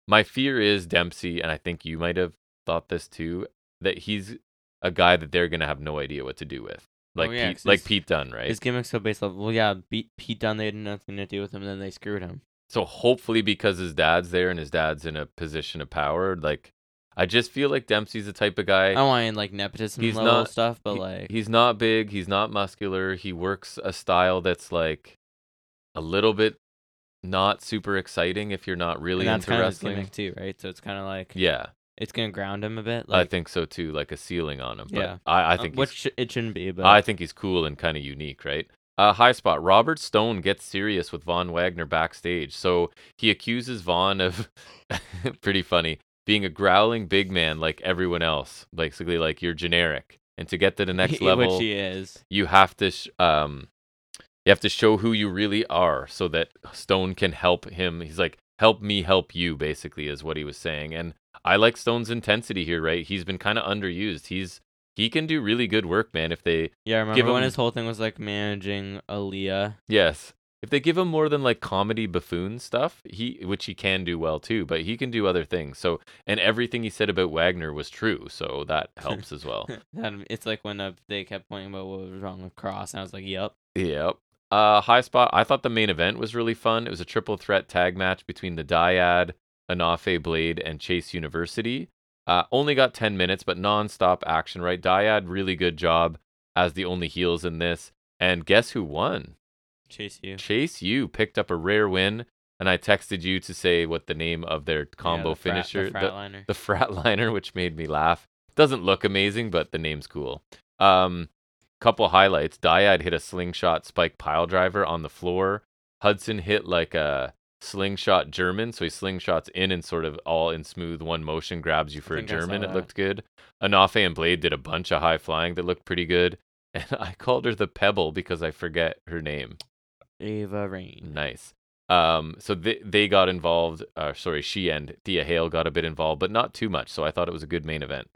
A: my fear is Dempsey, and I think you might have thought this too, that he's a guy that they're gonna have no idea what to do with, like
B: Oh, yeah,
A: Pete,
B: 'cause
A: like
B: he's-
A: Pete Dunn, right?
B: His gimmick's so based on well, yeah, beat Pete Dunne. They had nothing to do with him, and then they screwed him.
A: So hopefully, because his dad's there and his dad's in a position of power, like I just feel like Dempsey's the type of guy.
B: I don't want any like nepotism
A: He's
B: level
A: not-
B: stuff, but
A: He-
B: like
A: he's not big, he's not muscular. He works a style that's like a little bit not super exciting if you're not really
B: and that's
A: into
B: kind of his
A: wrestling.
B: gimmick too, right? So it's kind of like
A: Yeah,
B: it's gonna ground him a bit.
A: I
B: Like,
A: think so too. Like a ceiling on him.
B: Yeah.
A: But I, I
B: uh,
A: think
B: which uh
A: he's,
B: sh- it shouldn't be, but
A: I think he's cool and kind of unique, right? Uh, high spot. Robert Stone gets serious with Von Wagner backstage, so he accuses Von of pretty funny being a growling big man like everyone else, basically like you're generic. And to get to the next level,
B: which he is.
A: you have to sh- um you have to show who you really are so that stone can help him he's like help me help you basically is what he was saying and i like stone's intensity here right he's been kind of underused he's he can do really good work man if they
B: Yeah, I remember
A: give
B: when
A: him-
B: his whole thing was like managing Aaliyah.
A: yes if they give him more than like comedy buffoon stuff he which he can do well too but he can do other things so and everything he said about wagner was true so that helps as well
B: That- it's like when uh, they kept pointing about what was wrong with Cross, and I was like, "Yep,
A: Yep. Uh, high spot. I thought the main event was really fun. It was a triple threat tag match between the Dyad, Anafe Blade, and Chase University. Uh, only got 10 minutes, but nonstop action, right? Dyad, really good job as the only heels in this. And guess who won?
B: chase you."
A: Chase U picked up a rare win. And I texted you to say what the name of their combo
B: yeah, the frat-
A: finisher,
B: the
A: the-
B: fratliner.
A: the Fratliner, which made me laugh. Doesn't look amazing, but the name's cool. Um, couple highlights: Dyad hit a slingshot spike pile driver on the floor. Hudson hit like a slingshot German, so he slingshots in and sort of all in smooth one motion grabs you for a
B: think I saw
A: German. It
B: that.
A: looked good. Anafe and Blade did a bunch of high flying that looked pretty good. And I called her the Pebble because I forget her name.
B: Ava Rain.
A: Nice. Um, so they they got involved. Uh, sorry, she and Thea Hale got a bit involved, but not too much. So I thought it was a good main event.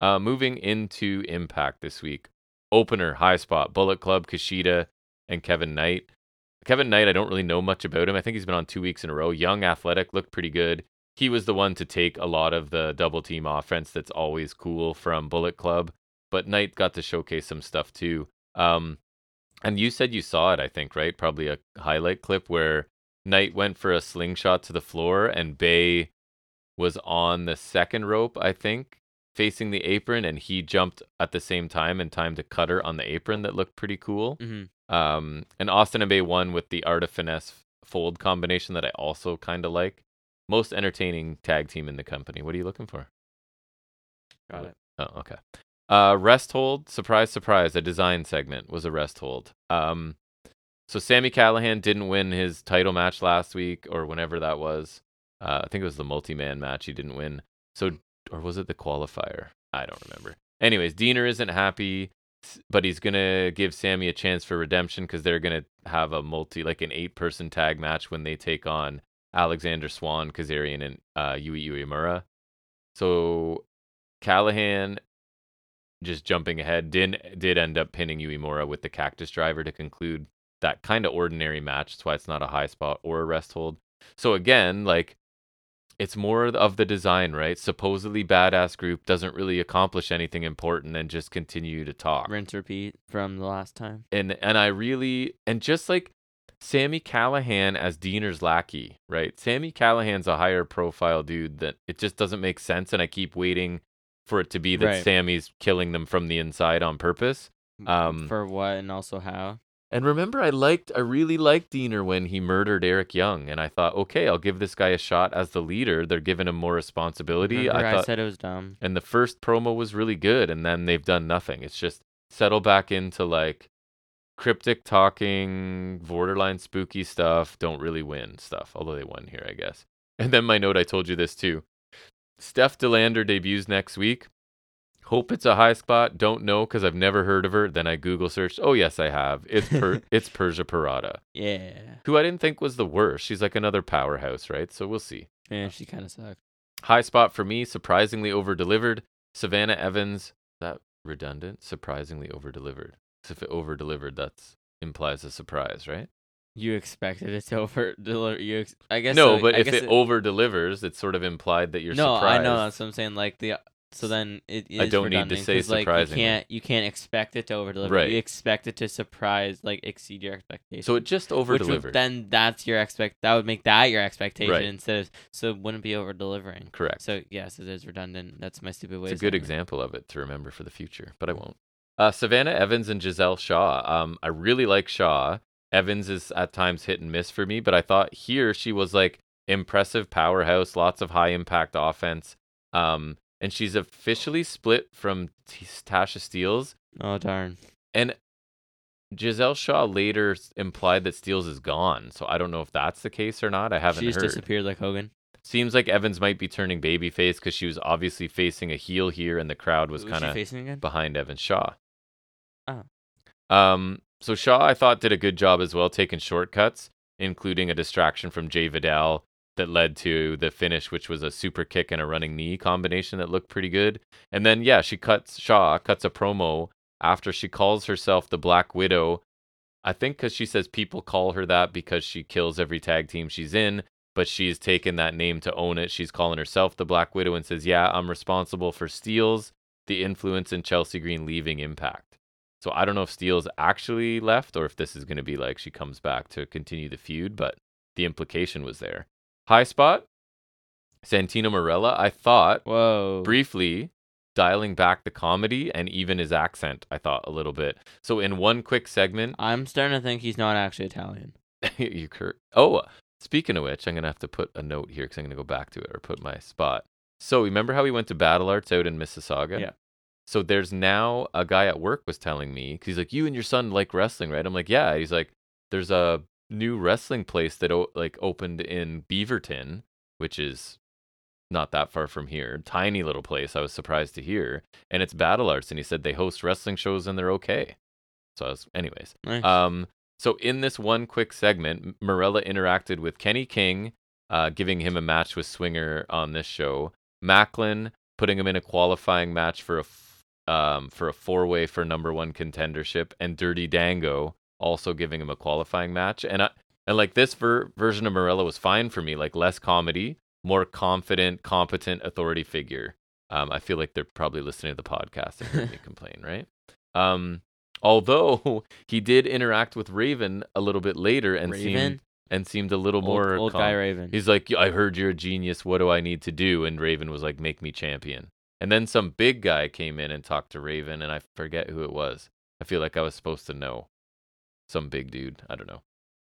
A: Uh, moving into Impact this week, opener high spot Bullet Club Kushida and Kevin Knight. Kevin Knight, I don't really know much about him. I think he's been on two weeks in a row. Young, athletic, looked pretty good. He was the one to take a lot of the double team offense that's always cool from Bullet Club. But Knight got to showcase some stuff too. Um, and you said you saw it, I think, right? Probably a highlight clip where Knight went for a slingshot to the floor and Bay was on the second rope, I think, facing the apron, and he jumped at the same time in time to cut her on the apron. That looked pretty cool.
B: Mm-hmm.
A: Um, and Austin and Bay won with the art of finesse fold combination that I also kind of like. Most entertaining tag team in the company. What are you looking for?
B: Got
A: Cool.
B: it.
A: Oh, okay. Uh, rest hold. Surprise, surprise. A design segment was a rest hold. Um, so Sammy Callahan didn't win his title match last week or whenever that was. Uh, I think it was the multi-man match he didn't win. So or was it the qualifier? I don't remember. Anyways, Diener isn't happy, s- but he's gonna give Sammy a chance for redemption because they're gonna have a multi like an eight-person tag match when they take on Alexander Swan, Kazarian, and uh, Yui Uemura. So Callahan, just jumping ahead, did did end up pinning Uemura with the Cactus Driver to conclude that kind of ordinary match. That's why it's not a high spot or a rest hold. So again, like it's more of the design, right? Supposedly badass group doesn't really accomplish anything important and just continue to talk
B: Rinse repeat from the last time.
A: and and I really and just like Sammy Callahan as Diener's lackey, right? Sammy Callahan's a higher profile dude that it just doesn't make sense, and I keep waiting for it to be that
B: Right.
A: Sammy's killing them from the inside on purpose. Um,
B: for what and also how?
A: And remember, I liked, I really liked Diener when he murdered Eric Young, and I thought, okay, I'll give this guy a shot as the leader. They're giving him more responsibility.
B: Remember
A: I
B: I,
A: thought,
B: said it was dumb.
A: and the first promo was really good and then they've done nothing it's just settle back into like cryptic talking borderline spooky stuff don't really win stuff although they won here i guess and then my note i told you this too steph delander debuts next week Hope it's a high spot. Don't know because I've never heard of her. Then I Google searched. Oh yes, I have. It's per- it's Persia Parada,
B: Yeah.
A: who I didn't think was the worst. She's like another powerhouse, right? So we'll see.
B: Man, she kind of sucked.
A: High spot for me, surprisingly over delivered. Savannah Evans, that redundant, surprisingly over delivered. If it over delivered, that implies a surprise, right?
B: You expected it to over deliver. You, ex- I guess.
A: no,
B: so-
A: but
B: I
A: if
B: guess
A: it, over delivers, it's sort of implied that you're
B: no,
A: surprised.
B: I know that's what I'm saying. Like the so then it is
A: I don't need to
B: redundant,
A: say
B: 'cause, like, you
A: surprisingly.
B: can't you can't expect it to over deliver.
A: Right.
B: You expect it to surprise, like exceed your expectation.
A: So it just over
B: Which would-
A: delivered.
B: then that's your expect. That would make that your expectation instead of so it wouldn't be over delivering.
A: Correct.
B: So yes, it is redundant. That's my stupid way.
A: It's a
B: of
A: good
B: saying it.
A: example of it to remember for the future, but I won't. Uh, Savannah Evans and Giselle Shaw. Um, I really like Shaw. Evans is at times hit and miss for me, but I thought here she was like impressive powerhouse, lots of high impact offense. Um, and she's officially split from T- Tasha Steeles.
B: Oh darn.
A: And Giselle Shaw later s- implied that Steeles is gone. So I don't know if that's the case or not. I haven't
B: She just
A: heard.
B: disappeared like Hogan.
A: Seems like Evans might be turning babyface because she was obviously facing a heel here and the crowd was
B: Who
A: kind
B: she
A: of
B: facing again?
A: behind Evan Shaw.
B: Oh.
A: Um, so Shaw, I thought, did a good job as well taking shortcuts, including a distraction from Jay Vidal that led to the finish, which was a super kick and a running knee combination that looked pretty good. And then, yeah, she cuts Shaw, cuts a promo after she calls herself the Black Widow. I think because she says people call her that because she kills every tag team she's in, but she's taken that name to own it. She's calling herself the Black Widow and says, Yeah, I'm responsible for steals the influence in Chelsea Green leaving Impact. So I don't know if Steele's actually left or if this is going to be like she comes back to continue the feud, but the implication was there. High spot, Santino Morella. I thought
B: Whoa.
A: briefly dialing back the comedy and even his accent, I thought a little bit. So in one quick segment,
B: I'm starting to think he's not actually Italian.
A: you cur- oh speaking of which i'm gonna have to put a note here because i'm gonna go back to it or put my spot so remember how we went to battle arts out in mississauga
B: Yeah.
A: so there's now a guy at work was telling me 'cause he's like you and your son like wrestling right i'm like yeah he's like there's a new wrestling place that o- like opened in beaverton which is not that far from here tiny little place i was surprised to hear and it's battle arts and he said they host wrestling shows and they're okay so i was anyways
B: Nice.
A: um, so in this one quick segment, M- Morella interacted with Kenny King, uh, giving him a match with Swinger on this show. Macklin putting him in a qualifying match for a f- um, for a four way for number one contendership, and Dirty Dango also giving him a qualifying match. And I, and like this ver- version of Morella was fine for me, like less comedy, more confident, competent authority figure. Um, I feel like they're probably listening to the podcast and heard me complain, right? Um, although he did interact with Raven a little bit later and seemed
B: Raven?
A: and seemed a little
B: old,
A: more
B: old
A: calm.
B: guy Raven.
A: He's like, I heard you're a genius. What do I need to do? And Raven was like, make me champion. And then some big guy came in and talked to Raven, and I forget who it was. I feel like I was supposed to know. Some big dude. I don't know.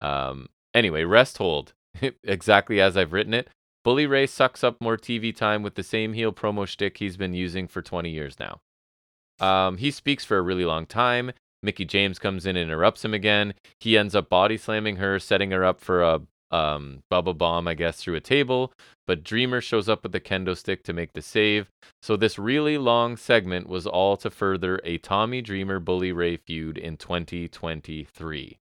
A: Um, anyway, rest hold. exactly as I've written it. Bully Ray sucks up more TV time with the same heel promo shtick he's been using for 20 years now. Um, he speaks for a really long time. Mickey James comes in and interrupts him again. He ends up body slamming her, setting her up for a um, Bubba Bomb, I guess, through a table. But Dreamer shows up with the kendo stick to make the save. So this really long segment was all to further a Tommy Dreamer Bully Ray feud in 2023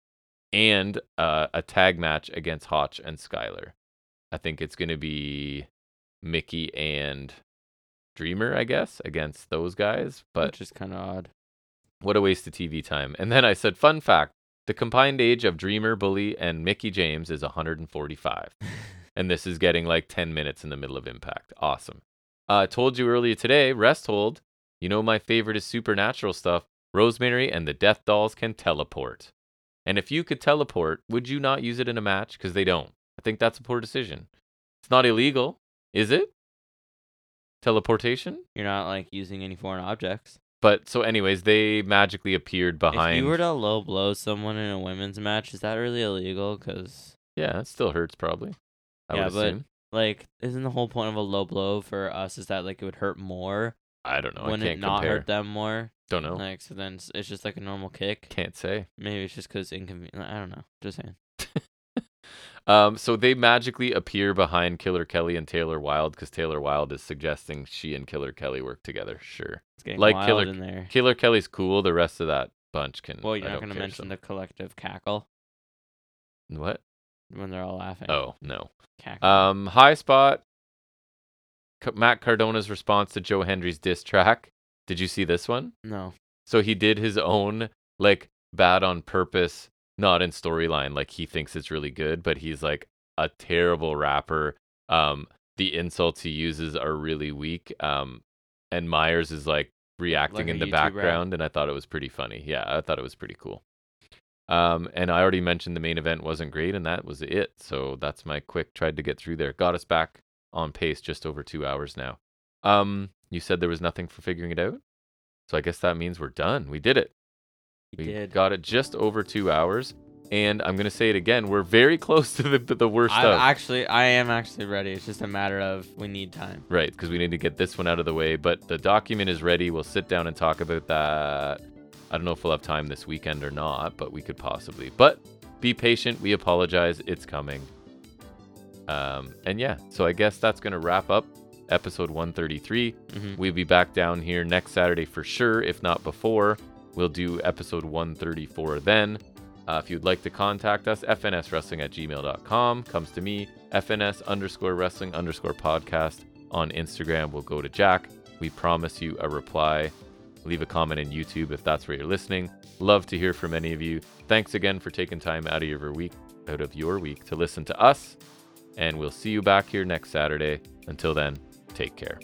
A: and uh, a tag match against Hotch and Skyler. I think it's going to be Mickey and Dreamer, I guess, against those guys. But
B: which is kind of odd.
A: what a waste of TV time. And then I said, fun fact the combined age of Dreamer, Bully, and Mickey James is 145. and this is getting like 10 minutes in the middle of Impact. Awesome. Uh, I told you earlier today, rest hold. You know, my favorite is supernatural stuff. Rosemary and the Death Dolls can teleport. And if you could teleport, would you not use it in a match? Because they don't. I think that's a poor decision. It's not illegal, is it? Teleportation?
B: You're not like using any foreign objects.
A: But so, anyways, they magically appeared behind.
B: If you were to low blow someone in a women's match, is that really illegal? Because
A: Yeah, it still hurts probably. I
B: Yeah,
A: would
B: but-
A: assume.
B: like, isn't the whole point of a low blow for us is that like it would hurt more?
A: I don't know.
B: Wouldn't
A: I
B: it
A: can't
B: not
A: compare.
B: hurt them more?
A: Don't know.
B: Like, so then it's, it's just like a normal kick.
A: Can't say.
B: Maybe it's just because inconvenient. I don't know. Just saying.
A: Um, so they magically appear behind Killer Kelly and Taylor Wilde because Taylor Wilde is suggesting she and Killer Kelly work together. Sure.
B: It's getting
A: Like
B: wild
A: Killer-
B: in there.
A: Killer Kelly's cool. The rest of that bunch can.
B: Well, you're
A: I
B: not
A: don't
B: going to
A: care,
B: mention the collective cackle
A: so- what?
B: when they're all laughing.
A: Oh no.
B: cackle.
A: Um, high spot. C- Matt Cardona's response to Joe Hendry's diss track. Did you see this one?
B: no.
A: So he did his own like bad on purpose, not in storyline. Like he thinks it's really good, but he's like a terrible rapper. Um, the insults he uses are really weak. Um, and Myers is like reacting
B: Like a
A: in the
B: YouTube rap.
A: background, and I thought it was pretty funny. Yeah, I thought it was pretty cool. Um, and I already mentioned the main event wasn't great, and that was it. So that's my quick tried to get through there. Got us back on pace just over two hours now. Um, you said there was nothing for figuring it out. So I guess that means we're done. We did it.
B: We did.
A: got it just over two hours. And I'm gonna say it again. We're very close to the the worst
B: I
A: of
B: actually, I am actually ready. It's just a matter of we need time.
A: right because we need to get this one out of the way. But the document is ready. We'll sit down and talk about that. I don't know if we'll have time this weekend or not, but we could possibly. But be patient. We apologize. It's coming. Um, and yeah, so I guess that's gonna wrap up episode 133.
B: Mhm.
A: We'll be back down here next Saturday for sure, if not before. We'll do episode 134 then. Uh, if you'd like to contact us, fnswrestling at gmail.com comes to me, fns underscore wrestling underscore podcast on Instagram. We'll go to Jack. We promise you a reply. Leave a comment in YouTube if that's where you're listening. Love to hear from any of you. Thanks again for taking time out of your week, out of your week to listen to us. And we'll see you back here next Saturday. Until then, take care.